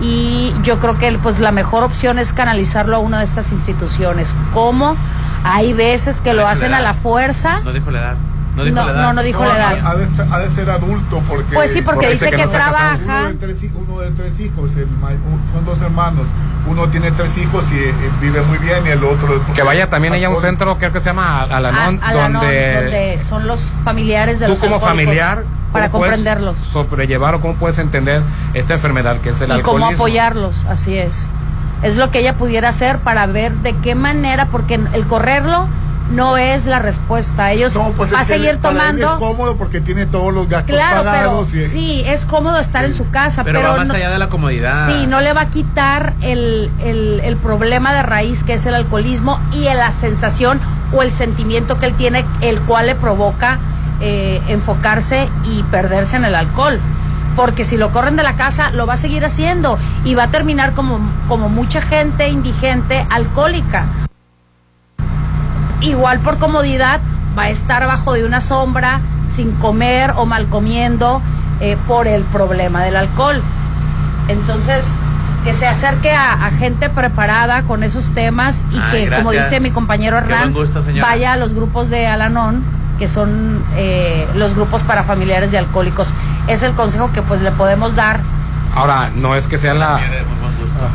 [SPEAKER 9] Y yo creo que pues la mejor opción es canalizarlo a una de estas instituciones. ¿Cómo? Hay veces que lo
[SPEAKER 8] Ay,
[SPEAKER 9] hacen a
[SPEAKER 8] claro.
[SPEAKER 9] la fuerza.
[SPEAKER 8] No dijo la edad. No dijo
[SPEAKER 9] No,
[SPEAKER 8] la edad.
[SPEAKER 9] no, no dijo la edad.
[SPEAKER 6] Ha, ha de, estar- ha de ser adulto porque
[SPEAKER 9] Pues sí, porque Porque dice dice que que no se ha trabaja. casado.
[SPEAKER 6] Uno de tres, hij- uno de tres hijos, el ma- un- son dos hermanos. Uno tiene tres hijos y eh, vive muy bien y el otro
[SPEAKER 7] Que vaya también ella a un
[SPEAKER 6] alcohólico.
[SPEAKER 7] centro, creo que se llama Al- Alanón,
[SPEAKER 9] A- Alanón,
[SPEAKER 7] donde,
[SPEAKER 9] donde son los familiares de
[SPEAKER 7] tú
[SPEAKER 9] los
[SPEAKER 7] como
[SPEAKER 9] alcohólicos,
[SPEAKER 7] familiar
[SPEAKER 9] para
[SPEAKER 7] cómo puedes
[SPEAKER 9] comprenderlos
[SPEAKER 7] sobrellevar o cómo puedes entender esta enfermedad que es el
[SPEAKER 9] y cómo
[SPEAKER 7] alcoholismo.
[SPEAKER 9] apoyarlos, así es. Es lo que ella pudiera hacer para ver de qué manera, porque el correrlo no es la respuesta. Ellos
[SPEAKER 6] No, pues es
[SPEAKER 9] va a
[SPEAKER 6] que
[SPEAKER 9] seguir
[SPEAKER 6] le- para él
[SPEAKER 9] tomando.
[SPEAKER 6] Es cómodo porque tiene todos los gastos
[SPEAKER 9] Claro, pero
[SPEAKER 6] pagados. y-
[SPEAKER 9] sí, es cómodo estar en su casa,
[SPEAKER 8] Pero,
[SPEAKER 9] pero,
[SPEAKER 8] va más
[SPEAKER 9] no,
[SPEAKER 8] allá de la comodidad.
[SPEAKER 9] sí, no le va a quitar el, el- el problema de raíz que es el alcoholismo y la sensación o el sentimiento que él tiene, el cual le provoca eh, enfocarse y perderse en el alcohol. Porque si lo corren de la casa, lo va a seguir haciendo y va a terminar como, como mucha gente indigente alcohólica igual por comodidad va a estar bajo de una sombra, sin comer o mal comiendo eh, por el problema del alcohol. Entonces, que se acerque a, a gente preparada con esos temas y
[SPEAKER 8] Ay,
[SPEAKER 9] que, como
[SPEAKER 8] gracias.
[SPEAKER 9] dice mi compañero
[SPEAKER 8] Qué
[SPEAKER 9] Hernán,
[SPEAKER 8] buen gusto, señora.
[SPEAKER 9] vaya a los grupos de Alanón, que son eh, los grupos para familiares de alcohólicos. Es el consejo que pues le podemos dar.
[SPEAKER 7] Ahora, no es que sea la... Ah.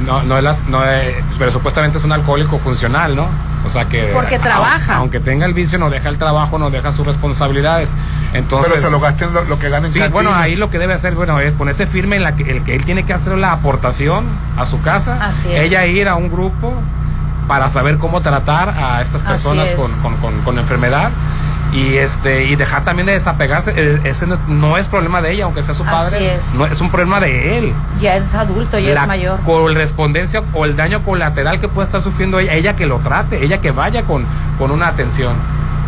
[SPEAKER 7] No, no es las, no es- pero supuestamente es un alcohólico funcional, ¿no? O sea que...
[SPEAKER 9] Porque
[SPEAKER 7] au-
[SPEAKER 9] trabaja.
[SPEAKER 7] aunque tenga el vicio, no deja el trabajo, no deja sus responsabilidades. Entonces,
[SPEAKER 6] pero se lo gasten lo, lo que ganen
[SPEAKER 7] Sí, bueno, ahí lo que debe hacer, bueno, es ponerse firme en la que, el que él tiene que hacer la aportación a su casa.
[SPEAKER 9] Así es.
[SPEAKER 7] Ella ir a un grupo para saber cómo tratar a estas
[SPEAKER 9] Así
[SPEAKER 7] personas
[SPEAKER 9] es.
[SPEAKER 7] con, con- con- con enfermedad y este y dejar también de desapegarse Eh, ese no, no es problema de ella aunque sea su
[SPEAKER 9] Así
[SPEAKER 7] padre
[SPEAKER 9] es.
[SPEAKER 7] no es un problema de él
[SPEAKER 9] Ya es adulto, ya
[SPEAKER 7] la
[SPEAKER 9] es mayor.
[SPEAKER 7] correspondencia o el daño colateral que puede estar sufriendo ella, ella que lo trate, ella que vaya con, con una atención.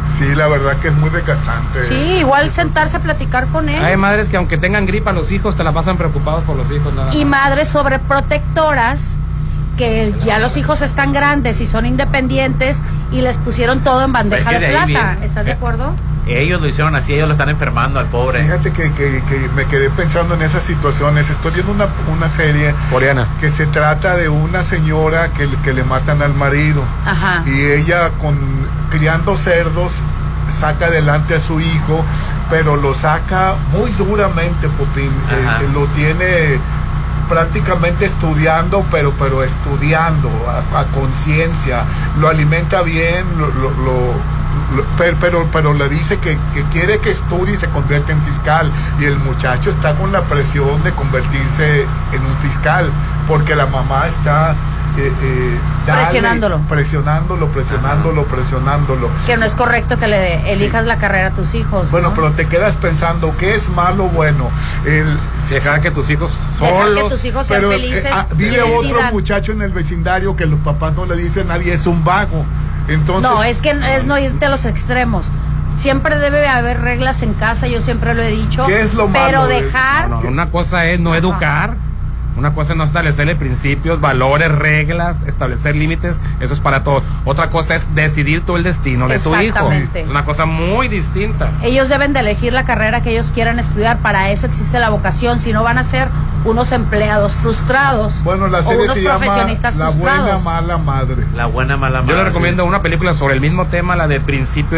[SPEAKER 6] Sí, la verdad que es muy desgastante.
[SPEAKER 9] Sí, igual sentarse a platicar con él.
[SPEAKER 7] Hay madres que aunque tengan gripa los hijos, te la pasan preocupados por los hijos. Nada
[SPEAKER 9] y
[SPEAKER 7] más.
[SPEAKER 9] madres sobreprotectoras que ya los hijos están grandes y son independientes y les pusieron todo en bandeja
[SPEAKER 8] Es que
[SPEAKER 9] de
[SPEAKER 8] de ahí
[SPEAKER 9] plata.
[SPEAKER 8] viene.
[SPEAKER 9] ¿Estás de
[SPEAKER 8] Eh.
[SPEAKER 9] acuerdo?
[SPEAKER 8] Ellos lo hicieron así, ellos lo están enfermando al pobre.
[SPEAKER 6] Fíjate que, que- que me quedé pensando en esas situaciones. Estoy viendo una, una serie que se trata de una señora que, le- que le matan al marido
[SPEAKER 9] Ajá.
[SPEAKER 6] y ella con criando cerdos saca adelante a su hijo, pero lo saca muy duramente, Popín. Eh,
[SPEAKER 2] Ajá.
[SPEAKER 6] eh, lo tiene prácticamente estudiando, pero pero estudiando a, a conciencia, lo alimenta bien, lo, lo- lo- lo- per- pero, pero le dice que, que quiere que estudie y se convierta en fiscal y el muchacho está con la presión de convertirse en un fiscal porque la mamá está eh, eh, dale,
[SPEAKER 9] Presionándolo.
[SPEAKER 6] presionándolo, presionándolo, presionándolo.
[SPEAKER 9] Que no es correcto que le elijas la carrera a tus hijos.
[SPEAKER 6] Bueno,
[SPEAKER 9] ¿no?
[SPEAKER 6] pero te quedas pensando qué es malo o bueno. El,
[SPEAKER 7] Dejar que tus hijos
[SPEAKER 9] Dejar que tus hijos sean
[SPEAKER 6] pero, eh,
[SPEAKER 9] felices
[SPEAKER 6] ah,
[SPEAKER 9] y
[SPEAKER 6] vive otro
[SPEAKER 9] decidan.
[SPEAKER 6] muchacho en el vecindario que los papás no le dicen a nadie, es un vago. Entonces,
[SPEAKER 9] no, es que n- es no irte a los extremos. Siempre debe haber reglas en casa, yo siempre lo he dicho.
[SPEAKER 7] ¿Qué es lo
[SPEAKER 9] pero
[SPEAKER 7] malo de-
[SPEAKER 9] dejar
[SPEAKER 7] No, no, una cosa es no educar, una cosa es no establecerle principios, valores, reglas, establecer límites, eso es para todo. Otra cosa es decidir tú el destino de tu hijo.
[SPEAKER 9] Exactamente.
[SPEAKER 7] Es una cosa muy distinta.
[SPEAKER 9] Ellos deben de elegir la carrera que ellos quieran estudiar, para eso existe la vocación, si no van a ser unos empleados frustrados
[SPEAKER 6] la
[SPEAKER 9] o
[SPEAKER 6] serie
[SPEAKER 9] unos
[SPEAKER 6] se llama
[SPEAKER 9] profesionistas
[SPEAKER 6] La
[SPEAKER 9] frustrados.
[SPEAKER 6] buena mala madre.
[SPEAKER 8] La buena mala
[SPEAKER 7] Yo
[SPEAKER 8] madre.
[SPEAKER 7] le recomiendo una película sobre el mismo tema, la de principio y